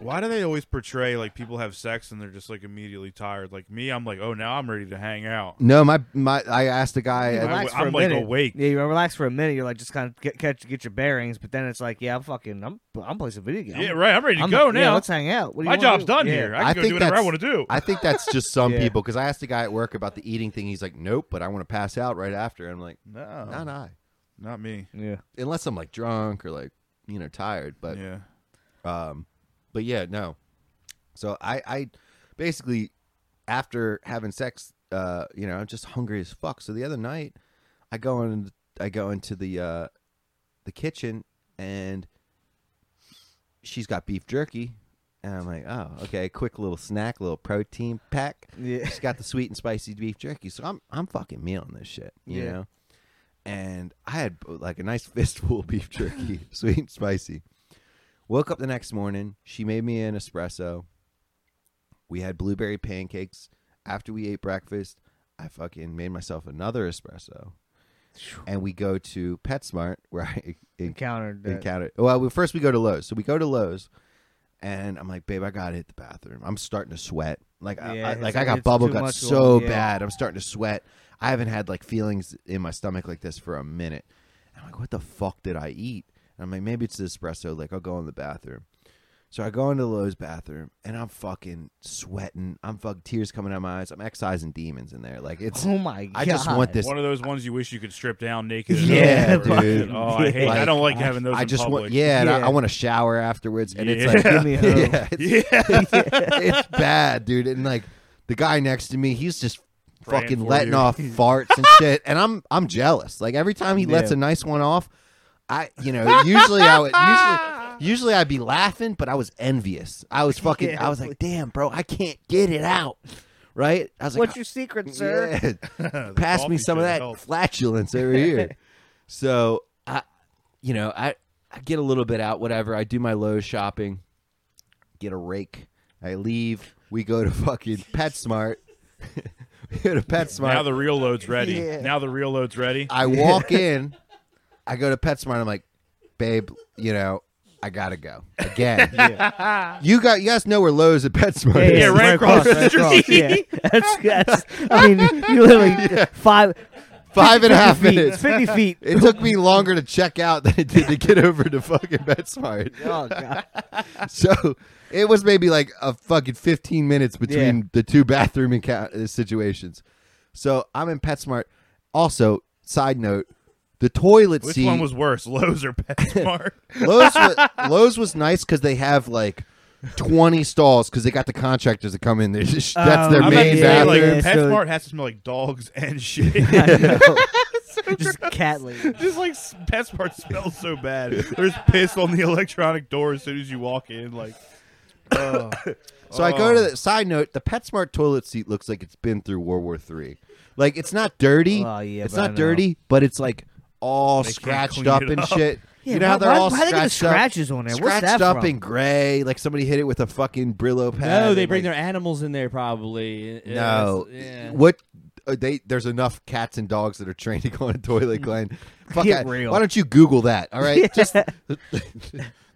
Speaker 2: Why do they always portray like people have sex and they're just like immediately tired? Like me, I'm like, oh, now I'm ready to hang out.
Speaker 1: No, my my. I asked the guy.
Speaker 2: I
Speaker 1: at-
Speaker 3: Relax
Speaker 2: w-
Speaker 3: for
Speaker 2: I'm
Speaker 3: a
Speaker 2: like
Speaker 3: minute.
Speaker 2: awake.
Speaker 3: Yeah, you relax for a minute. You're like just kind of get, catch, get your bearings, but then it's like, yeah, I'm fucking, I'm, I'm playing some video game.
Speaker 2: Yeah, right. I'm ready to
Speaker 3: I'm,
Speaker 2: go
Speaker 3: yeah,
Speaker 2: now.
Speaker 3: let's hang out. What do you
Speaker 2: My
Speaker 3: wanna
Speaker 2: job's
Speaker 3: do?
Speaker 2: done
Speaker 3: Yeah.
Speaker 2: here. I can
Speaker 1: I
Speaker 2: go
Speaker 1: think
Speaker 2: do whatever I
Speaker 1: that's-
Speaker 2: want to do.
Speaker 1: I think that's just some
Speaker 3: Yeah.
Speaker 1: people because I asked the guy at work about the eating thing. He's like, "Nope," but I want to pass out right after. I'm like,
Speaker 3: Oh.
Speaker 2: no,
Speaker 1: "Not I."
Speaker 2: not me.
Speaker 3: Yeah.
Speaker 1: Unless I'm like drunk or like you know tired, but
Speaker 2: yeah,
Speaker 1: Um, but yeah, no. So I, I basically after having sex, uh, you know, just hungry as fuck. So the other night, I go in, I go into the uh, the kitchen, and she's got beef jerky, and I'm like, oh, okay, quick little snack, little protein pack.
Speaker 3: Yeah.
Speaker 1: She's got the sweet and spicy beef jerky, so I'm I'm fucking mealing this shit, you
Speaker 3: Yeah.
Speaker 1: know. And I had like a nice fistful of beef jerky, sweet and spicy. Woke up the next morning. She made me an espresso. We had blueberry pancakes. After we ate breakfast, I fucking made myself another espresso. And we go to PetSmart where I
Speaker 3: Encountered that.
Speaker 1: encountered. Well, we, first we go to Lowe's. So we go to Lowe's, and I'm like, babe, I gotta hit the bathroom. I'm starting to sweat. Like, I-
Speaker 3: Yeah,
Speaker 1: I,
Speaker 3: it's-
Speaker 1: like I got
Speaker 3: it's
Speaker 1: bubble
Speaker 3: too
Speaker 1: guts
Speaker 3: much
Speaker 1: so
Speaker 3: going- yeah.
Speaker 1: bad. I'm starting to sweat. I haven't had like feelings in my stomach like this for a minute. I'm like, what the fuck did I eat? And I'm like, maybe it's the espresso. Like, I'll go in the bathroom. So I go into Lowe's bathroom and I'm fucking sweating. I'm fucking tears coming out of my eyes. I'm excising demons in there. Like it's,
Speaker 3: Oh my god.
Speaker 1: I just want this
Speaker 2: one of those ones you wish you could strip down naked.
Speaker 1: Yeah,
Speaker 2: and over.
Speaker 1: dude.
Speaker 2: Oh, I hate. I
Speaker 1: Like,
Speaker 2: don't like having those.
Speaker 1: I
Speaker 2: in
Speaker 1: just
Speaker 2: public.
Speaker 1: want, yeah, and I,
Speaker 3: Yeah.
Speaker 1: I want to shower afterwards, and
Speaker 2: Yeah.
Speaker 1: it's like,
Speaker 3: Give me a hug.
Speaker 1: yeah, it's, it's bad, dude. And like the guy next to me, he's just
Speaker 2: Praying
Speaker 1: fucking
Speaker 2: for
Speaker 1: letting
Speaker 2: you.
Speaker 1: off farts and shit, and I'm I'm jealous. Like every time he lets a
Speaker 3: Yeah.
Speaker 1: nice one off, I you know usually I would usually usually I'd be laughing, but I was envious. I was fucking.
Speaker 3: Yeah.
Speaker 1: I was like, damn, bro, I can't get it out. Right? I was like, "Uh,
Speaker 3: What's your secret, sir?
Speaker 1: yeah.
Speaker 2: The
Speaker 1: pass me
Speaker 2: coffee
Speaker 1: some of
Speaker 2: should
Speaker 1: that
Speaker 2: help.
Speaker 1: flatulence over here. so I, you know, I, I get a little bit out, whatever. I do my Lowe's shopping, get a rake. I leave. We go to fucking PetSmart. we go to PetSmart.
Speaker 2: Now the real load's ready.
Speaker 3: Yeah.
Speaker 2: Now the real load's ready.
Speaker 1: I walk in. I go to PetSmart. I'm like, babe, you know, I gotta go again. You got, you guys know where Lowe's at PetSmart.
Speaker 3: Yeah,
Speaker 1: is.
Speaker 2: yeah, right across the
Speaker 3: across, yeah. That's, that's, I mean, you literally five,
Speaker 1: Five and a
Speaker 3: 50
Speaker 1: half
Speaker 3: feet,
Speaker 1: minutes.
Speaker 3: fifty feet.
Speaker 1: It took me longer to check out than it did to get over to fucking PetSmart.
Speaker 3: Oh god,
Speaker 1: So it was maybe like a fucking 15 minutes between
Speaker 3: Yeah.
Speaker 1: the two bathroom encou- uh, situations. So I'm in PetSmart. Also, side note, the toilet
Speaker 2: Which
Speaker 1: seat.
Speaker 2: one was worse, Lowe's or PetSmart?
Speaker 1: Lowe's, was, Lowe's was nice because they have like 20 stalls because they got the contractors that come in. They just, that's
Speaker 3: Oh,
Speaker 1: their
Speaker 3: I'm
Speaker 2: I'm about to
Speaker 1: main
Speaker 3: yeah,
Speaker 2: say, like,
Speaker 1: bathroom.
Speaker 3: yeah, so-
Speaker 2: PetSmart has to smell like dogs and shit.
Speaker 3: just cat lady.
Speaker 2: Just like s- PetSmart smells so bad. There's piss on the electronic door as soon as you walk in. Like,
Speaker 1: So I go to
Speaker 2: Oh.
Speaker 1: the side note. The PetSmart toilet seat looks like it's been through World War Three. Like it's not dirty.
Speaker 3: Oh, yeah,
Speaker 1: it's
Speaker 3: but I
Speaker 1: not
Speaker 3: know.
Speaker 1: dirty, but it's like all
Speaker 2: They can't
Speaker 1: scratched
Speaker 2: clean
Speaker 1: up
Speaker 2: it
Speaker 1: and
Speaker 2: up.
Speaker 1: shit.
Speaker 3: Yeah,
Speaker 1: you know how
Speaker 3: why-
Speaker 1: they're
Speaker 3: why-
Speaker 1: all
Speaker 3: why they
Speaker 1: scratched
Speaker 3: got the
Speaker 1: up?
Speaker 3: scratches on there? What's
Speaker 1: Scratched
Speaker 3: that
Speaker 1: up
Speaker 3: from?
Speaker 1: and gray. Like somebody hit it with a fucking Brillo pad.
Speaker 5: no, they
Speaker 1: and,
Speaker 5: bring
Speaker 1: like,
Speaker 5: their animals in there probably. Yeah,
Speaker 1: no.
Speaker 5: that's- yeah.
Speaker 1: What? uh, They there's enough cats and dogs that are trained to go on a toilet, Glenn. Fuck
Speaker 3: Get
Speaker 1: that.
Speaker 3: real.
Speaker 1: Why don't you Google that? All right, just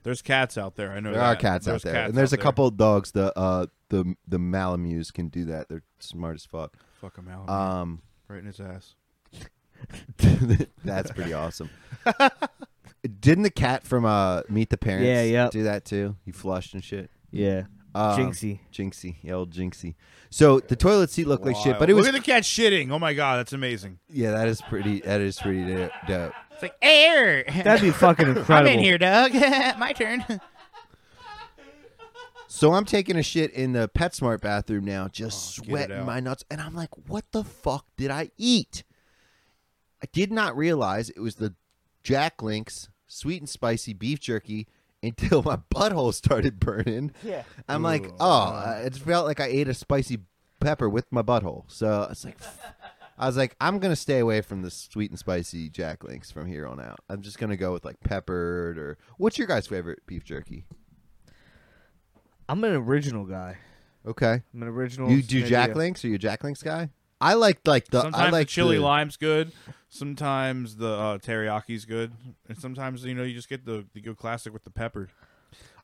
Speaker 2: there's cats out there. I know
Speaker 1: There
Speaker 2: that.
Speaker 1: are cats
Speaker 2: There's
Speaker 1: out there,
Speaker 2: cats
Speaker 1: and there's
Speaker 2: out
Speaker 1: a couple of dogs. The uh, the the Malamutes can do that. They're smart as fuck.
Speaker 2: Fuck him out.
Speaker 1: Um,
Speaker 2: right in his ass.
Speaker 1: that's pretty awesome. Didn't the cat from uh, Meet the Parents
Speaker 3: Yeah, yep.
Speaker 1: do that too? He flushed and shit.
Speaker 3: Yeah.
Speaker 1: Um,
Speaker 3: Jinxie.
Speaker 1: Jinxie, yeah, old Jinxie. So the toilet seat looked like shit, but it
Speaker 2: Look
Speaker 1: was
Speaker 2: at the cat shitting. Oh my god, that's amazing.
Speaker 1: yeah. That is pretty. That is pretty do- dope.
Speaker 2: It's like air.
Speaker 3: That'd be fucking incredible.
Speaker 2: Doug. my turn.
Speaker 1: So I'm taking a shit in the PetSmart bathroom now, just
Speaker 2: Oh, get it
Speaker 1: sweating
Speaker 2: out.
Speaker 1: my nuts, and I'm like, "What the fuck did I eat?" I did not realize it was the Jack Link's sweet and spicy beef jerky until my butthole started burning.
Speaker 3: Yeah.
Speaker 1: I'm like, "Oh, I- it felt like I ate a spicy pepper with my butthole." So it's like, I was like, "I'm gonna stay away from the sweet and spicy Jack Links from here on out. I'm just gonna go with like peppered or what's your guys' favorite beef jerky?"
Speaker 3: I'm an original guy.
Speaker 1: Okay.
Speaker 3: I'm an original.
Speaker 1: You do
Speaker 3: maybe
Speaker 1: Jack
Speaker 3: a-
Speaker 1: Links? Are you a Jack Links guy? I like like the
Speaker 2: Sometimes
Speaker 1: I like
Speaker 2: the chili
Speaker 1: the,
Speaker 2: lime's good. Sometimes the uh, teriyaki good, and sometimes you know you just get the the good classic with the pepper.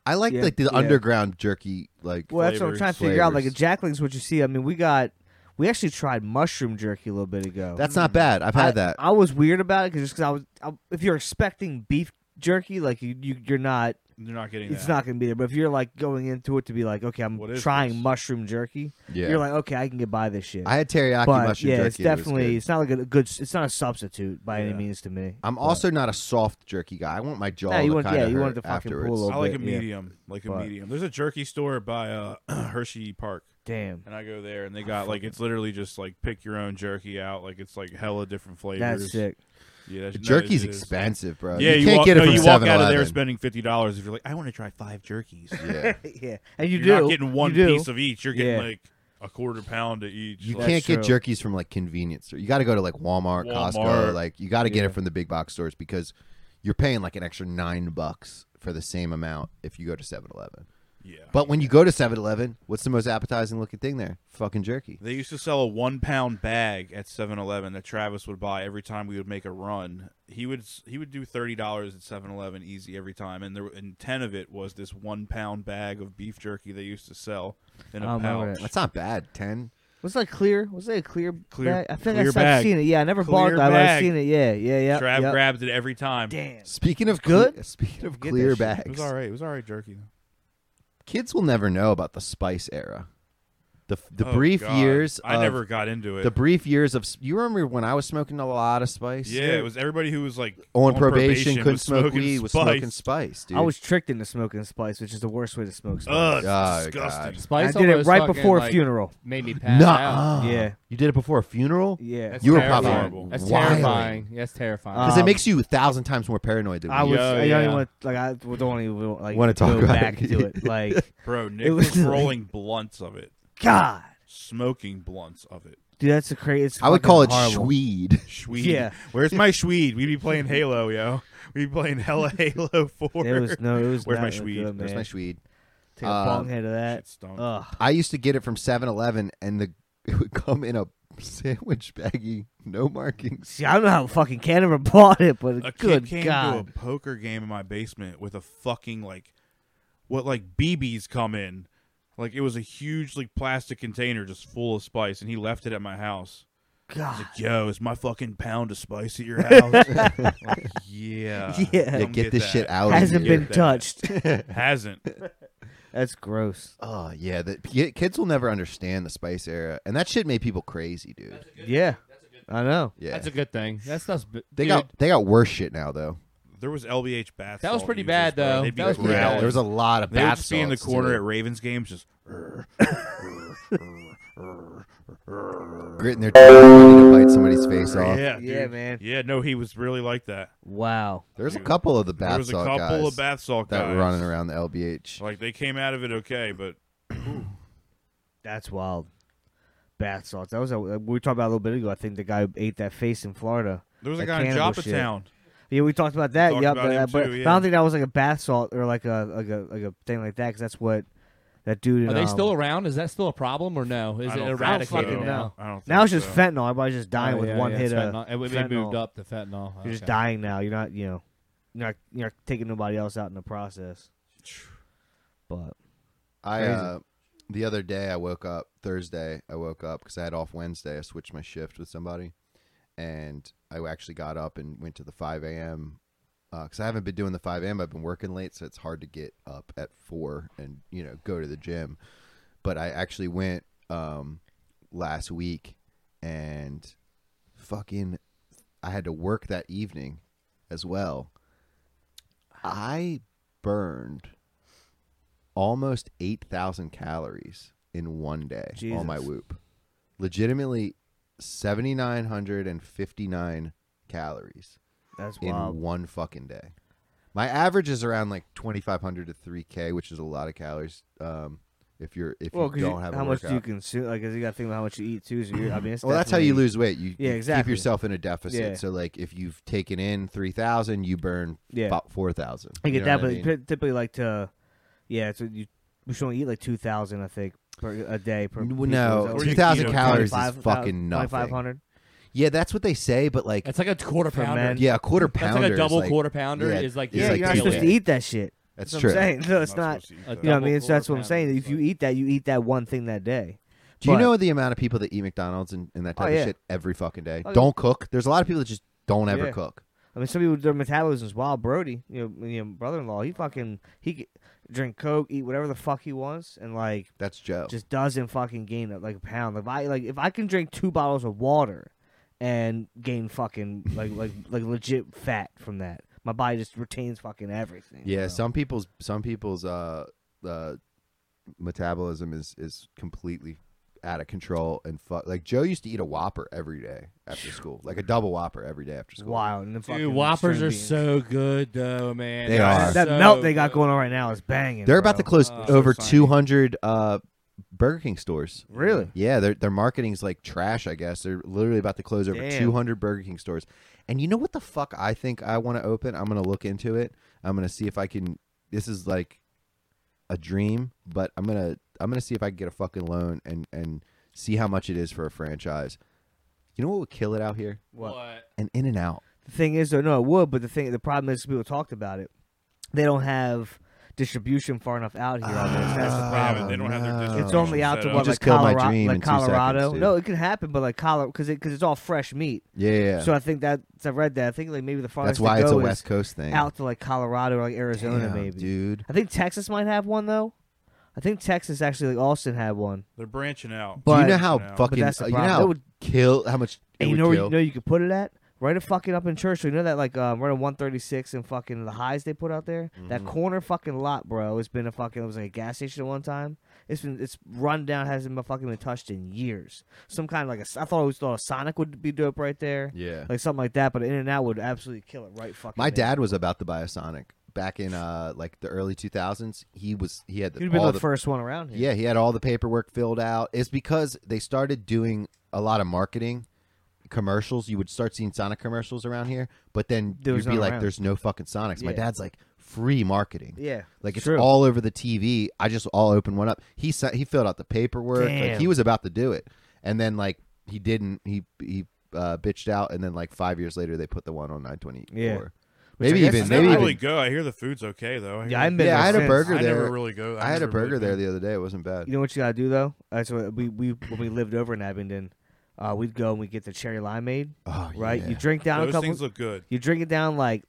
Speaker 1: I like
Speaker 3: Yeah,
Speaker 1: like the
Speaker 3: yeah.
Speaker 1: underground jerky like
Speaker 3: Well, that's what I'm
Speaker 2: flavors,
Speaker 3: trying to figure out. Like a
Speaker 1: flavors.
Speaker 3: Jack Link's, what you see. I mean, we got. We actually tried mushroom jerky a little bit ago.
Speaker 1: that's not bad. I've
Speaker 3: I,
Speaker 1: had that.
Speaker 3: I was weird about it because just because I was, I, if you're expecting beef jerky, like you, you you're not,
Speaker 2: You're not getting
Speaker 3: it's
Speaker 2: that.
Speaker 3: not gonna be there. But if you're like going into it to be like, okay, I'm
Speaker 2: What is
Speaker 3: trying
Speaker 2: this?
Speaker 3: mushroom jerky,
Speaker 1: yeah.
Speaker 3: you're like, okay, I can get by this shit.
Speaker 1: I had teriyaki
Speaker 3: but
Speaker 1: mushroom
Speaker 3: yeah,
Speaker 1: jerky.
Speaker 3: it's
Speaker 1: and it was
Speaker 3: definitely,
Speaker 1: good.
Speaker 3: it's not like a good, it's not a substitute by any
Speaker 2: Yeah.
Speaker 3: means to me.
Speaker 1: I'm
Speaker 3: but-
Speaker 1: also not a soft jerky guy. I want my jaw
Speaker 3: Nah, you
Speaker 1: to
Speaker 3: want-
Speaker 1: kinda
Speaker 3: yeah, you want
Speaker 1: hurt
Speaker 3: it to fucking pull
Speaker 1: afterwards.
Speaker 3: over.
Speaker 2: I like a
Speaker 3: bit, yeah.
Speaker 2: medium, like a
Speaker 3: But-
Speaker 2: medium. There's a jerky store by uh, Hershey Park,
Speaker 3: damn.
Speaker 2: and I go there, and they got like it's literally just like pick your own jerky out. Like it's like hella different flavors.
Speaker 3: That's sick.
Speaker 2: Yeah, that's, no,
Speaker 1: Jerky's
Speaker 2: it is.
Speaker 1: expensive, bro.
Speaker 2: Yeah, you,
Speaker 1: can't
Speaker 2: walk,
Speaker 1: get it
Speaker 2: no,
Speaker 1: from
Speaker 2: you walk
Speaker 1: 7
Speaker 2: out of there spending fifty dollars if you're like, I want to try five jerkies.
Speaker 1: yeah.
Speaker 3: yeah, and you
Speaker 2: You're
Speaker 3: do
Speaker 2: not getting one
Speaker 3: you do.
Speaker 2: piece of each. You're getting
Speaker 3: Yeah.
Speaker 2: like a quarter pound of each.
Speaker 1: You
Speaker 2: Like,
Speaker 1: can't get
Speaker 3: true.
Speaker 1: jerkies from like convenience store. You got to go to like Walmart, Costco.
Speaker 2: Walmart.
Speaker 1: Like you got to get
Speaker 3: Yeah.
Speaker 1: it from the big box stores because you're paying like an extra nine bucks for the same amount if you go to 7-Eleven.
Speaker 2: yeah.
Speaker 1: But when you go to 7-Eleven, what's the most appetizing looking thing there? Fucking jerky.
Speaker 2: They used to sell a one pound bag at 7 Eleven that Travis would buy every time we would make a run. He would he would do thirty dollars at 7 Eleven easy every time, and there and ten of it was this one pound bag of beef jerky they used to sell in
Speaker 3: I
Speaker 2: a
Speaker 3: remember
Speaker 2: pouch.
Speaker 3: that.
Speaker 1: That's not bad. 10.
Speaker 3: Oh, Was that clear? Was that a clear?
Speaker 2: Clear-
Speaker 3: bag? I think
Speaker 2: clear
Speaker 3: I've
Speaker 2: bag.
Speaker 3: seen it. Yeah, I never bought
Speaker 2: Clear
Speaker 3: that, but I've
Speaker 2: bag.
Speaker 3: seen it. Yeah, yeah, yeah.
Speaker 2: Trav
Speaker 3: yep.
Speaker 2: grabbed it every time.
Speaker 3: Damn.
Speaker 1: Speacle of
Speaker 3: Good?
Speaker 1: cle- speaking of
Speaker 3: Get that
Speaker 1: clear
Speaker 3: shit.
Speaker 1: bags.
Speaker 2: It was all right. It was all right jerky. though.
Speaker 1: Kids will never know about the spice era. The the
Speaker 2: Oh,
Speaker 1: brief
Speaker 2: God.
Speaker 1: years
Speaker 2: I
Speaker 1: of-
Speaker 2: never got into it.
Speaker 1: the brief years of you remember when I was smoking a lot of spice?
Speaker 2: yeah, it was everybody who was like
Speaker 1: on, probation, couldn't
Speaker 2: was
Speaker 1: smoke
Speaker 2: smoking
Speaker 1: weed, was
Speaker 2: spice.
Speaker 1: smoking spice, dude.
Speaker 3: I was tricked into smoking spice, which is the worst way to smoke spice.
Speaker 2: Ugh, it's
Speaker 1: Oh, God.
Speaker 2: disgusting.
Speaker 3: I
Speaker 5: Spice
Speaker 3: did it
Speaker 5: almost
Speaker 3: right
Speaker 5: fucking,
Speaker 3: before a
Speaker 5: like,
Speaker 3: funeral.
Speaker 5: Made me pass out.
Speaker 1: Nuh-uh.
Speaker 3: Yeah.
Speaker 1: You did it before a funeral?
Speaker 3: Yeah,
Speaker 5: That's
Speaker 1: You were
Speaker 5: terrifying.
Speaker 2: probably
Speaker 5: That's
Speaker 1: wild.
Speaker 5: terrifying. That's terrifying.
Speaker 1: Because
Speaker 3: Um,
Speaker 1: it makes you a thousand times more paranoid than
Speaker 3: I
Speaker 1: we
Speaker 3: was.
Speaker 1: are.
Speaker 2: Yeah,
Speaker 3: I don't even
Speaker 5: yeah.
Speaker 3: want like I don't even like
Speaker 1: Wanna talk
Speaker 3: go
Speaker 1: about
Speaker 3: back
Speaker 1: it.
Speaker 3: to it. Like
Speaker 2: Bro, Nick
Speaker 3: was
Speaker 2: was,
Speaker 3: like-
Speaker 2: rolling blunts of it,
Speaker 3: God,
Speaker 2: smoking blunts of it.
Speaker 3: dude, that's a crazy.
Speaker 1: I would call it
Speaker 3: horrible.
Speaker 1: Schweed.
Speaker 2: Schweed.
Speaker 3: Yeah.
Speaker 2: Where's my Schweed? We'd be playing Halo, yo. We'd be playing Hella Halo 4.
Speaker 3: It was no. It was
Speaker 2: Where's my
Speaker 3: not
Speaker 2: Schweed?
Speaker 3: Good,
Speaker 1: There's
Speaker 3: man.
Speaker 1: my Schweed.
Speaker 3: Take a
Speaker 1: Um,
Speaker 3: bong head of that.
Speaker 2: Shit stunk.
Speaker 3: Ugh.
Speaker 1: I used to get it from 7-Eleven, and the it would come in a sandwich baggie, no markings.
Speaker 3: See, I don't know how fucking Canada bought it, but
Speaker 2: a
Speaker 3: good
Speaker 2: kid came
Speaker 3: God,
Speaker 2: to a poker game in my basement with a fucking, like, what, like, BBs come in. Like, it was a huge, like, plastic container just full of spice, and he left it at my house. I
Speaker 3: God.
Speaker 2: was like, yo, is my fucking pound of spice at your house? Like, yeah.
Speaker 3: Yeah. Yeah,
Speaker 1: Yeah,
Speaker 2: Come
Speaker 1: get this
Speaker 2: that.
Speaker 1: shit out. of
Speaker 3: Hasn't
Speaker 1: here.
Speaker 3: been
Speaker 2: that.
Speaker 3: touched.
Speaker 2: Hasn't.
Speaker 3: That's gross.
Speaker 1: Oh yeah, the ki- kids will never understand the spice era, and that shit made people crazy, dude.
Speaker 3: Yeah, I know.
Speaker 1: Yeah,
Speaker 5: That's a good thing. That stuff's b-
Speaker 1: they
Speaker 5: dude,
Speaker 1: got they got worse shit now though.
Speaker 2: There was LBH bath
Speaker 5: That was
Speaker 2: salt
Speaker 5: pretty
Speaker 2: users,
Speaker 5: bad,
Speaker 2: bro.
Speaker 5: though.
Speaker 2: They'd be
Speaker 5: That was pretty
Speaker 2: growling.
Speaker 5: bad.
Speaker 1: there was a lot of
Speaker 2: They would
Speaker 1: bath
Speaker 2: just be in the
Speaker 1: salts,
Speaker 2: corner
Speaker 1: dude.
Speaker 2: at Ravens games, just
Speaker 1: gritting their teeth to bite somebody's face off.
Speaker 2: yeah,
Speaker 3: Yeah,
Speaker 2: dude.
Speaker 3: man.
Speaker 2: yeah. No, he was really like that.
Speaker 3: Wow.
Speaker 1: There's a couple of the bath
Speaker 2: there was a
Speaker 1: salt
Speaker 2: couple
Speaker 1: guys
Speaker 2: of bath salt
Speaker 1: that
Speaker 2: guys
Speaker 1: were running around the LBH.
Speaker 2: Like they came out of it okay, but
Speaker 3: That's wild. Bath salts. That was a, we talked about a little bit ago. I think the guy who ate that face in Florida.
Speaker 2: there was a
Speaker 3: That
Speaker 2: guy in
Speaker 3: cannibal shit.
Speaker 2: Joppatown.
Speaker 3: Yeah, we talked about that.
Speaker 2: talked
Speaker 3: yep,
Speaker 2: about
Speaker 3: that-
Speaker 2: him
Speaker 3: but,
Speaker 2: too,
Speaker 3: but I
Speaker 2: yeah.
Speaker 3: don't think that was like a bath salt or like a like a like a thing like that because that's what that dude. In,
Speaker 5: Are they
Speaker 3: um,
Speaker 5: still around? Is that still a problem or no? Is
Speaker 2: I don't
Speaker 5: it
Speaker 2: think
Speaker 5: eradicated
Speaker 2: so.
Speaker 3: fucking
Speaker 5: now?
Speaker 3: know.
Speaker 2: I don't. Think
Speaker 3: now? It's just
Speaker 2: so.
Speaker 3: fentanyl. Everybody's just dying
Speaker 5: Oh,
Speaker 3: with
Speaker 5: yeah,
Speaker 3: one
Speaker 5: yeah,
Speaker 3: hit
Speaker 5: it's
Speaker 3: of
Speaker 5: fentanyl. It would
Speaker 3: fentanyl.
Speaker 5: be moved up to fentanyl.
Speaker 3: You're just
Speaker 5: Okay.
Speaker 3: dying now. You're not you know you're not you're not taking nobody else out in the process. But
Speaker 1: I
Speaker 3: Crazy.
Speaker 1: uh, the other day I woke up Thursday. I woke up because I had off Wednesday. I switched my shift with somebody, and I actually got up and went to the five a.m. because uh, I haven't been doing the 5 a.m. I've been working late, so it's hard to get up at four and you know go to the gym. But I actually went um, last week and fucking I had to work that evening as well. I burned almost 8,000 calories in one day on my
Speaker 3: Jesus.
Speaker 1: Whoop. Legitimately 7,959 calories
Speaker 3: That's
Speaker 1: in
Speaker 3: wild.
Speaker 1: one fucking day. My average is around like 2,500 to 3K, which is a lot of calories. Um, if you're if
Speaker 3: well, 'cause
Speaker 1: you
Speaker 3: you-
Speaker 1: don't have
Speaker 3: how
Speaker 1: a
Speaker 3: much do you
Speaker 1: workout.
Speaker 3: consume? Like, 'cause you got to think about how much you eat too. So you're, I mean, it's
Speaker 1: well, that's how you
Speaker 3: definitely-
Speaker 1: lose weight. You,
Speaker 3: Yeah,
Speaker 1: you
Speaker 3: exactly.
Speaker 1: keep yourself in a deficit.
Speaker 3: Yeah.
Speaker 1: So like if you've taken in 3,000, you burn
Speaker 3: Yeah.
Speaker 1: about 4,000.
Speaker 3: I
Speaker 1: You
Speaker 3: get
Speaker 1: know
Speaker 3: that,
Speaker 1: what
Speaker 3: but
Speaker 1: mean?
Speaker 3: ty- typically like to, yeah, so you we should only eat like two thousand, I think, per a day per.
Speaker 1: N-
Speaker 3: people.
Speaker 1: no,
Speaker 3: Is that
Speaker 2: Or
Speaker 3: what-
Speaker 2: you
Speaker 1: 2,000
Speaker 2: keto,
Speaker 1: calories is
Speaker 3: 25,000
Speaker 1: fucking nothing.
Speaker 3: 2,500?
Speaker 1: Yeah, that's what they say, but like,
Speaker 5: It's like a quarter
Speaker 3: For
Speaker 5: pounder.
Speaker 3: men.
Speaker 1: yeah, a quarter
Speaker 5: That's
Speaker 1: pounder.
Speaker 5: like a
Speaker 1: is,
Speaker 5: double
Speaker 1: like-
Speaker 5: quarter pounder
Speaker 1: yeah,
Speaker 5: is like
Speaker 1: it's
Speaker 3: Yeah,
Speaker 1: like
Speaker 3: you're not supposed to
Speaker 1: keto.
Speaker 3: eat that shit.
Speaker 1: That's
Speaker 3: That's
Speaker 1: true.
Speaker 3: What I'm saying. No, it's
Speaker 2: I'm
Speaker 3: not.
Speaker 2: supposed to eat
Speaker 5: A
Speaker 2: that.
Speaker 3: you know what I
Speaker 5: Double
Speaker 3: mean? So that's what I'm
Speaker 5: quarter
Speaker 3: saying.
Speaker 5: pounder,
Speaker 3: If you
Speaker 5: like-
Speaker 3: eat that, you eat that one thing that day.
Speaker 1: Do you
Speaker 3: But-
Speaker 1: know the amount of people that eat McDonald's and, and that
Speaker 3: Oh,
Speaker 1: type
Speaker 3: yeah.
Speaker 1: of shit every fucking day?
Speaker 3: Oh, yeah.
Speaker 1: don't cook. There's a lot of people that just don't ever
Speaker 3: Yeah.
Speaker 1: cook.
Speaker 3: I mean, some people their metabolism's wild. Brody, you know, you know brother-in-law, he fucking he c- drink coke, eat whatever the fuck he wants, and like
Speaker 1: That's Joe.
Speaker 3: just doesn't fucking gain it, like a pound. Like if I like if I can drink two bottles of water and gain fucking like like like legit fat from that, my body just retains fucking everything.
Speaker 1: yeah,
Speaker 3: bro.
Speaker 1: some people's some people's uh, uh metabolism is is completely out of control and fuck. Like Joe used to eat a Whopper every day after school, like a double Whopper every day after
Speaker 3: It's
Speaker 1: school.
Speaker 3: wild. And the fucking
Speaker 5: Dude, Whoppers
Speaker 3: string
Speaker 5: are
Speaker 3: beans.
Speaker 5: so good though, man.
Speaker 1: They
Speaker 5: They're
Speaker 1: are.
Speaker 3: that
Speaker 5: so
Speaker 3: melt they got
Speaker 5: good.
Speaker 3: going on right now is banging.
Speaker 1: They're about
Speaker 3: bro.
Speaker 1: to close
Speaker 5: Oh, so
Speaker 1: over
Speaker 2: funny.
Speaker 1: 200 uh Burger King stores.
Speaker 3: Really?
Speaker 1: Yeah, their their marketing's like trash. I guess they're literally about to close over
Speaker 3: Damn.
Speaker 1: 200 Burger King stores. And you know what the fuck I think I want to open? I'm gonna look into it. I'm gonna see if I can. This is like a dream, but I'm gonna I'm gonna see if I can get a fucking loan and and see how much it is for a franchise. You know what would kill it out here?
Speaker 3: What?
Speaker 1: An In and Out.
Speaker 3: The thing is, though, no, it would. But the thing, the problem is, people talked about it. They don't have distribution far enough out here. I guess. That's the
Speaker 2: Ah.
Speaker 3: problem.
Speaker 2: They don't have their
Speaker 1: no.
Speaker 3: It's only out
Speaker 2: You
Speaker 3: to what, like
Speaker 1: just killed my
Speaker 3: Colorado,
Speaker 1: dream in
Speaker 3: like
Speaker 1: two seconds,
Speaker 3: Colorado.
Speaker 1: dude.
Speaker 3: no, it can happen, but like Colorado, because it, cause it's all fresh meat.
Speaker 1: Yeah, yeah, yeah.
Speaker 3: So I think that I read that. I think like maybe the
Speaker 1: that's
Speaker 3: farthest
Speaker 1: why
Speaker 3: they
Speaker 1: it's a
Speaker 3: go
Speaker 1: West
Speaker 3: is
Speaker 1: Coast thing.
Speaker 3: out to like Colorado or like Arizona,
Speaker 1: Damn,
Speaker 3: maybe.
Speaker 1: dude.
Speaker 3: I think Texas might have one though. I think Texas actually, like Austin had one.
Speaker 2: They're branching out.
Speaker 3: But-
Speaker 1: Do you know how
Speaker 2: But
Speaker 1: fucking uh,
Speaker 3: that's the
Speaker 1: you know
Speaker 3: problem.
Speaker 1: how
Speaker 3: It would-
Speaker 1: kill how much it
Speaker 3: And you
Speaker 1: would
Speaker 3: know where
Speaker 1: kill?
Speaker 3: you know you could put it at? Right a fucking up in Churchill. You know that like um, right on one thirty six and fucking the highs they put out there?
Speaker 1: Mm-hmm.
Speaker 3: That corner fucking lot, bro, it's been a fucking it was like a gas station at one time. It's been it's run down, hasn't been fucking been touched in years. Some kind of like a I thought I always thought a Sonic would be dope right there.
Speaker 1: yeah.
Speaker 3: Like something like that, but In and Out would absolutely kill it right fucking.
Speaker 1: My
Speaker 3: there.
Speaker 1: dad was about to buy a Sonic back in uh like the early 2000s. He was he had the,
Speaker 3: He'd been
Speaker 1: all
Speaker 3: the,
Speaker 1: the
Speaker 3: first one around here.
Speaker 1: yeah he had all the paperwork filled out. It's because they started doing a lot of marketing commercials. You would start seeing Sonic commercials around here, but then
Speaker 3: There was
Speaker 1: you'd be
Speaker 3: none
Speaker 1: like,
Speaker 3: around.
Speaker 1: "There's no fucking Sonics." My
Speaker 3: Yeah.
Speaker 1: dad's like, "Free marketing."
Speaker 3: Yeah.
Speaker 1: Like it's
Speaker 3: true.
Speaker 1: all over the TV. I just all open one up. He sent, he filled out the paperwork. Like
Speaker 3: Damn.
Speaker 1: he was about to do it, and then like he didn't. He he uh, bitched out, and then like five years later, they put the one on nine twenty four.
Speaker 3: Yeah. Which
Speaker 1: Maybe
Speaker 3: I
Speaker 1: even
Speaker 3: guess
Speaker 2: I
Speaker 3: is
Speaker 1: maybe
Speaker 2: never
Speaker 1: even,
Speaker 2: really go. I hear the food's okay though. hear
Speaker 3: Yeah, I
Speaker 2: the-
Speaker 3: been
Speaker 1: yeah.
Speaker 3: there
Speaker 1: I had a
Speaker 3: since.
Speaker 1: burger
Speaker 2: I
Speaker 1: there.
Speaker 2: never really go.
Speaker 1: I had a
Speaker 2: never
Speaker 1: burger
Speaker 2: really
Speaker 1: there
Speaker 2: been.
Speaker 1: the other day. It wasn't bad.
Speaker 3: You know what you gotta do though? That's what we, we when we lived over in Abingdon, uh, we'd go and we'd get the cherry limeade.
Speaker 1: oh,
Speaker 3: Right?
Speaker 1: yeah.
Speaker 3: You drink down
Speaker 2: Those
Speaker 3: a couple
Speaker 2: things look good.
Speaker 3: You drink it down like,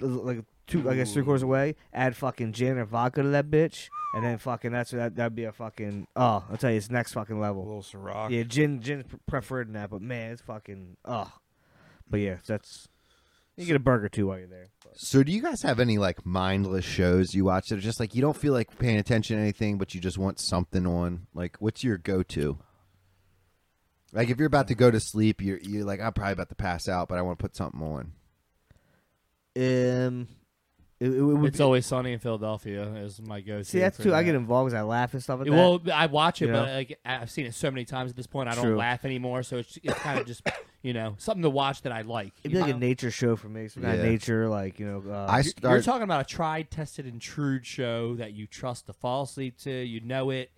Speaker 3: like two, I guess three quarters away. Add fucking gin or vodka to that bitch, and then fucking that's that that'd be a fucking oh, I'll tell you, it's next fucking
Speaker 2: A
Speaker 3: level.
Speaker 2: little Ciroc.
Speaker 3: Yeah, gin gin's pre- preferred in that, but man, it's fucking oh. But yeah, that's you get a burger too while you're there.
Speaker 1: So do you guys have any like mindless shows you watch that are just like you don't feel like paying attention to anything, but you just want something on? Like, what's your go to? Like, if you're about to go to sleep, you're you're like, I'm probably about to pass out, but I want to put something on.
Speaker 3: Um, it, it would
Speaker 5: It's
Speaker 3: be-
Speaker 5: always sunny in Philadelphia is my go-to.
Speaker 3: see that's
Speaker 5: for
Speaker 3: too. I
Speaker 5: that.
Speaker 3: get involved because I laugh and stuff like that.
Speaker 5: Well, I watch it,
Speaker 3: You
Speaker 5: but
Speaker 3: know?
Speaker 5: like I- I've seen it so many times at this point, I don't
Speaker 3: True.
Speaker 5: laugh anymore. So it's, it's kind of just you know something to watch that I like.
Speaker 3: It'd be
Speaker 5: you
Speaker 3: like a
Speaker 5: know?
Speaker 3: nature show for me. Some kind of
Speaker 1: Yeah.
Speaker 3: nature, like you know. Uh,
Speaker 1: I
Speaker 5: You're- You're
Speaker 1: start.
Speaker 5: talking about a tried, tested, and true show that you trust to fall asleep to. You know it.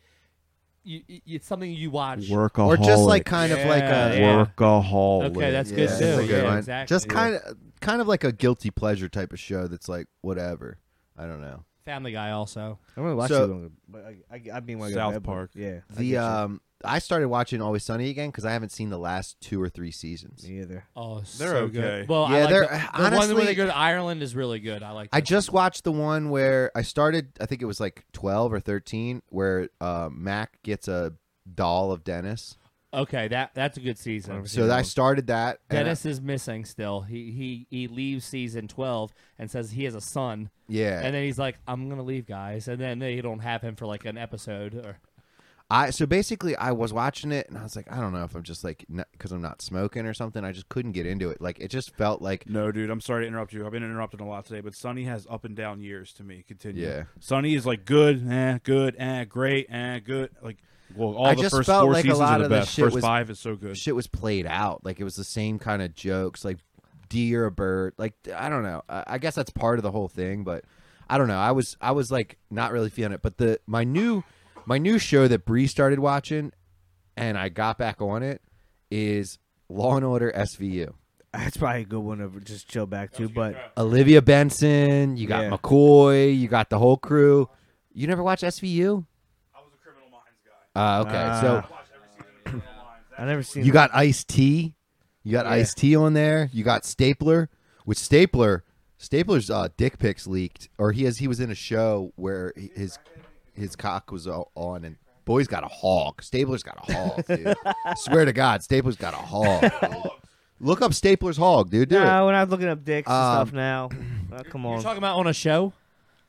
Speaker 5: You, you- it's something you watch.
Speaker 8: Workaholic.
Speaker 1: or just like kind of like
Speaker 5: Yeah,
Speaker 1: a
Speaker 5: yeah.
Speaker 8: workaholic.
Speaker 5: Okay, that's
Speaker 1: Yeah,
Speaker 5: good
Speaker 1: that's
Speaker 5: too.
Speaker 1: a good
Speaker 5: yeah,
Speaker 1: one.
Speaker 5: exactly.
Speaker 1: just kind of kind of like a guilty pleasure type of show that's like whatever. I don't know.
Speaker 5: Family Guy also.
Speaker 3: I don't really watch
Speaker 1: So-
Speaker 3: it longer, but I, I, I mean, when I go to
Speaker 2: South
Speaker 3: bed, but
Speaker 2: Park.
Speaker 3: Yeah, I get
Speaker 1: The
Speaker 3: you.
Speaker 1: um, I started watching Always Sunny again because I haven't seen the last two or three seasons.
Speaker 3: me either.
Speaker 5: Oh, they're
Speaker 2: so good. okay.
Speaker 5: Well,
Speaker 1: Yeah,
Speaker 5: I like
Speaker 1: they're-
Speaker 3: uh,
Speaker 5: the, the one where
Speaker 1: honestly-
Speaker 5: they go to Ireland is really good. I like.
Speaker 1: I
Speaker 5: that.
Speaker 1: just watched the one where I started. I think it was like twelve or thirteen, where uh, Mac gets a doll of Dennis.
Speaker 5: okay. That that's a good season.
Speaker 1: So I started that. and I-
Speaker 5: Dennis is missing still. He he he leaves season twelve and says he has a son,
Speaker 1: yeah,
Speaker 5: and then he's like, "I'm gonna leave, guys," and then they don't have him for like an episode. Or
Speaker 1: I so basically I was watching it and I was like, I don't know if I'm just like because I'm not smoking or something. I just couldn't get into it. Like it just felt like
Speaker 2: No, dude, I'm sorry to interrupt you. I've been interrupting a lot today, but Sonny has up and down years to me. Continue.
Speaker 1: Yeah.
Speaker 2: Sonny is like good, eh, good, eh, great, eh, good. Like, well, all
Speaker 1: I
Speaker 2: the
Speaker 1: just
Speaker 2: first
Speaker 1: felt
Speaker 2: four
Speaker 1: like a
Speaker 2: seasons
Speaker 1: lot
Speaker 2: are the
Speaker 1: of the
Speaker 2: best.
Speaker 1: shit
Speaker 2: first
Speaker 1: was-
Speaker 2: five is so good.
Speaker 1: shit was played out. Like it was the same kind of jokes, like deer a bird. Like I don't know. I, I guess that's part of the whole thing, but I don't know. I was I was like not really feeling it. But the my new my new show that Bree started watching and I got back on it is Law and Order SVU.
Speaker 3: That's probably a good one to just chill back to. But
Speaker 1: Olivia Benson, you got
Speaker 3: Yeah.
Speaker 1: McCoy, you got the whole crew. You never watch SVU? I was a Criminal Minds guy. Uh, okay, so
Speaker 3: I never seen.
Speaker 1: you
Speaker 3: that.
Speaker 1: got Ice T, you got
Speaker 3: Yeah.
Speaker 1: Ice T on there. You got Stapler, which Stapler, Stapler's uh, dick pics leaked, or he has he was in a show where he- his his cock was o- on, and boy's got a hog. Stapler's got a hog, dude. Swear to God, Stapler's got a hog. dude. Look up Stapler's hog, dude. Do it.
Speaker 3: No, when I was looking up dicks
Speaker 1: Um,
Speaker 3: and stuff now. Oh, come
Speaker 5: you're
Speaker 3: on.
Speaker 5: talking about on a show?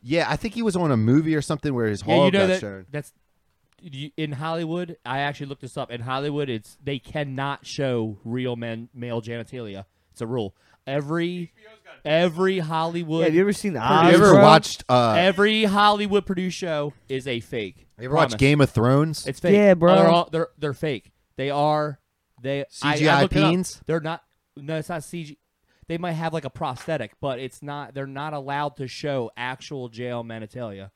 Speaker 1: Yeah, I think he was on a movie or something where his hog
Speaker 5: yeah, you know
Speaker 1: got
Speaker 5: that
Speaker 1: shown.
Speaker 5: that's you, in Hollywood. I actually looked this up. In Hollywood, it's they cannot show real men male genitalia. It's a rule. Every every Hollywood
Speaker 3: yeah, have you ever seen the
Speaker 1: Have
Speaker 3: Oz,
Speaker 1: you ever
Speaker 3: bro?
Speaker 1: watched? Uh,
Speaker 5: every Hollywood produced show is a fake.
Speaker 1: you ever watched
Speaker 5: Promise.
Speaker 1: Game of Thrones?
Speaker 5: It's fake.
Speaker 3: Yeah, bro.
Speaker 5: They're all, they're, they're fake. They are they I-
Speaker 1: CGI
Speaker 5: I looked it up.
Speaker 1: peens?
Speaker 5: They're not. No, it's not CG. They might have like a prosthetic, but it's not. They're not allowed to show actual jail genitalia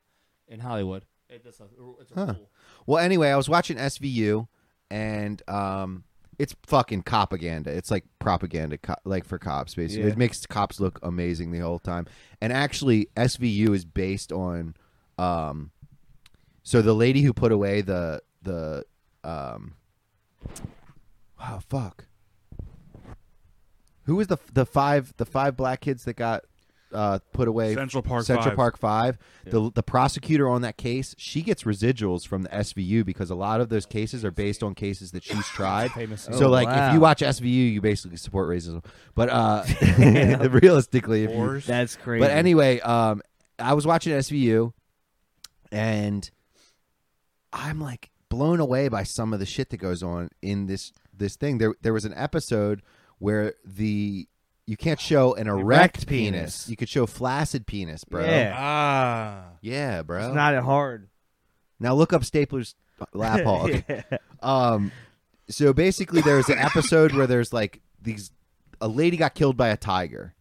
Speaker 5: in Hollywood. It- It's a, it's a rule.
Speaker 1: Well, anyway, I was watching SVU, and um, it's fucking propaganda. It's like propaganda, co- like for cops, basically.
Speaker 3: Yeah.
Speaker 1: It makes cops look amazing the whole time. And actually, SVU is based on, um, so the lady who put away the the, um, wow, fuck, who was the the five the five black kids that got. Uh, put away
Speaker 2: Central Park
Speaker 1: Central
Speaker 2: Five.
Speaker 1: Park Park Five. The the prosecutor on that case, she gets residuals from the SVU because a lot of those cases are based on cases that she's tried.
Speaker 5: Famous.
Speaker 1: So
Speaker 3: Oh,
Speaker 1: like if you
Speaker 3: wow.
Speaker 1: watch SVU, you basically support racism. But uh realistically, if you,
Speaker 2: Whores.
Speaker 3: That's crazy.
Speaker 1: but anyway, um, I was watching SVU, and I'm like blown away by some of the shit that goes on in this this thing. There there was an episode where the you can't show an erect,
Speaker 3: Erect
Speaker 1: penis.
Speaker 3: penis.
Speaker 1: You could show flaccid penis, bro.
Speaker 3: Yeah.
Speaker 2: Ah.
Speaker 1: Yeah, bro.
Speaker 3: it's not hard.
Speaker 1: now look up Stapler's lap hog.
Speaker 3: Yeah.
Speaker 1: Um, so basically, there was an episode where there's like these a lady got killed by a tiger,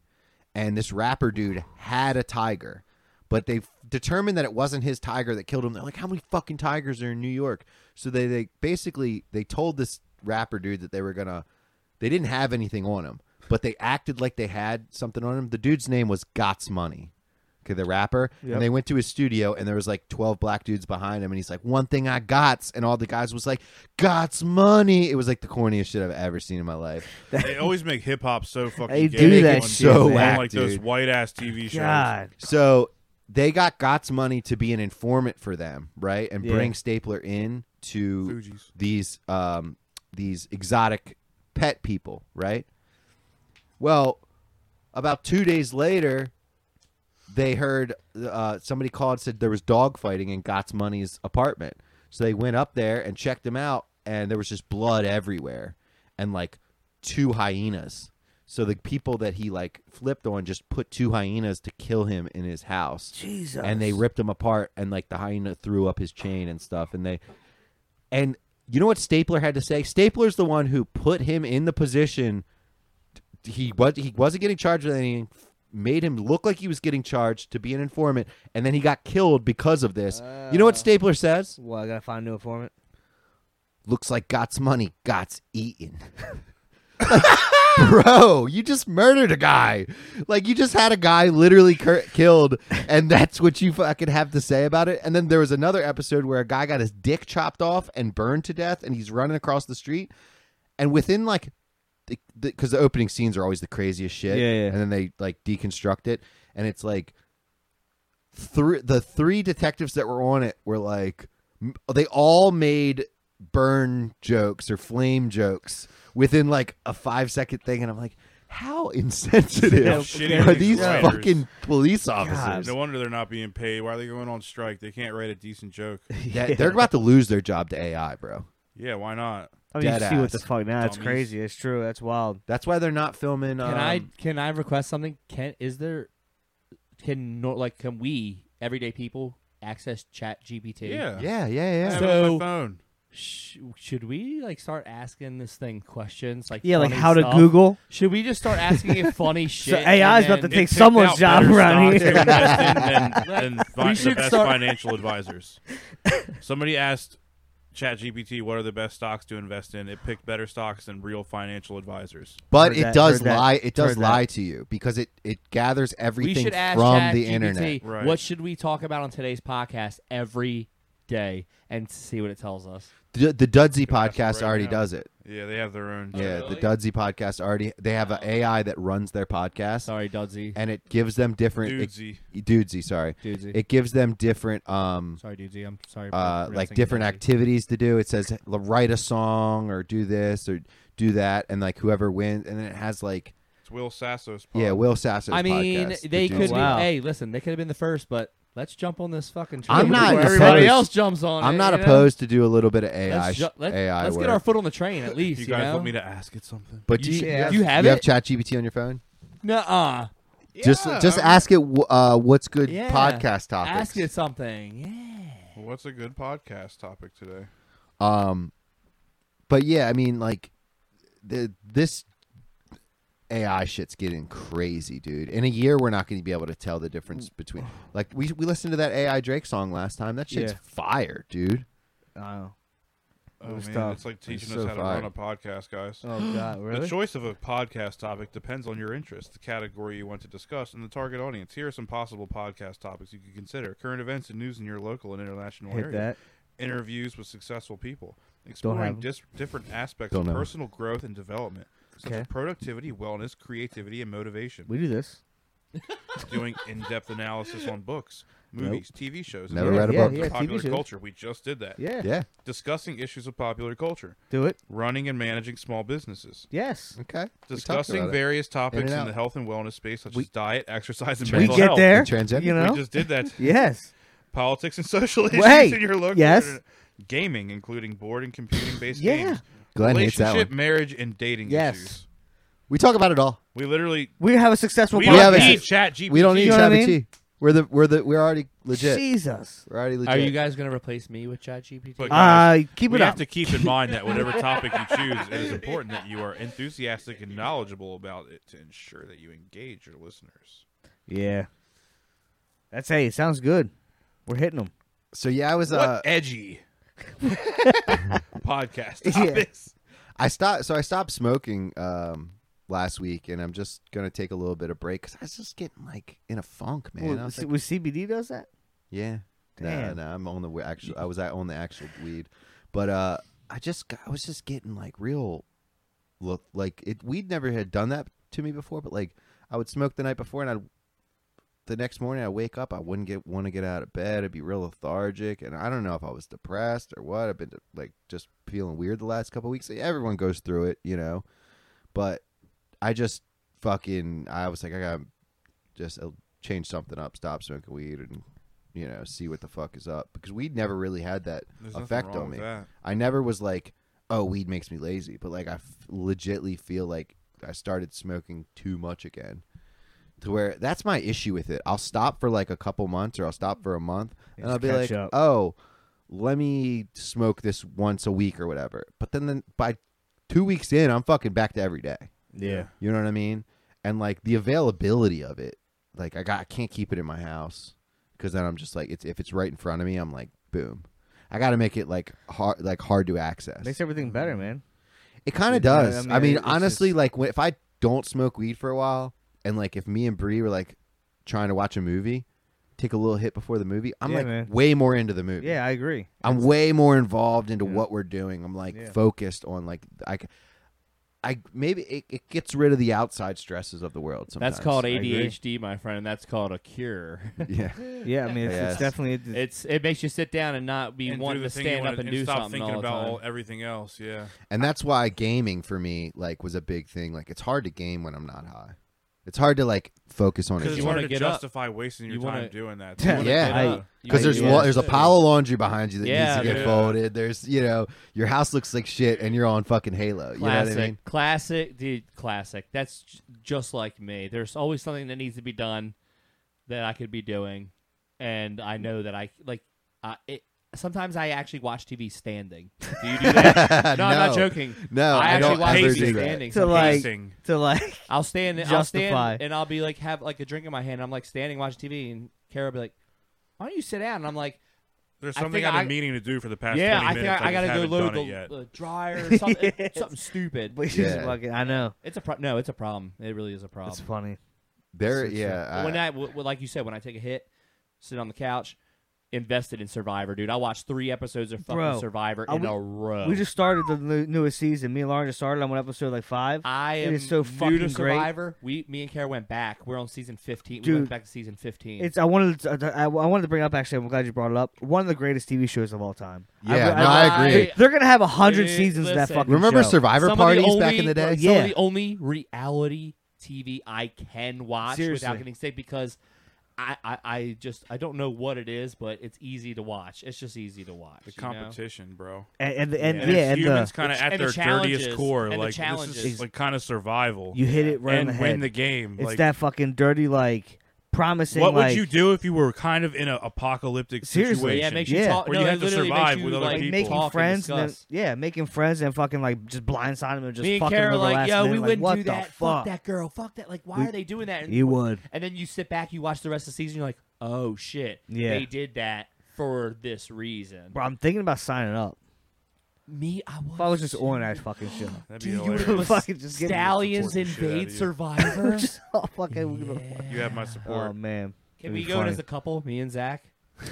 Speaker 1: and this rapper dude had a tiger, but they determined that it wasn't his tiger that killed him. They're like, how many fucking tigers are in New York? So they they basically they told this rapper dude that they were gonna they didn't have anything on him, but they acted like they had something on him. The dude's name was Gots Money. Okay, the rapper,
Speaker 3: Yep.
Speaker 1: and they went to his studio, and there was like twelve black dudes behind him, and he's like, "One thing I got," and all the guys was like, "Got's money." It was like the corniest shit I've ever seen in my life.
Speaker 2: They always make hip hop so fucking.
Speaker 3: They
Speaker 2: gay
Speaker 3: do
Speaker 2: on-
Speaker 3: that
Speaker 1: so
Speaker 2: on,
Speaker 1: whack,
Speaker 2: like those
Speaker 1: dude.
Speaker 2: white ass TV shows.
Speaker 3: God.
Speaker 1: So they got Got's money to be an informant for them, right, and
Speaker 3: Yeah.
Speaker 1: bring Stapler in to
Speaker 2: Fugees.
Speaker 1: these um, these exotic pet people, right? Well, about two days later, they heard uh, somebody called said there was dog fighting in Got's Money's apartment. So they went up there and checked him out, and there was just blood everywhere, and like two hyenas. So the people that he like flipped on just put two hyenas to kill him in his house,
Speaker 3: Jesus.
Speaker 1: and they ripped him apart, and like the hyena threw up his chain and stuff, and they, and you know what Stapler had to say? Stapler's the one who put him in the position he was he wasn't getting charged with anything made him look like he was getting charged to be an informant and then he got killed because of this you know what stapler says
Speaker 3: Well, I gotta find a new informant.
Speaker 1: looks like got's money got's eaten Bro, you just murdered a guy. Like you just had a guy literally cur- killed, and that's what you fucking have to say about it. And then there was another episode where a guy got his dick chopped off and burned to death, and he's running across the street, and within like, because the, 'cause the opening scenes are always the craziest shit,
Speaker 3: Yeah, yeah.
Speaker 1: and then they like deconstruct it, and it's like three the three detectives that were on it were like m- they all made burn jokes or flame jokes within like a five second thing and i'm like how
Speaker 3: Yeah,
Speaker 1: insensitive
Speaker 2: shitty
Speaker 1: are these
Speaker 2: writers.
Speaker 1: fucking police officers
Speaker 2: No wonder they're not being paid. Why are they going on strike? They can't write a decent joke.
Speaker 1: That- they're about to lose their job to ai bro
Speaker 2: Yeah, why not?
Speaker 3: I mean, you
Speaker 1: Dead
Speaker 3: see what the
Speaker 1: ass
Speaker 3: fuck now? It's
Speaker 2: dummies.
Speaker 3: crazy. It's true. That's wild.
Speaker 1: that's why they're not filming um,
Speaker 5: Can I can I request something? Can is there can nor like can we everyday people access Chat GPT?
Speaker 2: Yeah.
Speaker 1: yeah yeah
Speaker 2: I
Speaker 1: yeah
Speaker 2: have it on
Speaker 5: So-
Speaker 2: my phone.
Speaker 5: Sh- should we like start asking this thing questions like
Speaker 3: Yeah, like
Speaker 5: funny
Speaker 3: how
Speaker 5: stuff?
Speaker 3: to Google.
Speaker 5: Should we just start asking it funny shit?
Speaker 3: So AI is
Speaker 5: and
Speaker 3: about to
Speaker 5: then-
Speaker 2: It
Speaker 3: take
Speaker 2: picked
Speaker 3: someone's
Speaker 2: out
Speaker 3: job
Speaker 2: better
Speaker 3: around
Speaker 2: stocks
Speaker 3: here.
Speaker 2: to invest in than- than fi- the
Speaker 5: should
Speaker 2: best
Speaker 5: start-
Speaker 2: financial advisors. Somebody asked ChatGPT what are the best stocks to invest in. It picked better stocks than real financial advisors.
Speaker 1: but
Speaker 3: Heard
Speaker 1: it
Speaker 3: that,
Speaker 1: does
Speaker 3: heard that,
Speaker 1: lie it does
Speaker 3: heard that.
Speaker 1: lie to you because it it gathers
Speaker 5: We
Speaker 1: everything
Speaker 5: should ask
Speaker 1: from
Speaker 5: Chat
Speaker 1: the internet
Speaker 5: GPT,
Speaker 2: Right.
Speaker 5: What should we talk about on today's podcast every day and see what it tells us?
Speaker 1: the, the dudsy podcast
Speaker 2: right
Speaker 1: already
Speaker 2: now.
Speaker 1: does it
Speaker 2: Yeah, they have their own.
Speaker 1: yeah the dudsy podcast already they have an ai that runs their podcast
Speaker 5: Sorry, Dudsy.
Speaker 1: and it gives them different it-
Speaker 2: Dudesy.
Speaker 1: dudesy sorry
Speaker 5: Dudesy.
Speaker 1: it gives them different um
Speaker 5: sorry, Dudsy. I'm sorry. for
Speaker 1: uh like
Speaker 5: pronouncing
Speaker 1: different
Speaker 5: Dudsy.
Speaker 1: activities to do it says "L- write a song or do this or do that and like whoever wins and then it has like
Speaker 2: It's Will Sasso's pod.
Speaker 1: yeah will Sasso's
Speaker 5: I mean,
Speaker 1: podcast, the
Speaker 5: they could
Speaker 1: Dudesy.
Speaker 5: be.
Speaker 3: Wow.
Speaker 5: Hey, listen, they could have been the first, but let's jump on this fucking train.
Speaker 1: I'm not
Speaker 5: before everybody
Speaker 1: opposed-
Speaker 5: else jumps on.
Speaker 1: I'm
Speaker 5: it,
Speaker 1: not
Speaker 5: you know?
Speaker 1: opposed to do a little bit of AI
Speaker 5: Let's, ju- let,
Speaker 1: AI
Speaker 5: let's
Speaker 1: work.
Speaker 5: get our foot on the train at least.
Speaker 2: You
Speaker 5: you
Speaker 2: guys
Speaker 5: know?
Speaker 2: want me to ask it something?
Speaker 1: but
Speaker 5: you
Speaker 1: do you,
Speaker 5: should-
Speaker 1: you have,
Speaker 5: you have
Speaker 1: you have
Speaker 5: it?
Speaker 1: ChatGPT on your phone?
Speaker 5: Nuh-uh.
Speaker 1: just
Speaker 2: Yeah,
Speaker 1: just
Speaker 2: I'm-
Speaker 1: ask it wh- uh, what's good
Speaker 5: Yeah.
Speaker 1: podcast topics.
Speaker 5: Ask it something. Yeah.
Speaker 2: What's a good podcast topic today?
Speaker 1: Um, but yeah, I mean, like the this AI shit's getting crazy, dude. In a year, we're not going to be able to tell the difference between. Like we we listened to that AI Drake song last time. That shit's
Speaker 3: Yeah.
Speaker 1: fire, dude.
Speaker 3: Oh,
Speaker 2: Oh
Speaker 3: was
Speaker 2: man,
Speaker 3: tough.
Speaker 2: it's like teaching
Speaker 1: so
Speaker 2: us how to
Speaker 1: fire.
Speaker 2: run a podcast, guys.
Speaker 3: oh God,
Speaker 2: The
Speaker 3: really?
Speaker 2: choice of a podcast topic depends on your interest, the category you want to discuss, and the target audience. Here are some possible podcast topics you could consider: current events and news in your local and international
Speaker 3: Hit
Speaker 2: area,
Speaker 3: that.
Speaker 2: interviews with successful people, exploring
Speaker 3: have
Speaker 2: dis- different aspects
Speaker 1: Don't
Speaker 2: of
Speaker 1: know.
Speaker 2: personal growth and development, such as
Speaker 3: Okay.
Speaker 2: productivity, wellness, creativity, and motivation.
Speaker 3: We do this.
Speaker 2: Doing in-depth analysis on books, movies, TV shows, and
Speaker 1: Never
Speaker 2: other
Speaker 1: read a
Speaker 3: yeah,
Speaker 1: book.
Speaker 3: Yeah,
Speaker 2: popular
Speaker 3: TV shows.
Speaker 2: culture. We just did that.
Speaker 3: Yeah.
Speaker 1: Yeah.
Speaker 2: Discussing issues of popular culture,
Speaker 3: Do it.
Speaker 2: running and managing small businesses.
Speaker 3: Yes.
Speaker 1: Okay. We talked
Speaker 2: discussing
Speaker 1: about it.
Speaker 2: various topics in,
Speaker 1: out.
Speaker 2: the health and wellness space, such
Speaker 1: We-
Speaker 2: as diet, exercise, and
Speaker 3: We
Speaker 2: mental
Speaker 3: get
Speaker 2: health.
Speaker 3: there.
Speaker 1: And transgender.
Speaker 3: You
Speaker 2: We
Speaker 3: know.
Speaker 2: just did that.
Speaker 3: Yes.
Speaker 2: Politics and social issues
Speaker 3: Wait,
Speaker 2: in your local
Speaker 3: yes.
Speaker 2: internet. gaming, including board and computing-based
Speaker 3: Yeah.
Speaker 2: games,
Speaker 1: Glenn hates that
Speaker 2: relationship,
Speaker 1: one.
Speaker 2: marriage, and dating
Speaker 3: Yes.
Speaker 2: issues.
Speaker 1: We talk about it all.
Speaker 2: We literally
Speaker 3: We have a successful.
Speaker 2: we
Speaker 1: We have
Speaker 2: don't
Speaker 1: a-
Speaker 2: need chat GPT.
Speaker 1: We don't need
Speaker 3: You know what I
Speaker 1: ChatGPT.
Speaker 3: mean?
Speaker 1: We're the we're the we're already legit.
Speaker 3: Jesus.
Speaker 1: We're already legit.
Speaker 5: Are you guys gonna replace me with ChatGPT?
Speaker 2: But-
Speaker 3: Uh, keep
Speaker 2: we
Speaker 3: it
Speaker 2: have
Speaker 3: up.
Speaker 2: to keep in mind that whatever topic you choose, it is important that you are enthusiastic and knowledgeable about it to ensure that you engage your listeners.
Speaker 3: Yeah. That's hey. It sounds good. We're hitting them.
Speaker 1: so yeah, I was
Speaker 2: what
Speaker 1: uh
Speaker 2: edgy podcast
Speaker 3: Yeah.
Speaker 2: topics?
Speaker 1: I stopped. So I stopped smoking um, last week, and I'm just gonna take a little bit of break because I was just getting like in a funk, man. I
Speaker 3: well,
Speaker 1: was
Speaker 3: C-
Speaker 1: like,
Speaker 3: well, CBD does that.
Speaker 1: yeah, no,
Speaker 3: Damn.
Speaker 1: no, I'm on the wa- actual. I was at- on the actual weed, but uh, I just got, I was just getting like real, look like it. Weed never had done that to me before, but like I would smoke the night before, and I. would The next morning, I wake up. I wouldn't get want to get out of bed. I'd be real lethargic, and I don't know if I was depressed or what. I've been like just feeling weird the last couple weeks. Everyone goes through it, you know but I just fucking I was like I gotta just uh, change something up, stop smoking weed, and you know see what the fuck is up because weed never really had that
Speaker 2: There's nothing
Speaker 1: effect
Speaker 2: wrong
Speaker 1: on
Speaker 2: with
Speaker 1: me.
Speaker 2: that.
Speaker 1: I never was like, oh, weed makes me lazy, but like I f- legitly feel like I started smoking too much again. To where that's my issue with it. I'll stop for like a couple months or I'll stop for a month and
Speaker 3: just
Speaker 1: I'll be
Speaker 3: catch
Speaker 1: like,
Speaker 3: up.
Speaker 1: oh, let me smoke this once a week or whatever. But then, then by two weeks in, I'm fucking back to every day.
Speaker 3: Yeah.
Speaker 1: You know what I mean? And like the availability of it, like I got I can't keep it in my house because then I'm just like it's if it's right in front of me, I'm like boom. I got to make it like hard like hard to access.
Speaker 3: Makes everything better, man.
Speaker 1: It kind of
Speaker 3: You know,
Speaker 1: does.
Speaker 3: I mean,
Speaker 1: I mean,
Speaker 3: it's
Speaker 1: honestly,
Speaker 3: just-
Speaker 1: like when, if I don't smoke weed for a while, and like if me and Bree were like trying to watch a movie, take a little hit before the movie, I'm
Speaker 3: Yeah,
Speaker 1: like
Speaker 3: man.
Speaker 1: way more into the movie.
Speaker 3: Yeah, I agree.
Speaker 1: I'm way more involved into
Speaker 3: Yeah.
Speaker 1: what we're doing. I'm like
Speaker 3: Yeah.
Speaker 1: focused on like I, c- I- maybe it, it gets rid of the outside stresses of the world. Sometimes
Speaker 5: That's called
Speaker 3: agree.
Speaker 5: ADHD, my friend. and That's called a cure.
Speaker 1: yeah.
Speaker 3: Yeah, I mean, it's,
Speaker 1: Yes.
Speaker 3: it's definitely. It's,
Speaker 5: it's it makes you sit down and not be
Speaker 2: And do
Speaker 5: wanting
Speaker 2: the
Speaker 5: to
Speaker 2: thing you
Speaker 5: stand
Speaker 2: wanna-
Speaker 5: up and,
Speaker 2: and
Speaker 5: do
Speaker 2: stop
Speaker 5: something
Speaker 2: thinking
Speaker 5: all the
Speaker 2: about
Speaker 5: time.
Speaker 2: all, everything else. Yeah,
Speaker 1: and that's why gaming for me like was a big thing. Like it's hard to game when I'm not high. It's hard to like focus on a
Speaker 2: because
Speaker 5: you
Speaker 2: it's
Speaker 1: game.
Speaker 5: wanna
Speaker 2: hard to
Speaker 5: get up.
Speaker 2: justify wasting your
Speaker 5: You wanna-
Speaker 2: time doing that.
Speaker 3: Yeah.
Speaker 2: You wanna
Speaker 1: Yeah.
Speaker 2: get uh,
Speaker 1: I-
Speaker 2: up.
Speaker 1: Because there's
Speaker 5: Yeah.
Speaker 1: lo- there's a pile of laundry behind you that
Speaker 5: Yeah,
Speaker 1: needs to get
Speaker 2: dude.
Speaker 1: folded. There's you know your house looks like shit and you're on fucking Halo. You
Speaker 5: Classic,
Speaker 1: know what I mean?
Speaker 5: classic, dude, classic. That's j- just like me. There's always something that needs to be done that I could be doing, and I know that I like. I it, sometimes I actually watch TV standing. Do you do that? I'm not
Speaker 1: No.
Speaker 5: joking.
Speaker 1: No,
Speaker 5: I,
Speaker 1: I
Speaker 5: actually
Speaker 1: don't
Speaker 5: watch
Speaker 2: ever
Speaker 5: TV
Speaker 2: do that.
Speaker 5: standing.
Speaker 3: So, like-
Speaker 2: Pacing.
Speaker 3: to like,
Speaker 5: I'll stand. I'll
Speaker 3: Justify.
Speaker 5: stand, and I'll be like, have like a drink in my hand. I'm like standing watching TV, and Kara will be like, "Why don't you sit down?" And I'm like,
Speaker 2: There's
Speaker 5: I
Speaker 2: something
Speaker 5: think
Speaker 2: I've
Speaker 5: I-
Speaker 2: been meaning to do for the past.
Speaker 5: "Yeah,
Speaker 2: 20
Speaker 5: I think
Speaker 2: minutes.
Speaker 5: I, I
Speaker 2: just
Speaker 5: gotta go
Speaker 2: haven't
Speaker 5: load
Speaker 2: done it
Speaker 5: the
Speaker 2: yet.
Speaker 5: uh, dryer, or something,
Speaker 3: Yes.
Speaker 5: something stupid."
Speaker 3: but you
Speaker 1: Yeah.
Speaker 3: just fucking. I know.
Speaker 5: It's a pro- no. It's a problem. It really is a problem.
Speaker 3: It's funny.
Speaker 1: There,
Speaker 3: So true.
Speaker 1: yeah. I-
Speaker 5: when I, w- w- like you said, when I take a hit, sit on the couch, invested in Survivor, dude. I watched three episodes of fucking
Speaker 3: Bro,
Speaker 5: Survivor
Speaker 3: I-
Speaker 5: in
Speaker 3: we-
Speaker 5: a row.
Speaker 3: We just started the new- newest season. Me and Lauren just started. I'm on episode like five.
Speaker 5: I
Speaker 3: it
Speaker 5: am
Speaker 3: is so
Speaker 5: new to
Speaker 3: fucking great.
Speaker 5: Survivor. We, me and Kara went back. We're on season fifteen. we
Speaker 3: Dude,
Speaker 5: went back to season fifteen.
Speaker 3: It's. I wanted. To, I, I wanted to bring up. Actually, I'm glad you brought it up. One of the greatest TV shows of all time.
Speaker 1: Yeah,
Speaker 3: I,
Speaker 1: no,
Speaker 3: I,
Speaker 1: I agree.
Speaker 3: they- they're gonna have a hundred
Speaker 5: Dude,
Speaker 3: seasons of that
Speaker 5: listen.
Speaker 3: fucking.
Speaker 1: Remember
Speaker 3: show.
Speaker 1: Survivor
Speaker 5: Some of the
Speaker 1: parties
Speaker 5: only-
Speaker 1: back in the day?
Speaker 5: Some
Speaker 3: Yeah.
Speaker 5: of the only reality TV I can watch
Speaker 3: Seriously.
Speaker 5: without getting sick because. I, I, I just I don't know what it is, but it's easy to watch. It's just easy to watch.
Speaker 2: The
Speaker 5: you know?
Speaker 2: competition, bro.
Speaker 3: And, and the and
Speaker 5: Yeah.
Speaker 3: yeah,
Speaker 2: And it's
Speaker 3: and
Speaker 2: humans
Speaker 3: the,
Speaker 2: kind of
Speaker 5: the-
Speaker 2: at
Speaker 5: and the
Speaker 2: their dirtiest
Speaker 5: challenges,
Speaker 2: core.
Speaker 5: and the
Speaker 2: like this
Speaker 5: challenges.
Speaker 2: is like kind of survival.
Speaker 3: you hit it right in
Speaker 2: and
Speaker 3: the head.
Speaker 2: win the game.
Speaker 3: it's
Speaker 2: like,
Speaker 3: that fucking dirty like promising.
Speaker 2: what would
Speaker 3: like,
Speaker 2: you do if you were kind of in an apocalyptic
Speaker 3: Seriously.
Speaker 2: situation?
Speaker 5: Yeah, it makes you
Speaker 3: Yeah.
Speaker 5: talk.
Speaker 2: Where
Speaker 5: no,
Speaker 2: you
Speaker 5: it
Speaker 2: have to
Speaker 5: literally
Speaker 2: survive
Speaker 5: makes you,
Speaker 2: with other
Speaker 5: like,
Speaker 2: people.
Speaker 3: Like making
Speaker 5: talk and
Speaker 3: friends, and then,
Speaker 5: discuss.
Speaker 3: yeah, making friends and fucking like just blindsiding them, just
Speaker 5: Me and
Speaker 3: fucking
Speaker 5: Kara
Speaker 3: with
Speaker 5: are
Speaker 3: the
Speaker 5: like,
Speaker 3: last
Speaker 5: yo,
Speaker 3: minute,
Speaker 5: we
Speaker 3: like,
Speaker 5: wouldn't
Speaker 3: what
Speaker 5: do
Speaker 3: the
Speaker 5: that.
Speaker 3: Fuck?
Speaker 5: that girl. Fuck that. Like, why
Speaker 3: We-
Speaker 5: are they doing that? And,
Speaker 3: You would.
Speaker 5: and then you sit back, you watch the rest of the season, you're like, oh shit,
Speaker 3: Yeah.
Speaker 5: they did that for this reason.
Speaker 3: Bro, I'm thinking about signing up.
Speaker 5: Me, I was.
Speaker 3: If I was just
Speaker 5: too.
Speaker 3: on that fucking show,
Speaker 2: That'd be
Speaker 5: Dude, you
Speaker 2: hilarious.
Speaker 5: would have
Speaker 3: Fucking just get-
Speaker 5: stallions
Speaker 2: Support the shit out of
Speaker 5: invade
Speaker 2: you.
Speaker 5: Survivor.
Speaker 3: just all fucking.
Speaker 2: You have my
Speaker 3: Oh
Speaker 2: support.
Speaker 3: man,
Speaker 5: Can
Speaker 3: It'd
Speaker 5: we
Speaker 3: be
Speaker 5: go in
Speaker 3: funny.
Speaker 5: as a couple, me and Zach?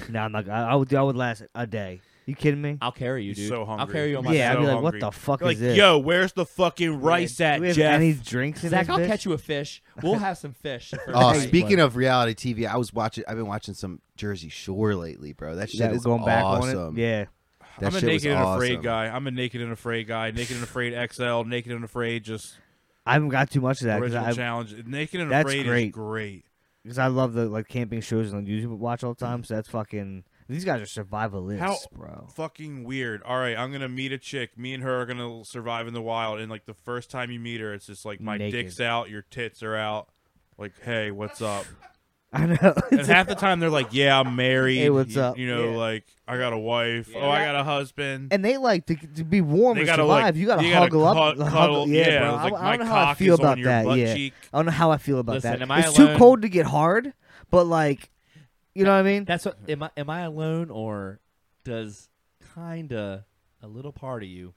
Speaker 3: No, I'm not. I, I would. I would last a day. You kidding me?
Speaker 5: I'll carry you,
Speaker 2: He's
Speaker 5: dude.
Speaker 2: so
Speaker 5: I'll
Speaker 2: hungry.
Speaker 5: carry you on my
Speaker 3: yeah,
Speaker 5: back.
Speaker 2: so
Speaker 3: I'd be like,
Speaker 2: hungry.
Speaker 3: what the fuck
Speaker 2: You're
Speaker 3: is
Speaker 2: like,
Speaker 3: this?
Speaker 2: yo, where's the fucking rice
Speaker 3: Do
Speaker 2: at,
Speaker 3: we have
Speaker 2: Jeff?
Speaker 3: any drinks in
Speaker 5: Zach,
Speaker 3: this
Speaker 5: I'll
Speaker 3: bitch?
Speaker 5: catch you a fish. We'll have some fish. the first
Speaker 1: Oh,
Speaker 5: night.
Speaker 1: speaking of reality TV, I was watching. I've been watching some Jersey Shore lately, bro. That shit
Speaker 3: Yeah,
Speaker 1: is
Speaker 3: going back
Speaker 1: awesome.
Speaker 3: on it. Yeah,
Speaker 1: that
Speaker 2: I'm a
Speaker 1: shit
Speaker 2: naked
Speaker 1: was
Speaker 2: and
Speaker 1: awesome.
Speaker 2: afraid guy. I'm a naked and afraid guy. Naked and afraid XL. Naked and afraid. Just
Speaker 3: I haven't got too much of that
Speaker 2: original
Speaker 3: because I
Speaker 2: challenge. Naked and
Speaker 3: That's
Speaker 2: afraid
Speaker 3: great.
Speaker 2: is great.
Speaker 3: because I love the like camping shows on YouTube I watch all the time. So that's fucking. These guys are survivalists,
Speaker 2: How-
Speaker 3: bro.
Speaker 2: Fucking weird. All right, I'm gonna meet a chick. Me and her are gonna survive in the wild. And like the first time you meet her, it's just like my
Speaker 3: Naked.
Speaker 2: dick's out, your tits are out. Like, hey, what's up?
Speaker 3: I know.
Speaker 2: and half the time they're like, "Yeah, I'm married.
Speaker 3: Hey, what's
Speaker 2: you,
Speaker 3: up?
Speaker 2: You know,
Speaker 3: Yeah.
Speaker 2: like I got a wife. Oh, I got a husband.
Speaker 3: and they like to, to be warm
Speaker 2: They
Speaker 3: and
Speaker 2: gotta,
Speaker 3: survive.
Speaker 2: like-
Speaker 3: you gotta
Speaker 2: you gotta
Speaker 3: huggle up,
Speaker 2: cu-
Speaker 3: huggle-
Speaker 2: cuddle.
Speaker 3: yeah,
Speaker 2: Yeah,
Speaker 3: bro.
Speaker 2: it was like,
Speaker 3: I, I
Speaker 2: my
Speaker 3: don't know how I
Speaker 2: cock
Speaker 3: feel
Speaker 2: is on
Speaker 3: about
Speaker 2: your
Speaker 3: that.
Speaker 2: butt
Speaker 3: yeah,
Speaker 2: cheek.
Speaker 3: I don't know how I feel about
Speaker 5: Listen,
Speaker 3: that.
Speaker 5: am I
Speaker 3: it's too
Speaker 5: alone?
Speaker 3: cold to get hard, but like, you know what I mean?
Speaker 5: That's what. Am I am I alone or does kinda a little part of you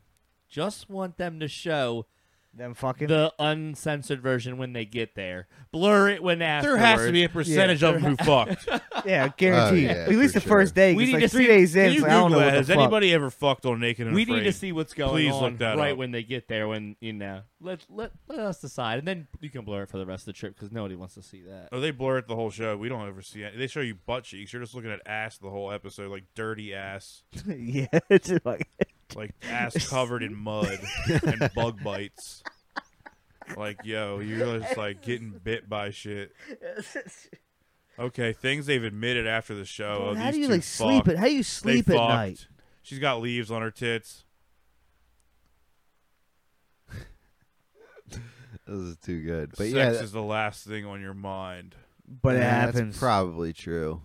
Speaker 5: just want them to show
Speaker 3: Them fucking.
Speaker 5: the uncensored version when they get there? Blur it when
Speaker 2: There
Speaker 5: afterwards.
Speaker 2: has to be a percentage of them who fucked.
Speaker 3: Yeah, I guarantee.
Speaker 1: Oh, yeah,
Speaker 3: you. At least
Speaker 1: for
Speaker 3: the first day.
Speaker 5: We
Speaker 3: 'cause,
Speaker 5: need
Speaker 3: like
Speaker 5: to
Speaker 3: three
Speaker 5: see-
Speaker 3: days
Speaker 2: Can
Speaker 3: in.
Speaker 2: you
Speaker 3: it's like, I don't know
Speaker 2: Google
Speaker 3: what
Speaker 2: that?
Speaker 3: the
Speaker 2: Has
Speaker 3: fuck.
Speaker 2: anybody ever fucked on naked and
Speaker 5: We
Speaker 2: afraid?
Speaker 5: need to see what's going
Speaker 2: Please
Speaker 5: on
Speaker 2: look that
Speaker 5: right
Speaker 2: up.
Speaker 5: when they get there. When you know, let let let us decide, and then you can blur it for the rest of the trip because nobody wants to see that.
Speaker 2: Oh, they blur it the whole show. We don't ever see it. They show you butt cheeks. You're just looking at ass the whole episode, like dirty ass,
Speaker 3: yeah, it's just like
Speaker 2: like ass covered in mud and bug bites. Like, yo, you're just like getting bit by shit. Okay, things they've admitted after the show. oh,
Speaker 3: how
Speaker 2: these
Speaker 3: do you
Speaker 2: two
Speaker 3: like sleep?
Speaker 2: fucked.
Speaker 3: At, how do you
Speaker 2: They
Speaker 3: sleep at
Speaker 2: fucked.
Speaker 3: night?
Speaker 2: She's got leaves on her tits.
Speaker 1: This is too good. But
Speaker 2: Sex
Speaker 1: yeah,
Speaker 2: is the last thing on your mind,
Speaker 3: But it
Speaker 1: yeah,
Speaker 3: happens.
Speaker 1: That's probably true.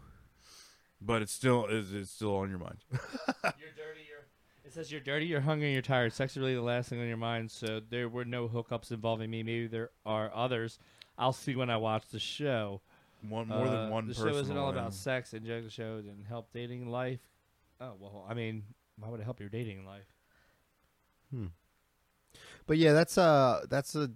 Speaker 2: but it's still it's, it's still on your mind.
Speaker 5: You're dirty. You're. It says you're dirty, you're hungry, and you're tired. Sex is really the last thing on your mind. So there were no hookups involving me. Maybe there are others. I'll see when I watch the show.
Speaker 2: One more
Speaker 5: Uh,
Speaker 2: than one
Speaker 5: The
Speaker 2: person.
Speaker 5: show isn't
Speaker 2: will
Speaker 5: all
Speaker 2: win.
Speaker 5: about sex and jokes. The show and help dating life. Oh well, I mean, why would it help your dating life?
Speaker 1: But yeah, that's uh that's a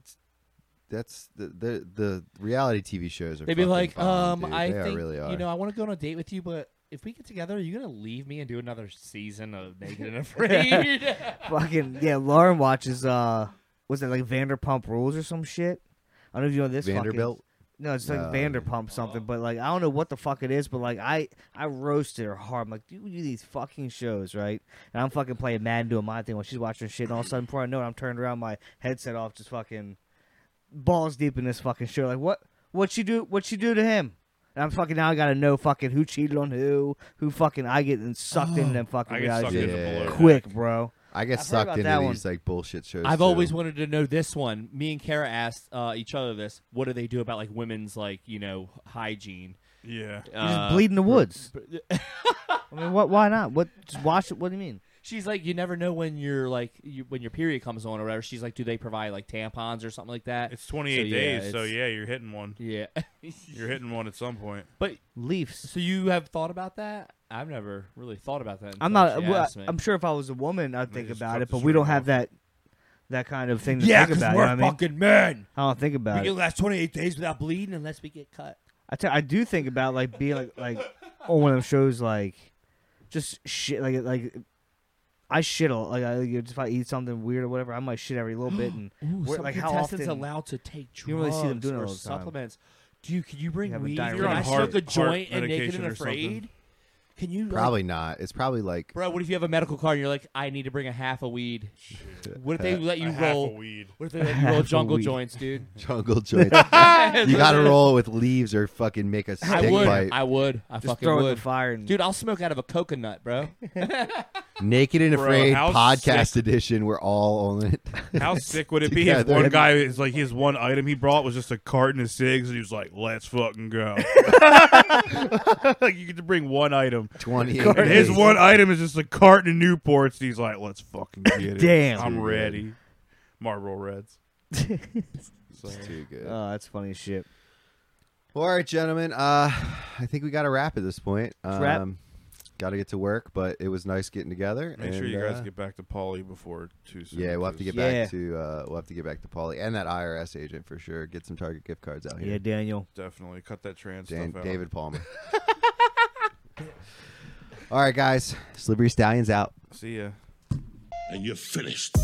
Speaker 1: that's the the, the reality TV shows are.
Speaker 5: They'd be
Speaker 1: fucking
Speaker 5: like,
Speaker 1: bomb,
Speaker 5: um,
Speaker 1: dude.
Speaker 5: I
Speaker 1: They are-
Speaker 5: think
Speaker 1: really are.
Speaker 5: you know, I want to go on a date with you, but if we get together, are you gonna leave me and do another season of Naked and Afraid?
Speaker 3: fucking yeah, Lauren watches uh was it like Vanderpump Rules or some shit? I don't know if you know this fucking-
Speaker 1: Vanderbilt. Uh,
Speaker 3: no, it's like
Speaker 1: No.
Speaker 3: Vanderpump something, but like I don't know what the fuck it is, but like I I roasted her hard. I'm like, dude, we do these fucking shows, right? And I'm fucking playing Madden doing my thing while she's watching her shit, and all of a sudden, before I know it, I'm turned around, my headset off, just fucking balls deep in this fucking show. Like what what she do what she do to him? And I'm fucking now I gotta know fucking who cheated on who, who fucking I get sucked into them fucking
Speaker 2: Oh, I get
Speaker 3: reality
Speaker 1: Yeah.
Speaker 2: sucked
Speaker 3: shows.
Speaker 2: into below.
Speaker 3: quick, bro.
Speaker 1: I get
Speaker 3: I've heard
Speaker 1: sucked
Speaker 3: about
Speaker 1: into
Speaker 3: that
Speaker 1: these like bullshit shows.
Speaker 5: I've
Speaker 1: too.
Speaker 5: always wanted to know this one. Me and Kara asked uh, each other this: What do they do about like women's like you know hygiene?
Speaker 2: Yeah.
Speaker 3: You
Speaker 5: Uh,
Speaker 3: just bleed in the woods. I mean, what? Why not? What? Just watch it. What do you mean?
Speaker 5: She's like, you never know when your like you, when your period comes on or whatever. She's like, do they provide like tampons or something like that?
Speaker 2: It's 28
Speaker 5: So, yeah,
Speaker 2: days, so
Speaker 5: it's-
Speaker 2: yeah, you're hitting one.
Speaker 5: yeah.
Speaker 2: You're hitting one at some point.
Speaker 5: but
Speaker 3: Leafs.
Speaker 5: so you have thought about that? I've never really thought about that.
Speaker 3: I'm
Speaker 5: until
Speaker 3: not.
Speaker 5: she
Speaker 3: well,
Speaker 5: asked me.
Speaker 3: I'm sure if I was a woman, I'd think
Speaker 2: just
Speaker 3: about
Speaker 2: cut
Speaker 3: it.
Speaker 2: the
Speaker 3: But we don't
Speaker 2: string
Speaker 3: have
Speaker 2: off.
Speaker 3: that that kind of thing to
Speaker 5: yeah,
Speaker 3: think
Speaker 5: because
Speaker 3: about. You
Speaker 5: we're
Speaker 3: know what I mean?
Speaker 5: fucking men.
Speaker 3: I don't think about
Speaker 5: We
Speaker 3: it.
Speaker 5: can last 28 days without bleeding unless we get cut.
Speaker 3: I tell- I do think about like being like like on one of them shows like just shit like like I shit a like I, like, if I eat something weird or whatever I might shit every little bit and where-
Speaker 5: some
Speaker 3: like how
Speaker 5: contestants
Speaker 3: often
Speaker 5: allowed to take drugs
Speaker 3: You don't really see them doing it
Speaker 5: or
Speaker 3: all the time.
Speaker 5: supplements. Dude, can you bring
Speaker 3: Having
Speaker 5: weed?
Speaker 3: diarrhea.
Speaker 5: Can
Speaker 3: You're on
Speaker 5: I
Speaker 2: heart-
Speaker 5: smoke a
Speaker 2: heart
Speaker 5: joint and naked
Speaker 2: medication
Speaker 5: and
Speaker 2: or something.
Speaker 5: afraid? Can you like,
Speaker 1: probably not. It's probably like
Speaker 5: bro? What if you have a medical card and you're like, I need to bring a half a weed? What if they let you
Speaker 2: A half a
Speaker 5: roll?
Speaker 2: weed.
Speaker 5: What if they let you roll
Speaker 3: Half a
Speaker 5: jungle
Speaker 3: weed.
Speaker 5: joints, dude?
Speaker 1: jungle joints. you gotta roll it with leaves or fucking make a stick
Speaker 5: I would.
Speaker 1: bite.
Speaker 5: I would. I
Speaker 3: just
Speaker 5: fucking
Speaker 3: throw it in
Speaker 5: would.
Speaker 3: the fire and
Speaker 5: Dude, I'll smoke out of a coconut, bro.
Speaker 1: Naked and
Speaker 2: Bro,
Speaker 1: Afraid
Speaker 2: how
Speaker 1: podcast edition. We're all on it.
Speaker 2: How sick would it be if
Speaker 1: Together.
Speaker 2: one guy is like his one item he brought was just a carton of cigs and he was like, "Let's fucking go." like you get to bring one item.
Speaker 1: Twenty.
Speaker 2: And his one item is just a carton of Newports. And he's like, "Let's fucking get it."
Speaker 3: Damn.
Speaker 2: I'm ready. Marlboro Reds. So,
Speaker 1: Too good.
Speaker 3: oh that's funny as shit.
Speaker 1: All right, gentlemen. Uh, I think we got to wrap at this point. Um,
Speaker 3: wrap.
Speaker 1: Got to get to work, but it was nice getting together.
Speaker 2: make sure you
Speaker 1: and,
Speaker 2: guys
Speaker 1: uh,
Speaker 2: get back to Polly before too soon.
Speaker 1: Yeah, we'll have to
Speaker 2: 'cause-
Speaker 1: get
Speaker 3: Yeah.
Speaker 1: back to uh, we'll have to get back to Polly and that IRS agent for sure. Get some Target gift cards out
Speaker 3: Yeah,
Speaker 1: here.
Speaker 3: Daniel.
Speaker 2: definitely cut that trans
Speaker 1: Dan-
Speaker 2: stuff out.
Speaker 1: David Palmer. All right, guys. Slippery Stallions out.
Speaker 2: see ya.
Speaker 4: and you're finished.